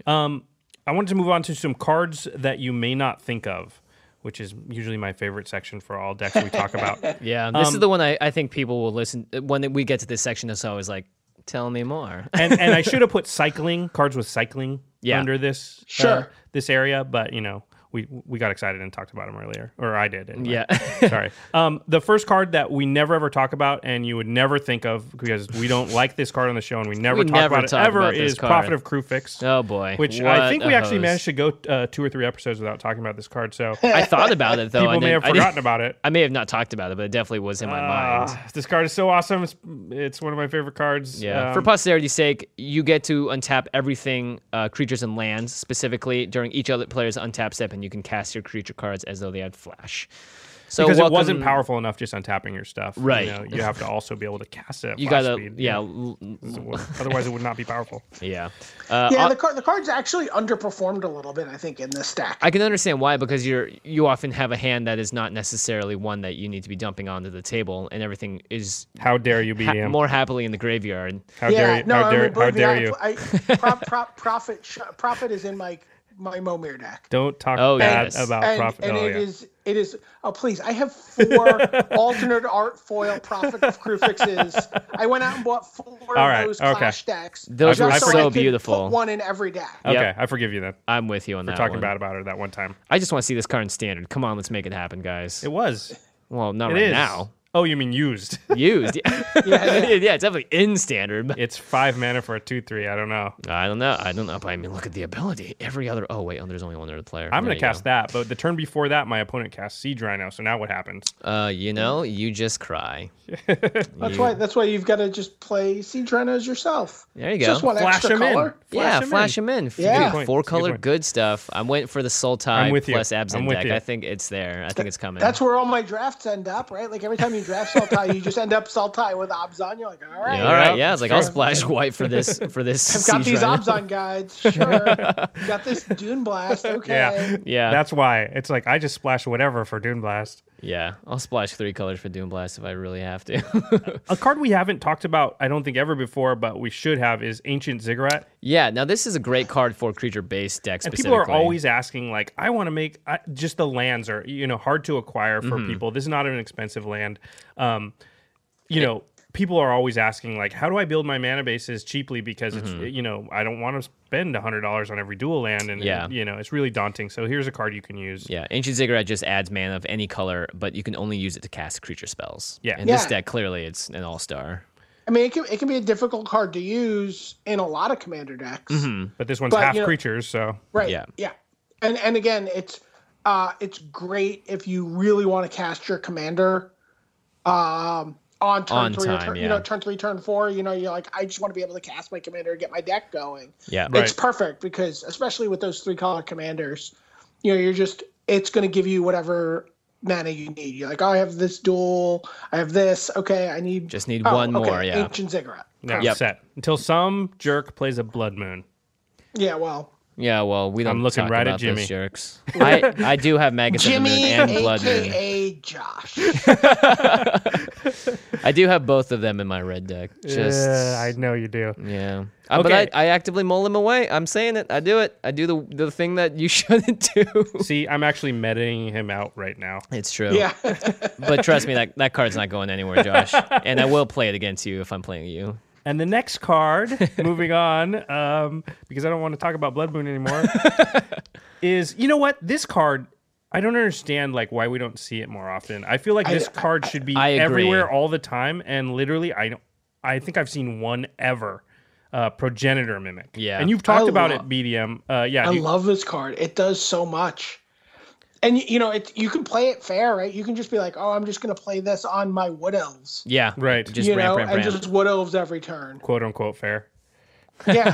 C: I wanted to move on to some cards that you may not think of, which is usually my favorite section for all decks we talk about.
B: Yeah. This
C: Um,
B: is the one I, I think people will listen when we get to this section. It's always like, tell me more.
C: and and I should have put cycling cards with cycling
B: Yeah.
C: under this uh,
D: Sure.
C: this area, but you know we we got excited and talked about them earlier, or I did. anyway.
B: Yeah.
C: Sorry. Um, the first card that we never ever talk about, and you would never think of because we don't like this card on the show, and we never
B: We
C: talk
B: never
C: about
B: talk
C: it ever,
B: about this
C: is
B: card.
C: Prophet of Krufix.
B: Oh, boy.
C: Which I
B: What
C: think
B: a
C: we actually
B: hose.
C: managed to go uh, two or three episodes without talking about this card, so people
B: I thought about it though. I
C: may
B: didn't-
C: have
B: I didn't-
C: forgotten about it.
B: I may have not talked about it, but it definitely was in my mind.
C: Uh, this card is so awesome. It's, it's one of my favorite cards.
B: Yeah.
C: Um,
B: For posterity's sake, you get to untap everything, uh, creatures and lands specifically during each other player's untap step, and you can cast your creature cards as though they had flash. So
C: because
B: welcome-
C: it wasn't powerful enough just untapping your stuff.
B: Right.
C: You, know, you have to also be able to cast it. At
B: You
C: flash
B: gotta,
C: speed.
B: yeah, l- l-
C: So it would- Otherwise, it would not be powerful.
B: yeah. Uh,
D: Yeah,
B: o-
D: the card the cards actually underperformed a little bit, I think, in this stack.
B: I can understand why because you're you often have a hand that is not necessarily one that you need to be dumping onto the table, and everything is
C: How dare you,
B: ha-
C: BDM?
B: more happily in the graveyard.
C: how
D: yeah,
C: dare you?
D: no,
C: how dare,
D: I mean,
C: how
D: believe me,
C: dare you?
D: I, I, prop, prop, profit sh- profit is in my my Momir deck.
C: Don't talk
B: Oh,
C: bad
B: yes.
C: about
D: and,
C: profit.
D: and
C: oh,
D: it
C: yeah.
D: is- it is oh please i have four alternate art foil profit of crucifixes i went out and bought four
C: All right,
D: of those
C: okay.
D: clash decks
B: Those
D: just
C: were
D: I
C: so
D: could put
B: beautiful.
D: one in every deck
C: okay,
B: Yep.
C: I forgive you then.
B: I'm with you on that.
C: Talking
B: one.
C: bad about her that one time.
B: I just want to see this card in standard. Come on, let's make it happen, guys.
C: It was.
B: well, not
C: It is
B: right now.
C: Oh, you mean used?
B: used. Yeah, yeah, it's definitely in standard. but-
C: it's five mana for a two-three. I don't know.
B: I don't know. I don't know. But I mean, look at the ability. Every other. Oh wait, oh, there's only one other player.
C: I'm
B: There
C: gonna
B: you
C: cast that, but the turn before that, my opponent cast Siege Rhino. So now what happens?
B: go. Uh, you know, you just cry.
D: that's why that's why you've got to just play siege rhinos yourself
B: There you go.
D: just one
C: Flash
D: extra
C: him in.
D: color
B: yeah,
C: him
B: flash
C: in.
B: him in. F-
D: Yeah. Good
B: dude,
C: point.
B: Four
C: It's a good
B: color
C: point.
B: good, stuff. I went for the soul tie
C: with you.
B: plus absent
C: I'm with
B: deck.
C: you.
B: I think it's there. I think it's coming.
D: that's where all my drafts end up right like every time you draft saltai you just end up saltai with obzon you're like all right
B: yeah, all right.
C: Yeah,
B: Yeah, it's like I'll splash white for this for this.
D: I've got
B: siege
D: these
B: runner.
D: Obzon guides, sure. got this Dune Blast, okay.
C: Yeah.
B: Yeah,
C: That's why it's like I just splash whatever for Dune Blast.
B: yeah. I'll splash three colors for Doom Blast if I really have to.
C: A card we haven't talked about, I don't think ever before, but we should have is Ancient Ziggurat.
B: yeah. Now this is a great card for creature based decks.
C: And people are
B: specifically.
C: always asking, like, I want to make I, just the lands are you know hard to acquire for
B: Mm-hmm.
C: people. This is not an expensive land. Um, you know, people are always asking, like, how do I build my mana bases cheaply? Because
B: Mm-hmm.
C: it's you know I don't want to spend hundred dollars on every dual land, and
B: Yeah.
C: you know it's really daunting. So here's a card you can use.
B: Yeah, Ancient Ziggurat just adds mana of any color, but you can only use it to cast creature spells.
C: Yeah.
B: and this
D: Yeah.
B: deck clearly it's an all star.
D: I mean, it can, it can be a difficult card to use in a lot of commander decks.
C: But this one's
D: But,
C: half
D: you know-
C: creatures, so
D: Right.
B: Mm-hmm. Yeah.
D: Yeah. Yeah. And and again, it's uh it's great if you really want to cast your commander um on turn
B: On
D: three or
B: time,
D: turn,
B: yeah.
D: you know, turn three, turn four, you know, you're like, I just want to be able to cast my commander and get my deck going.
B: Yeah,
C: Right.
D: It's perfect because especially with those three color commanders, you know, you're just it's going to give you whatever mana you need. You're like, oh, I have this duel, I have this. Okay, I need
B: Just need
D: one
B: one more, yeah.
D: ancient ziggurat.
C: Yeah,
B: Yep.
C: set until some jerk plays a blood moon.
D: Yeah, well,
B: Yeah, well, we don't.
C: I'm looking
B: talk
C: right
B: about
C: at
B: those
C: Jimmy.
B: jerks. I, I do have Magus of the Moon
D: Jimmy,
B: and Blood Moon.
D: aka Josh.
B: I do have both of them in my red deck. Just
C: Yeah, I know you do.
B: yeah, Uh, but I,
C: Okay.
B: I actively mull them away. I'm saying it. I do it. I do the the thing that you shouldn't do.
C: See, I'm actually metaing him out right now.
B: It's true.
D: yeah,
B: But trust me, that that card's not going anywhere, Josh. and I will play it against you if I'm playing you.
C: And the next card, moving on, um, because I don't want to talk about Blood Moon anymore, is you know what? This card, I don't understand like why we don't see it more often. I feel like this card should be
B: I agree.
C: everywhere all the time, and literally, I don't. I think I've seen one ever. Uh, progenitor mimic.
B: Yeah.
C: and you've talked
D: I
C: about
D: love-
C: it, BDM. Uh, yeah,
D: I
C: you-
D: love this card. It does so much. And you- you know, it you can play it fair, right? You can just be like, "Oh, I'm just going to play this on my wood elves."
B: Yeah.
C: Right.
B: Just
D: you
B: ramp,
D: know,
B: ramp,
D: and
B: ramp.
D: just wood elves every turn.
C: quote unquote fair.
D: Yeah,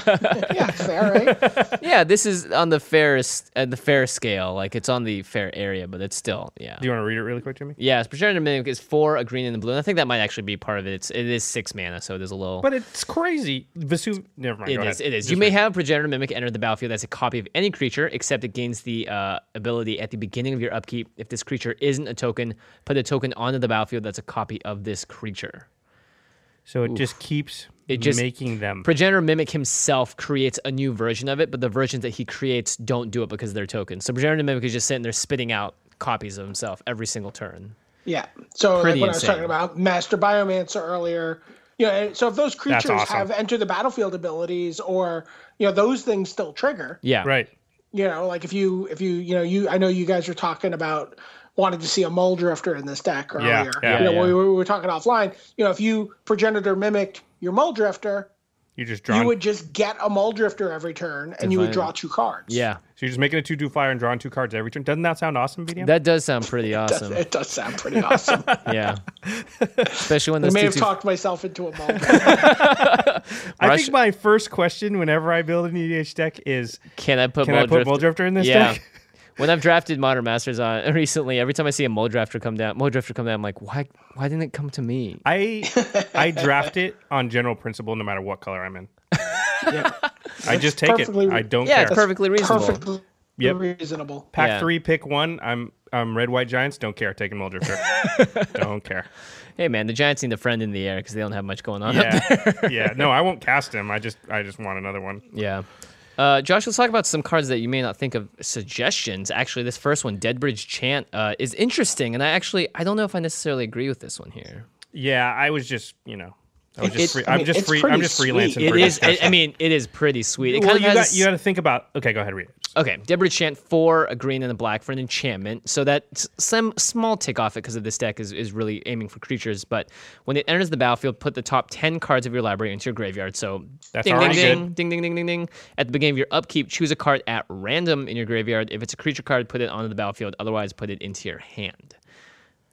D: yeah, fair, right?
B: Yeah, this is on the fairest at the fair scale. Like it's on the fair area, but it's still yeah.
C: Do you want to read it really quick to me?
B: Yeah, Progenitor Mimic is four, a green and a blue. And I think that might actually be part of it. It's it is six mana, so there's a little
C: But it's crazy. Vesu. Never mind.
B: It
C: go
B: is.
C: ahead.
B: It is.
C: Just
B: You may
C: read.
B: have Progenitor Mimic enter the battlefield as a copy of any creature, except it gains the uh, ability at the beginning of your upkeep. If this creature isn't a token, put a token onto the battlefield that's a copy of this creature.
C: So it just keeps
B: It just-
C: making them.
B: Progenitor Mimic himself creates a new version of it, but the versions that he creates don't do it because they're tokens. So Progenitor Mimic is just sitting there spitting out copies of himself every single turn.
D: Yeah. So like
B: Pretty
D: what I was talking
B: insane.
D: about, Master Biomancer earlier. You know, and so if those creatures
C: awesome.
D: have enter the battlefield abilities, or you know, those things still trigger.
B: Yeah.
C: right.
D: You know, like if you if you you know you I know you guys were talking about wanting to see a mole drifter in this deck earlier.
C: Yeah, yeah,
D: you know,
B: yeah.
D: We, we were talking offline. You know, if you progenitor mimicked your mole drifter,
C: You're just drawing.
D: you would just get a mole drifter every turn, and you would
B: Divine.
D: draw two cards.
B: Yeah.
C: So you're just making a two do flyer and drawing two cards every turn. Doesn't that sound awesome, BDM?
B: That does sound pretty
D: Does-
B: awesome.
D: It does sound pretty awesome. I
B: yeah. Especially when those
D: may
B: two,
D: have
B: two
D: talked myself into a mole.
C: I
B: Rush-
C: think my first question whenever I build an EDH deck is
B: Can I put
C: Can I
B: Mull
C: put Mull Drifter in this
B: yeah.
C: deck?
B: when I've drafted Modern Masters on recently, every time I see a Mull Drafter come down, Mull Drifter come down, I'm like, why? Why didn't it come to me?
C: I I draft it on general principle no matter what color I'm in. I just take it.
D: perfectly-
C: I don't
B: yeah,
C: care.
B: it's perfectly reasonable.
D: Perfectly
C: Yep.
D: reasonable.
C: Pack
B: Yeah.
C: three, pick one. I'm I'm red white giants. Don't care. Taking Mull Drifter. don't care.
B: Hey man, the Giants need a friend in the air because they don't have much going on. up there.
C: Yeah, yeah. No, I won't cast him. I just I just want another one.
B: yeah. Uh, Josh, let's talk about some cards that you may not think of suggestions. Actually, this first one, Deadbridge Chant, uh, is interesting, and I actually I don't know if I necessarily agree with this one here.
C: Yeah, I was just you know. I was
B: It-
C: just
B: it-
C: free,
D: I
C: I'm
D: mean,
C: just
D: it's
C: free.
D: pretty
C: I'm just freelancing.
D: sweet.
B: It
C: for
B: is. I,
C: discussion.
B: I mean, it is pretty sweet. It
C: well,
B: kind
C: you
B: of
C: got
B: has.
C: you got to think about. Okay, go ahead, read it.
B: Okay, Deborah Chant four, a green and a black for an enchantment. So that s- some small tick off it because of this deck is, is really aiming for creatures. But when it enters the battlefield, put the top ten cards of your library into your graveyard. So
C: That's
B: ding ding
C: already
B: ding ding ding ding ding ding. At the beginning of your upkeep, choose a card at random in your graveyard. If it's a creature card, put it onto the battlefield. Otherwise, put it into your hand.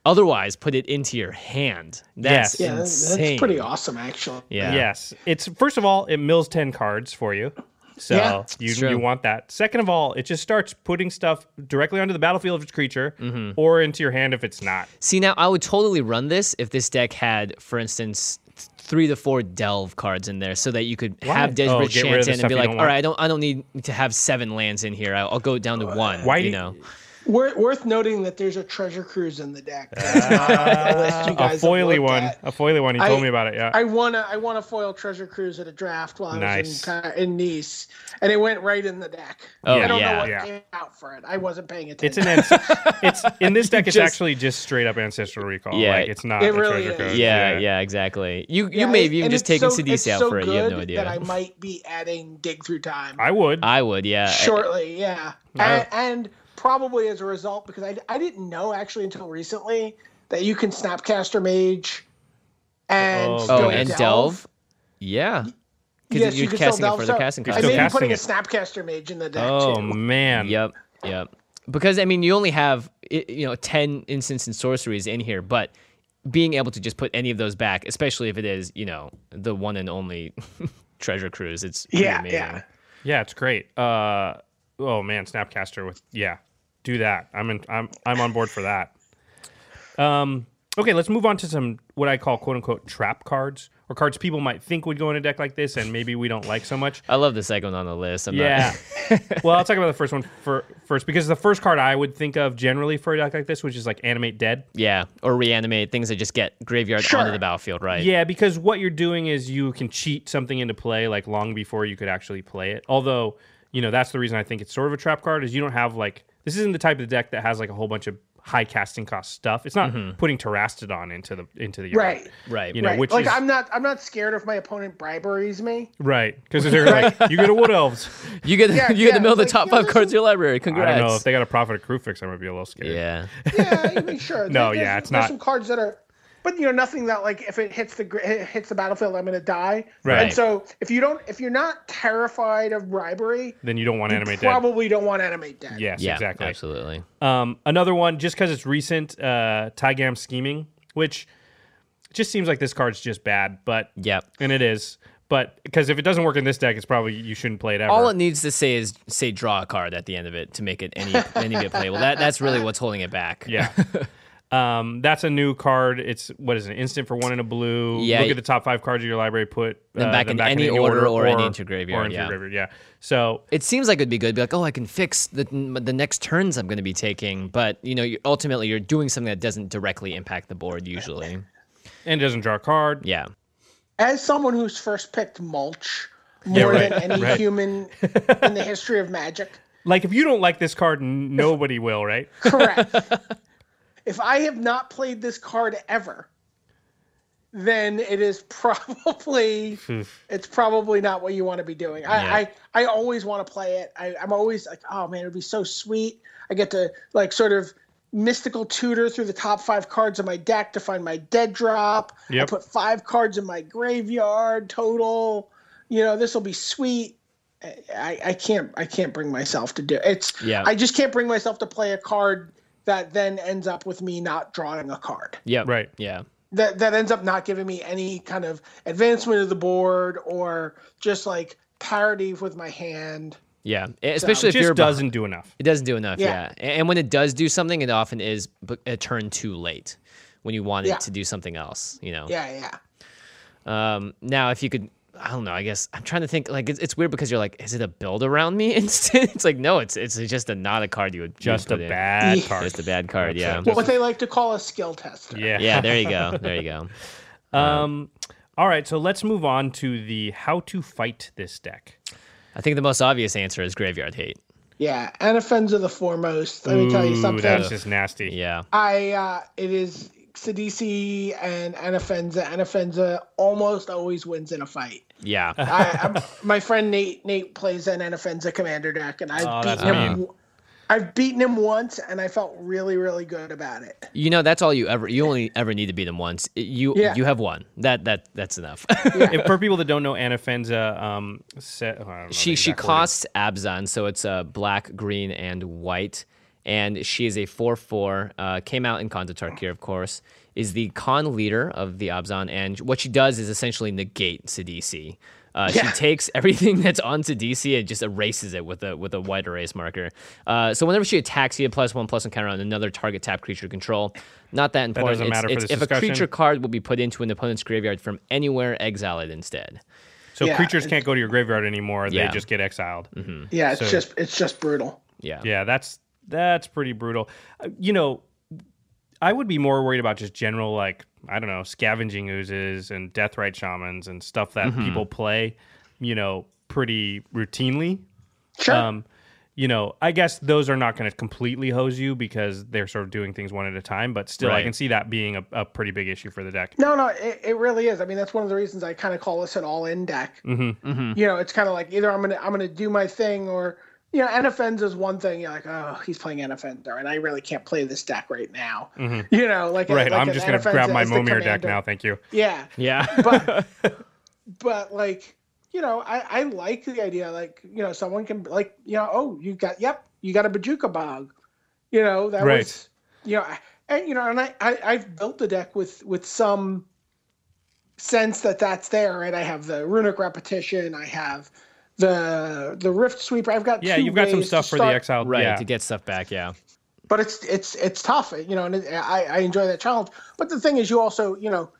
B: Otherwise, put it into your hand. That's
C: Yes. Yeah,
D: Yeah, that's
B: insane.
D: pretty awesome, actually.
B: Yeah.
C: Yes. It's first of all, it mills ten cards for you. So
D: Yeah.
C: you,
B: It's true.
C: you want that. Second of all, it just starts putting stuff directly onto the battlefield of its creature or into your hand if it's not.
B: See, now I would totally run this if this deck had, for instance, th- three to four delve cards in there, so that you could have
C: Oh,
B: Desperate
C: get rid
B: Chance
C: of the
B: in and
C: stuff
B: be
C: you
B: like,
C: don't
B: all right, I don't, I don't need to have seven lands in here. I'll, I'll go down to one.
C: why
B: you
C: do-
B: know?
D: Worth, worth noting that there's a treasure cruise in the deck. That's not on the list you
C: A
D: guys have
C: foily
D: looked
C: one.
D: at.
C: A foily one. You
D: I-
C: told me about it. Yeah.
D: I wanna I wanna foil treasure cruise at a draft while I was
C: Nice.
D: in, Ca- in Nice, and it went right in the deck.
B: Oh,
D: I don't
B: yeah.
D: know what
C: Yeah.
D: came out for it. I wasn't paying
C: it's
D: attention.
C: an ans- it's in this deck. It's
B: Just-
C: actually just straight up ancestral recall.
B: Yeah.
C: like, it's not.
D: It
C: a
D: really
C: treasure
D: is.
C: code.
B: Yeah, yeah, exactly. You, you
D: Yeah,
B: may have even
D: and
B: just
D: it's
B: taken
D: so-
B: CD
D: it's
B: sale
D: so
B: for it. You have no
D: good
B: idea.
D: That I might be adding dig through time
C: I would.
B: I would, yeah.
D: shortly. Yeah, and, and probably as a result because I I didn't know actually until recently that you can snapcaster mage and
C: Oh,
D: still
B: Oh,
C: Go
B: and delve. Yeah. Because
D: Yes,
B: you're
D: can still
B: casting it
D: delve,
B: for the
D: so-
B: casting
D: I
B: cost.
C: Still
D: may be
C: casting
D: putting a
C: it.
D: snapcaster mage in the deck
C: oh
D: too.
C: man.
B: Yep, yep. Because I mean, you only have i- you know ten instants and sorceries in here, but being able to just put any of those back, especially if it is you know the one and only treasure cruise, it's pretty
D: Yeah,
B: amazing.
D: yeah.
C: Yeah, it's great. Uh, oh man, Snapcaster with yeah, do that. I'm in, I'm I'm on board for that. Um, okay, let's move on to some what I call quote unquote trap cards or cards people might think would go in a deck like this, and maybe we don't like so much.
B: I love the second one on the list. I'm
C: Yeah.
B: Not,
C: well, I'll talk about the first one for, first because the first card I would think of generally for a deck like this, which is like animate dead.
B: yeah. Or reanimate things that just get graveyard onto
D: Sure.
B: the battlefield, right?
C: Yeah, because what you're doing is you can cheat something into play like long before you could actually play it. Although, you know, that's the reason I think it's sort of a trap card is you don't have like this isn't the type of deck that has like a whole bunch of high casting cost stuff. It's not
B: Mm-hmm.
C: putting Terastodon into the into the yard.
D: Right.
B: Right.
C: You know,
D: right.
C: which
D: like
C: is
D: I'm not I'm not scared if my opponent briberies me.
C: right because they're like you go to Wood Elves.
B: You get
D: Yeah,
B: you get
D: yeah,
B: the middle of the
D: like,
B: top
D: yeah,
B: five
D: this
B: cards of your library. Congrats.
C: I don't know if they got a profit of crew fix. I'm gonna be a little scared.
B: yeah.
D: Yeah, I mean, sure.
C: No,
D: there's-
C: yeah, it's
D: there's
C: not-
D: some cards that are, but you know, nothing that like if it hits the gr- it hits the battlefield, I'm gonna die.
C: Right.
D: And so if you don't, if you're not terrified of bribery,
C: Then you don't want to animate dead.
D: probably don't want animate dead.
C: Yes,
B: Yeah.
C: exactly.
B: Absolutely.
C: Um, another one, just because it's recent, uh, Tygam scheming, which just seems like this card's just bad, but
B: Yep.
C: and it is. But because if it doesn't work in this deck, it's probably you shouldn't play it ever.
B: All it needs to say is say draw a card at the end of it to make it any any bit playable. That that's really what's holding it back.
C: yeah. um, that's a new card. It's what is it? Instant for one in a blue.
B: Yeah.
C: Look at the top five cards of your library. Put uh,
B: Them back in any order or any into graveyard,
C: Or into
B: yeah.
C: graveyard. Yeah. So
B: It seems like it'd be good. Be like, oh, I can fix the the next turns I'm going to be taking. But you know, you, ultimately, you're doing something that doesn't directly impact the board usually.
C: and it doesn't draw a card.
B: Yeah.
D: As someone who's first picked mulch more
C: Yeah, right,
D: than any
C: right.
D: human in the history of magic.
C: Like if you don't like this card, n- nobody will, right?
D: Correct. if I have not played this card ever, then it is probably it's probably not what you want to be doing. I
B: Yeah.
D: I, I always want to play it. I, I'm always like, oh man, it'd be so sweet. I get to like sort of mystical tutor through the top five cards of my deck to find my dead drop. I
C: Yep.
D: put five cards in my graveyard total. You know, this will be sweet. I, I can't I can't bring myself to do it's
B: Yeah.
D: I just can't bring myself to play a card that then ends up with me not drawing a card.
B: Yeah.
C: Right.
B: Yeah.
D: That that ends up not giving me any kind of advancement of the board or just like parity with my hand.
B: Yeah. E, Especially
C: It
B: if you're
C: just
B: behind-
C: doesn't do enough.
B: It doesn't do enough, yeah.
D: Yeah.
B: A- And when it does do something, it often is b- a turn too late when you want it
D: Yeah.
B: to do something else, you know.
D: Yeah, yeah.
B: Um, now, if you could, I don't know. I guess I'm trying to think. Like, it's, it's weird because you're like, is it a build around me instant? It's like, no, it's it's just a not a card you would you
C: Just a
B: would put in.
C: bad
D: Yeah.
C: card.
B: just a bad card.
C: That's
B: Yeah,
C: it.
D: What they like to call a skill tester.
C: yeah.
B: yeah. There you go. There you go.
C: Um, all right, so let's move on to the how to fight this deck.
B: I think the most obvious answer is graveyard hate.
D: Yeah. And offense of the foremost. Let me tell you
C: Ooh,
D: something.
C: that's just nasty.
B: Yeah,
D: I uh, it is Sidisi and Anafenza. Anafenza almost always wins in a fight.
B: yeah.
D: I, I'm, my friend Nate Nate plays an Anafenza commander deck, and I've
C: Oh, that's
D: beaten him. I've beaten him once, and I felt really really good about it.
B: You know, that's all you ever. You only ever need to beat them once. You
D: Yeah.
B: you have one. That that that's enough.
C: If, for people that don't know, Anafenza, um, set, oh, I don't know
B: she
C: the
B: she
C: exact wording.
B: costs Abzan, so it's uh, black, green, and white, and she is a four four. Uh, came out in Khan to Tarkir, of course, is the Khan leader of the Abzan, and what she does is essentially negate Sidisi. Uh,
D: Yeah.
B: She takes everything that's on Sidisi and just erases it with a with a white erase marker. Uh, so whenever she attacks, you get plus one plus one counter on another target tap creature you control. Not that important.
C: doesn't
B: It's-
C: matter for
B: it's
C: this
B: if a
C: discussion.
B: creature card will be put into an opponent's graveyard from anywhere, exile it instead.
C: So
D: Yeah.
C: creatures can't go to your graveyard anymore.
B: Yeah. Mm-hmm.
C: They just get exiled.
D: Yeah, it's
C: So-
D: just it's just brutal.
B: Yeah.
C: Yeah, that's that's pretty brutal. Uh, You know, I would be more worried about just general like I don't know scavenging oozes and death right shamans and stuff that
B: Mm-hmm.
C: people play, you know, pretty routinely.
D: Sure.
C: um, you know, I guess those are not going to completely hose you because they're sort of doing things one at a time, but still, I
B: Right.
C: can see that being a, a pretty big issue for the deck.
D: no, no, it, it really is. I mean, that's one of the reasons I kind of call this an all-in deck.
C: Mm-hmm.
D: You know, it's kind of like either I'm gonna I'm gonna do my thing, or you know, NFNs is one thing. You're like, oh, he's playing NFNs, and I really can't play this deck right now. You know, like
C: Mm-hmm. Right,
D: like
C: I'm
D: an
C: just going to
D: NFNs
C: grab my
D: as the
C: Momir deck
D: commander.
C: now. Thank you.
D: Yeah,
B: Yeah.
D: but but like you know I, I like the idea like you know someone can like you know oh you got yep you got a bajuka bog you know that
C: Right.
D: was you know I- and you know and I, I i've built the deck with with some sense that that's there right i have the runic repetition i have the the rift sweeper i've got
C: Yeah,
D: two
C: you you've got some
D: ways to
C: stuff for the
D: start-
C: exile.
B: Right.
C: yeah.
B: To get stuff back. Yeah.
D: but it's it's it's tough, you know, and it, I, I enjoy that challenge. But the thing is, you also you know,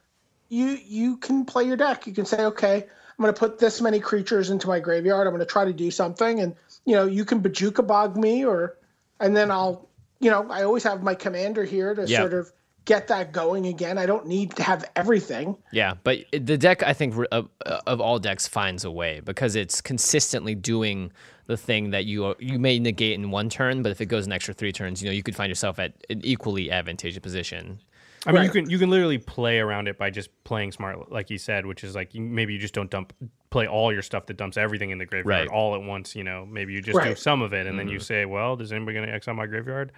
D: you you can play your deck. You can say, okay, I'm going to put this many creatures into my graveyard. I'm going to try to do something, and you know, you can bajuka bog me, or and then I'll you know, I always have my commander here to
B: Yeah.
D: sort of get that going again. I don't need to have everything.
B: Yeah, but the deck I think re- of, of all decks finds a way because it's consistently doing the thing that you you may negate in one turn, but if it goes an extra three turns, you know you could find yourself at an equally advantageous position.
C: I mean, you
D: Right.
C: can you can literally play around it by just playing smart, like you said, which is like you, maybe you just don't dump play all your stuff that dumps everything in the graveyard
B: Right.
C: all at once. You know, maybe you just do
D: Right.
C: some of it, and then you say, well, does anybody going to X on my graveyard?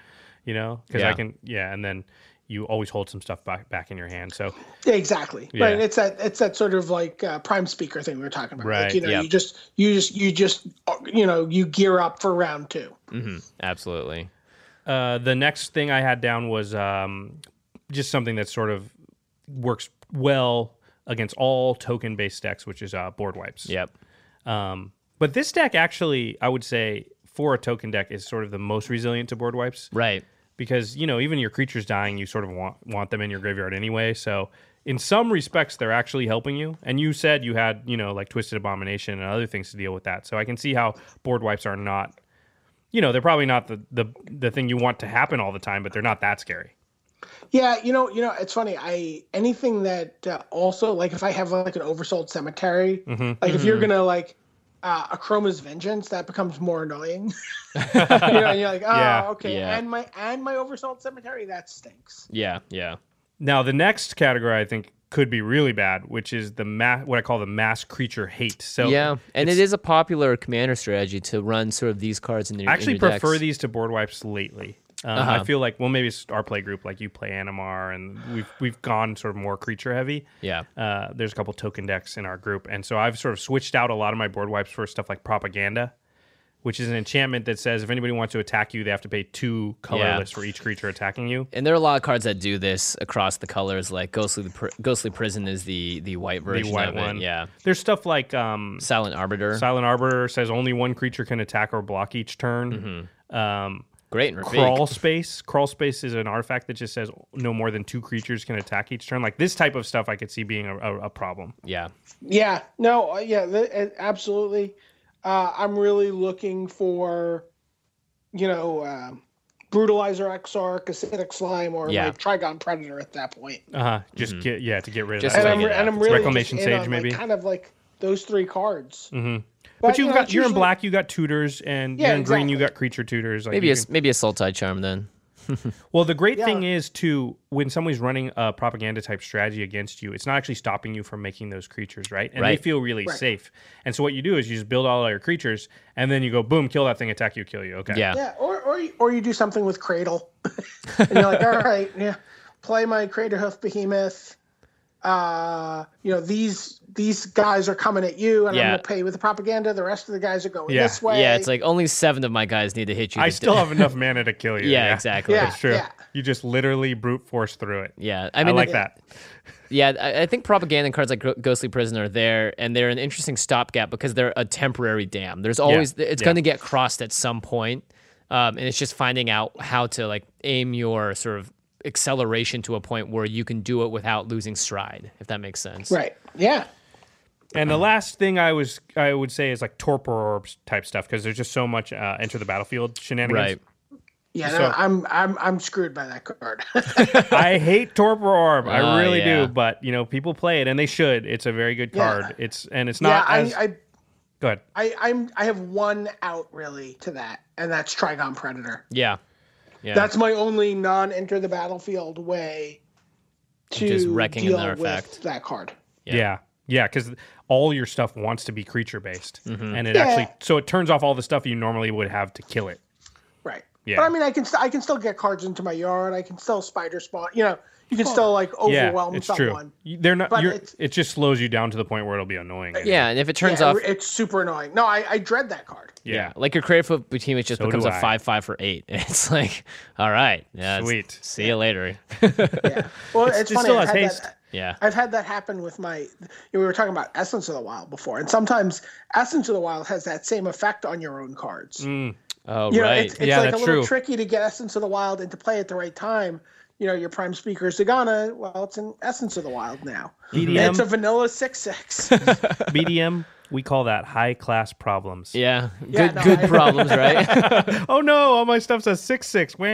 C: You know, because I
B: Yeah.
C: can, yeah, and then you always hold some stuff back back in your hand. So
D: Yeah, exactly.
C: Yeah.
D: Right. It's that it's that sort of like uh, prime speaker thing we were talking about.
C: Right,
D: Like, you know,
B: yeah.
D: you just you just you just uh, you know you gear up for round two.
B: hmm Absolutely.
C: Uh, the next thing I had down was um, just something that sort of works well against all token based decks, which is uh, board wipes.
B: Yep.
C: Um, but this deck actually, I would say, for a token deck, is sort of the most resilient to board wipes
B: Right.
C: because you know even your creatures dying, you sort of want want them in your graveyard anyway. So in some respects, they're actually helping you. And you said you had you know like Twisted Abomination and other things to deal with that. So I can see how board wipes are not. You know, they're probably not the, the the thing you want to happen all the time, but they're not that scary.
D: Yeah, you know, you know, it's funny. I anything that uh, also like if I have like an oversold cemetery,
B: Mm-hmm.
D: like if you're gonna like uh, a Chroma's Vengeance, that becomes more annoying. you know, and you're like, oh,
C: Yeah,
D: okay,
B: yeah.
D: and my and my oversold cemetery, that stinks.
B: Yeah. Yeah.
C: Now, the next category I think could be really bad, which is the ma- what I call the mass creature hate. So
B: yeah. And it is a popular commander strategy to run sort of these cards in your.
C: I actually
B: in your
C: prefer
B: decks.
C: these to board wipes lately. Um, I
B: Uh-huh.
C: feel like well, maybe it's our play group, like you play Animar, and we've we've gone sort of more creature heavy.
B: Yeah.
C: Uh, there's a couple token decks in our group, and so I've sort of switched out a lot of my board wipes for stuff like Propaganda, which is an enchantment that says if anybody wants to attack you, they have to pay two colorless for each creature attacking you.
B: And there are a lot of cards that do this across the colors. Like ghostly, the Pr- ghostly prison is the the white
C: The
B: version
C: white
B: of it.
C: one,
B: Yeah.
C: There's stuff like um,
B: Silent arbiter.
C: Silent Arbiter says only one creature can attack or block each
B: Mm-hmm.
C: turn. Um,
B: Great. and Ravik.
C: crawl space crawl space is an artifact that just says no more than two creatures can attack each turn like this type of stuff i could see being a, a, a problem
B: Yeah.
D: Yeah, no, uh, yeah, th- uh, absolutely. Uh, I'm really looking for, you know, uh, brutalizer Exarch, acidic slime, or
B: Yeah.
D: like Trigon Predator at that point.
C: uh-huh just get yeah to get rid of
B: Mm-hmm. Just
C: that.
D: and
B: like
D: I'm,
B: it
D: re- and I'm
B: happens.
D: really
C: Reclamation
D: just in
C: Sage,
D: on,
C: maybe?
D: like, kind of like those three cards. Mm-hmm.
C: but you've
D: know,
C: got
D: it's
C: you're in
D: usually-
C: black you got tutors and
D: Yeah,
C: you're in green you
D: exactly.
C: got creature tutors like
B: Maybe
C: you
B: a
C: can-
B: maybe a soul tie charm then.
C: well the great thing
D: Yeah.
C: is too when somebody's running a propaganda type strategy against you it's not actually stopping you from making those creatures right and
B: Right.
C: they feel really
D: Right.
C: safe and so what you do is you just build all your creatures and then you go boom kill that thing attack you kill you okay
B: Yeah.
D: Yeah, or or you- or you do something with Cradle, and you're like, all right, yeah, play my Crater Hoof Behemoth. Uh, you know these these guys are coming at you, and I'm
B: Yeah.
D: gonna pay with the propaganda. The rest of the guys are going
C: Yeah.
D: this way.
B: Yeah, it's like only seven of my guys need to hit you.
C: I
B: to-
C: still have enough mana to kill you.
B: Yeah, exactly.
D: Yeah.
C: That's true. You just literally brute force through it.
B: yeah,
C: I,
B: I mean,
C: like
B: the-
C: that.
B: yeah, I, I think propaganda cards like Gro- Ghostly Prison are there, and they're an interesting stopgap because they're a temporary dam. There's always it's
C: yeah.
B: going to get crossed at some point, um, and it's just finding out how to like aim your sort of acceleration to a point where you can do it without losing stride, if that makes sense.
D: right, yeah,
C: And the last thing I was I would say is like torpor orbs type stuff because there's just so much uh, enter the battlefield shenanigans.
B: Right.
D: yeah. no,
C: So-
D: I'm I'm I'm screwed by that card.
C: I hate torpor orb. I
B: Ah,
C: really
B: yeah.
C: do. But you know, people play it and they should. It's a very good
D: Yeah.
C: card. It's and it's
D: yeah,
C: not
D: I,
C: as
D: I
C: go ahead.
D: I I'm I have one out really to that, and that's Trigon Predator.
B: Yeah. Yeah.
D: That's my only non-enter the battlefield way to
B: Just wrecking an
D: deal
B: artifact.
D: with that card.
B: Yeah.
C: Yeah. Yeah, because all your stuff wants to be creature based,
B: Mm-hmm.
C: and it
D: Yeah.
C: actually so it turns off all the stuff you normally would have to kill it.
D: Right.
C: Yeah.
D: But I mean, I can st- I can still get cards into my yard. I can still spider spawn. You know, you can still like overwhelm
C: yeah, it's
D: someone.
C: true. You- They're not.
D: But
C: You're,
D: it's-
C: it just slows you down to the point where it'll be annoying.
B: Yeah, and if it turns
D: Yeah,
B: off,
D: it's super annoying. No, I, I dread that card.
B: yeah. like your creative foot team, it just
C: So
B: becomes
C: do
B: a
C: I.
B: five five for eight, and it's like, all right, yeah, it's-
C: Sweet.
B: see you later.
D: Well, it's,
C: it
D: funny.
C: still has
D: I've had
C: haste.
D: That,
B: yeah.
D: I've had that happen with my. you know, we were talking about Essence of the Wild before, and sometimes Essence of the Wild has that same effect on your own cards.
B: Oh
D: you know,
B: right,
D: it's, it's
E: Yeah,
D: like a
E: that's
D: little
E: true.
D: tricky to get Essence of the Wild into play at the right time. You know, your prime speaker is Zagana. Well, it's in Essence of the Wild now.
C: BDM,
D: It's a vanilla six six.
C: BDM, we call that high class problems.
B: yeah, good
D: Yeah, no,
B: good
D: I-
B: problems, right?
C: Oh no, all my stuff says six six. Wah.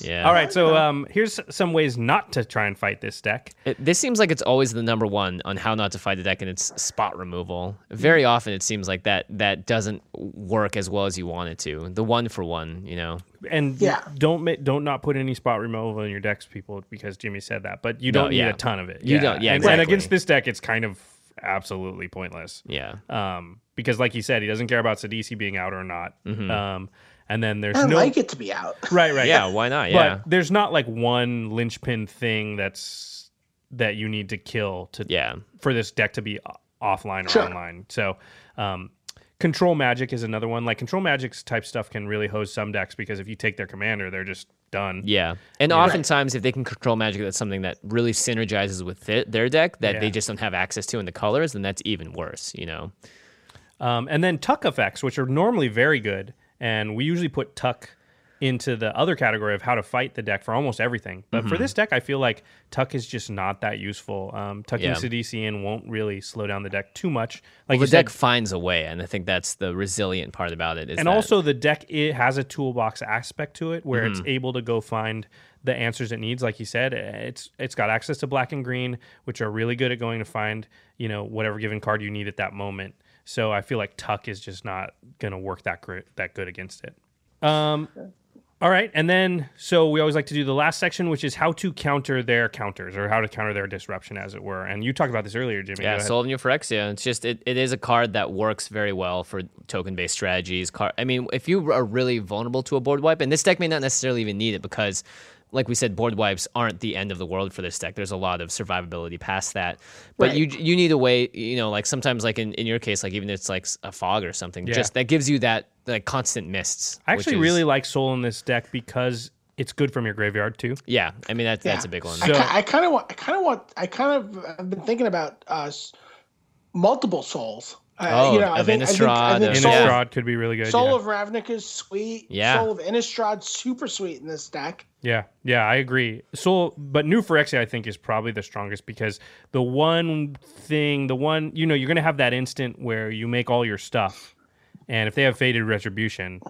B: yeah.
C: All right, so um, here's some ways not to try and fight this deck.
B: It, this seems like it's always the number one on how not to fight the deck, and it's spot removal. Very
D: Mm-hmm.
B: often, it seems like that that doesn't work as well as you want it to. The one for one, you know.
C: and
D: Yeah.
C: don't ma- don't not put any spot removal in your decks, people, because Jimmy said that. But you
B: No,
C: don't need
B: yeah.
C: a ton of it.
B: You don't- yeah,
C: and, and
B: exactly.
C: against this deck, it's kind of absolutely pointless.
B: Yeah.
C: Um, because like he said, he doesn't care about Sadisi being out or not. Um, and then there's
D: I
C: no
D: like it to be out.
C: right, right,
B: Yeah. Why not?
C: But
B: Yeah.
C: there's not like one linchpin thing that's that you need to kill to
B: yeah.
C: for this deck to be o- offline or
D: Sure.
C: online. So, um, control magic is another one. Like control magic's type stuff can really hose some decks because if you take their commander, they're just done.
B: Yeah. And oftentimes, if they can control magic, that's something that really synergizes with it, their deck that they
C: Yeah.
B: just don't have access to in the colors, then that's even worse, you know?
C: Um, and then tuck effects, which are normally very good, and we usually put tuck into the other category of how to fight the deck for almost everything. But
B: Mm-hmm.
C: for this deck, I feel like tuck is just not that useful. Um, tucking
B: Yeah.
C: Sidisi in won't really slow down the deck too much. Like
B: the
C: you said,
B: deck finds a way, and I think that's the resilient part about it. Is
C: and
B: that-
C: also the deck it has a toolbox aspect to it where
B: Mm-hmm.
C: it's able to go find the answers it needs like you said it's it's got access to black and green which are really good at going to find you know whatever given card you need at that moment so i feel like tuck is just not going to work that great that good against it um all right and then so we always like to do the last section which is how to counter their counters or how to counter their disruption as it were and you talked about this earlier jimmy Go
B: Yeah,
C: ahead.
B: Solving Your Phyrexia. It's just it, it is a card that works very well for token based strategies. Car- I mean, if you are really vulnerable to a board wipe, and this deck may not necessarily even need it because, like we said, board wipes aren't the end of the world for this deck. There's a lot of survivability past that, but you you need a way. You know, like sometimes, like in, in your case, like even if it's like s- a fog or something,
C: Yeah.
B: just that gives you that like constant mists.
C: i
B: which
C: actually
B: is-
C: really like soul in this deck because it's good from your graveyard too
B: yeah. I mean, that's that's a big one.
D: I ki- I kind of want. I kind of want. I kind of. I've been thinking about uh, s- multiple souls. Uh,
B: Oh,
D: you know, I
B: of
D: think, I think, I
B: Innistrad,
D: think
B: of-
D: soul,
B: Yeah.
C: Innistrad could be really good.
D: soul
C: yeah.
D: of Ravnica is sweet.
B: Yeah.
D: Soul of Innistrad super sweet in this deck.
C: yeah, yeah, I agree. Soul, but New Phyrexia I think is probably the strongest because the one thing, the one you know, you're gonna have that instant where you make all your stuff, and if they have Faded Retribution,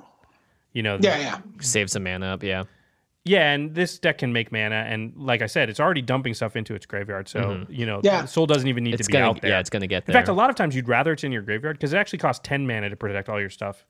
C: you know,
D: Yeah, yeah.
B: Save some mana up. Yeah.
C: yeah, and this deck can make mana, and like I said, it's already dumping stuff into its graveyard, so you know,
D: Yeah.
C: Soul doesn't even need
B: Mm-hmm. It's
C: to be
B: gonna-
C: out there.
B: yeah, it's gonna get
C: In fact, a
B: there.
C: lot of times you'd rather it's in your graveyard because it actually costs ten mana to protect all your stuff,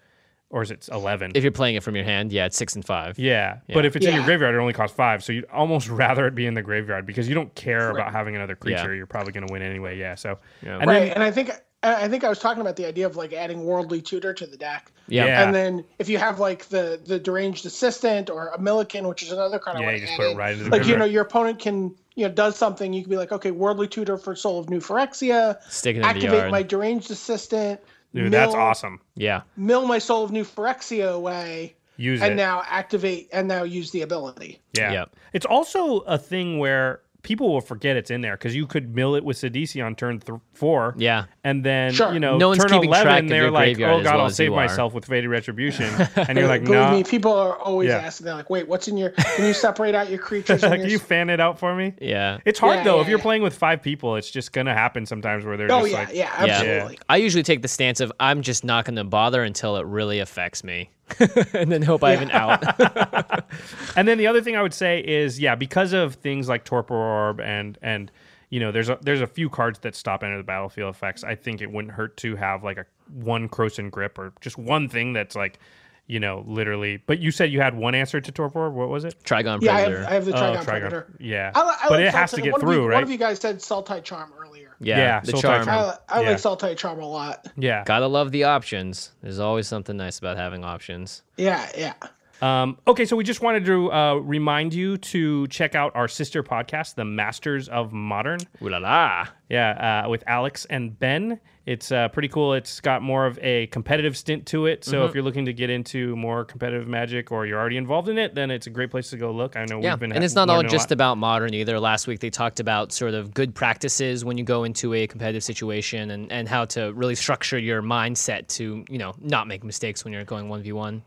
C: or is it eleven?
B: If you're playing it from your hand, yeah, it's six and five.
C: Yeah, but if it's in your
D: Yeah.
C: graveyard, it only costs five. So you'd almost rather it be in the graveyard because you don't care about having another creature. You're probably going to win anyway. Yeah. So and
D: right.
C: then
D: and I think I I think I was talking about the idea of like adding Worldly Tutor to the deck.
B: Yeah.
C: Yeah.
D: And then if you have like the the deranged assistant or a Milliken, which is another kind of
C: yeah,
D: like
C: you just put it right into the
D: like you know
C: graveyard.
D: your opponent can you know does something you can be like okay worldly tutor for soul of new phyrexia
B: Stick it in the
D: activate
B: yard.
D: my deranged assistant
C: Dude, that's awesome.
B: yeah.
D: mill my soul of new phyrexia away
C: Use
D: and
C: it.
D: now activate and now use the ability
C: yeah.
B: Yep.
C: It's also a thing where people will forget it's in there because you could mill it with Sidisi on turn th- four.
B: Yeah.
C: And then
D: Sure.
C: you know
B: No one's
C: turn
B: keeping track
C: eleven,
B: of
C: they're
B: your
C: like,
B: graveyard
C: "Oh
B: as
C: God,
B: well
C: I'll
B: as
C: save
B: you are."
C: myself with faded retribution," and you're like,
D: believe
C: "No,
D: me people are always
C: Yeah.
D: asking they're like wait what's in your can you separate out your creatures and
C: can
D: your
C: you fan it out for me?"
B: Yeah.
C: It's hard
D: Yeah,
C: though.
D: yeah,
C: if you're
D: yeah.
C: playing with five people, it's just gonna happen sometimes where they're
D: oh
C: just
D: yeah
C: like,
D: yeah
B: Yeah.
D: absolutely
B: I usually take the stance of I'm just not going to bother until it really affects me, and then hope I have an out.
C: And then the other thing I would say is, yeah, because of things like Torpor Orb and and you know, there's a there's a few cards that stop enter the battlefield effects. I think it wouldn't hurt to have like a one Croson grip or just one thing that's like, you know, literally. But you said you had one answer to Torpor. Orb. What was it?
B: Trigon
D: yeah i have,
B: Predator.
D: I have the trigon,
C: Oh, Trigon.
D: predator
C: Yeah,
D: I, li- I
C: but
D: like
C: it has
D: Sultai-
C: to get
D: one of
C: through,
D: you- one
C: right?
D: of you guys said saltai charm earlier
B: yeah,
C: yeah,
B: the
C: Soul
B: charm.
C: Trigon.
D: i, I
C: Yeah.
D: like saltai charm a lot
C: yeah,
B: Gotta love the options. There's always something nice about having options.
D: yeah yeah
C: Um, okay, so we just wanted to uh, remind you to check out our sister podcast, The Masters of Modern.
B: Ooh la la.
C: Yeah, uh, with Alex and Ben. It's uh, pretty cool. It's got more of a competitive stint to it. So
B: Mm-hmm.
C: if you're looking to get into more competitive magic or you're already involved in it, then it's a great place to go look. I know
B: Yeah,
C: we've been
B: and it's not all
C: learning a
B: just
C: lot.
B: about modern either. Last week they talked about sort of good practices when you go into a competitive situation and, and how to really structure your mindset to you know not make mistakes when you're going one v one.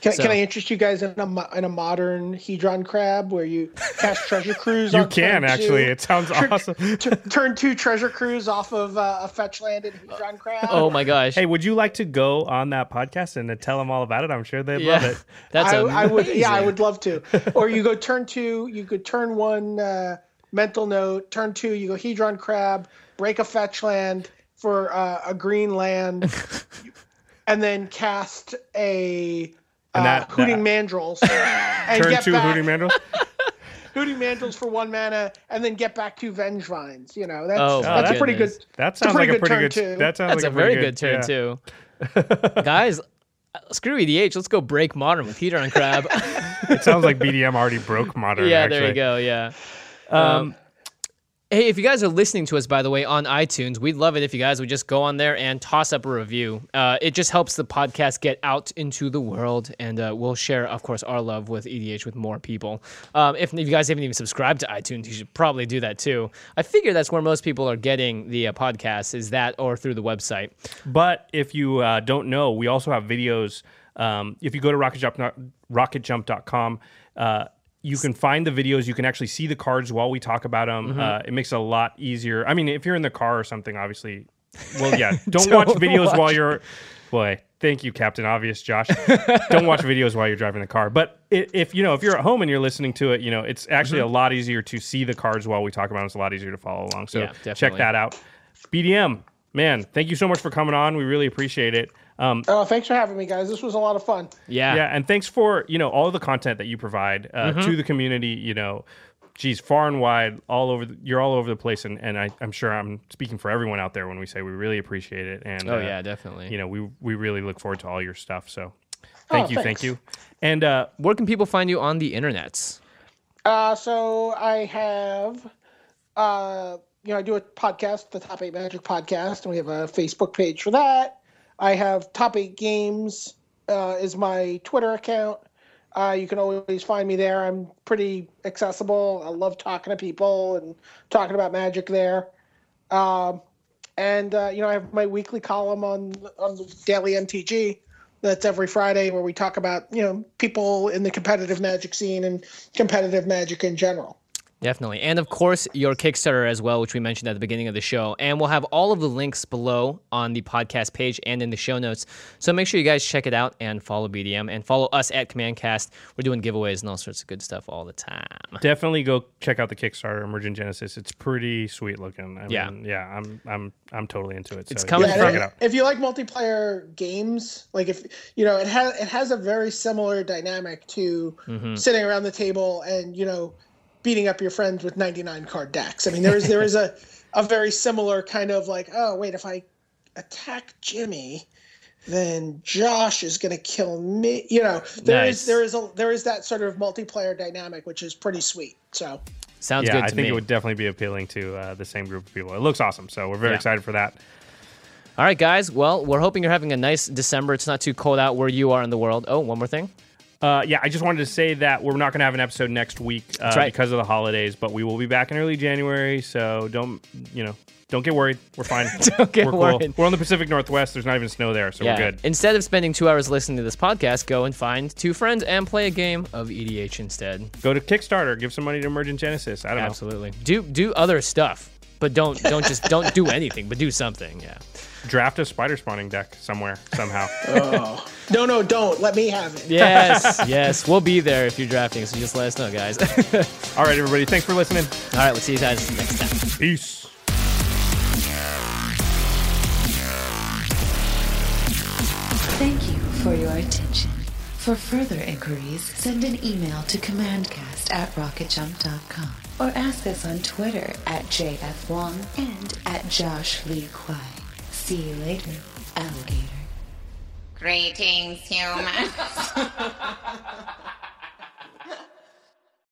D: Can,
B: So-
D: can I interest you guys in a mo- in a modern hedron crab where you cast treasure cruise?
C: You
D: on
C: can
D: turn
C: actually.
D: two,
C: It sounds
D: tur-
C: awesome.
D: tur- turn two treasure cruise off of uh, a fetch land in hedron crab.
B: Oh my gosh!
C: Hey, would you like to go on that podcast and to tell them all about it? I'm sure they'd love
B: yeah,
C: it.
B: that's
D: I,
B: amazing.
D: I would, yeah, I would love to. Or you go turn two, you could turn one uh, mental note, turn two, you go hedron crab, break a fetch land for uh, a green land, and then cast a uh,
C: And that- that-
D: hooting mandrels. and
C: Turn
D: get
C: two, Oh,
D: back-
C: Hooting Mandel.
D: hooting mandrels for one mana, and then get back two venge vines. You know, that's
B: Oh, my
D: that's pretty
B: goodness.
D: good.
C: That
D: a
C: sounds like
D: pretty
C: a
D: good
C: pretty
D: turn,
C: good.
D: too.
C: That sounds
B: That's
C: like
B: a very
C: pretty
B: good turn
C: yeah.
B: too, guys. uh, Screw EDH. Let's go break modern with Heater on Crab.
C: It sounds like BDM already broke modern.
B: yeah,
C: actually.
B: there you go. Yeah. Um, hey, if you guys are listening to us, by the way, on iTunes, we'd love it if you guys would just go on there and toss up a review. Uh, it just helps the podcast get out into the world, and uh, we'll share, of course, our love with EDH with more people. Um, if, if you guys haven't even subscribed to iTunes, you should probably do that too. I figure that's where most people are getting the uh, podcast, is that or through the website.
C: But if you uh, don't know, we also have videos. Um, if you go to rocketjump, rocketjump.com, uh, you can find the videos. You can actually see the cards while we talk about them. Uh, it makes it a lot easier. I mean, if you're in the car or something, obviously. Well, yeah. Don't,
B: Don't
C: watch videos
B: watch
C: while you're. Boy, thank you, Captain Obvious, Josh. don't watch videos while you're driving the car. But i- if you know, if you're at home and you're listening to it, you know, it's actually a lot easier to see the cards while we talk about them. It's a lot easier to follow along. So
B: Yeah,
C: check
B: definitely.
C: that out. BDM, man, thank you so much for coming on. We really appreciate it. Um,
D: Oh, thanks for having me, guys. This was a lot of fun.
B: Yeah. Mm-hmm.
C: yeah, and thanks for you know all the content that you provide uh, to the community. You know, geez, far and wide, all over. The, you're all over the place, and and I, I'm sure I'm speaking for everyone out there when we say we really appreciate it. And
B: Oh,
C: uh,
B: yeah, definitely.
C: you know, we we really look forward to all your stuff. So, thank you, thank
D: thanks.
C: you. And uh,
B: Where can people find you on the internets?
D: Uh, so I have, uh, you know, I do a podcast, the Top Eight Magic podcast, and we have a Facebook page for that. I have Top Eight Games uh, is my Twitter account. Uh, you can always find me there. I'm pretty accessible. I love talking to people and talking about magic there. Um, and uh, you know, I have my weekly column on on the Daily MTG. That's every Friday where we talk about you know people in the competitive magic scene and competitive magic in general.
B: Definitely. And of course, your Kickstarter as well, which we mentioned at the beginning of the show. And we'll have all of the links below on the podcast page and in the show notes. So make sure you guys check it out and follow BDM and follow us at Commandcast. We're doing giveaways and all sorts of good stuff all the time.
C: definitely go check out the Kickstarter Emergent Genesis. It's pretty sweet looking. I
B: Yeah.
C: mean, yeah. I'm I'm I'm totally into it.
B: It's
C: so,
B: coming
C: yeah,
D: And
B: from-
C: check it out.
D: If you like multiplayer games, like if you know, it has it has a very similar dynamic to sitting around the table and you know, beating up your friends with ninety nine card decks. I mean, there is there is a a very similar kind of like, oh wait, if I attack Jimmy, then Josh is going to kill me. You know, there is
B: Nice.
D: there is a there is that sort of multiplayer dynamic, which is pretty sweet. So.
B: Sounds
C: yeah,
B: good
C: I
B: to
C: think
B: me.
C: it would definitely be appealing to uh, the same group of people. It looks awesome, so we're very
B: Yeah.
C: excited for that.
B: All right, guys. Well, we're hoping you're having a nice December. It's not too cold out where you are in the world. Oh, one more thing.
C: Uh, yeah, I just wanted to say that we're not going to have an episode next week uh,
B: right.
C: because of the holidays, but we will be back in early January. So don't you know? Don't get worried. We're fine.
B: Don't get
C: we're
B: worried.
C: We're on the Pacific Northwest. There's not even snow there, so we're good.
B: Instead of spending two hours listening to this podcast, go and find two friends and play a game of EDH instead.
C: Go to Kickstarter. Give some money to Emergent Genesis. I don't
B: Absolutely. Do do other stuff, but don't don't just don't do anything, but do something. Yeah.
C: know. Draft a spider spawning deck somewhere somehow.
D: Oh. no, no, don't. Let me have it.
B: Yes, yes. We'll be there if you're drafting, so just let us know, guys. All
C: All right, everybody. Thanks for listening.
B: right, we'll see you guys next time.
C: Peace.
A: Thank you for your attention. For further inquiries, send an email to commandcast at rocketjump.com or ask us on Twitter at JF Wong and at Josh Lee Kwai. See you later, alligator.
E: Greetings, humans.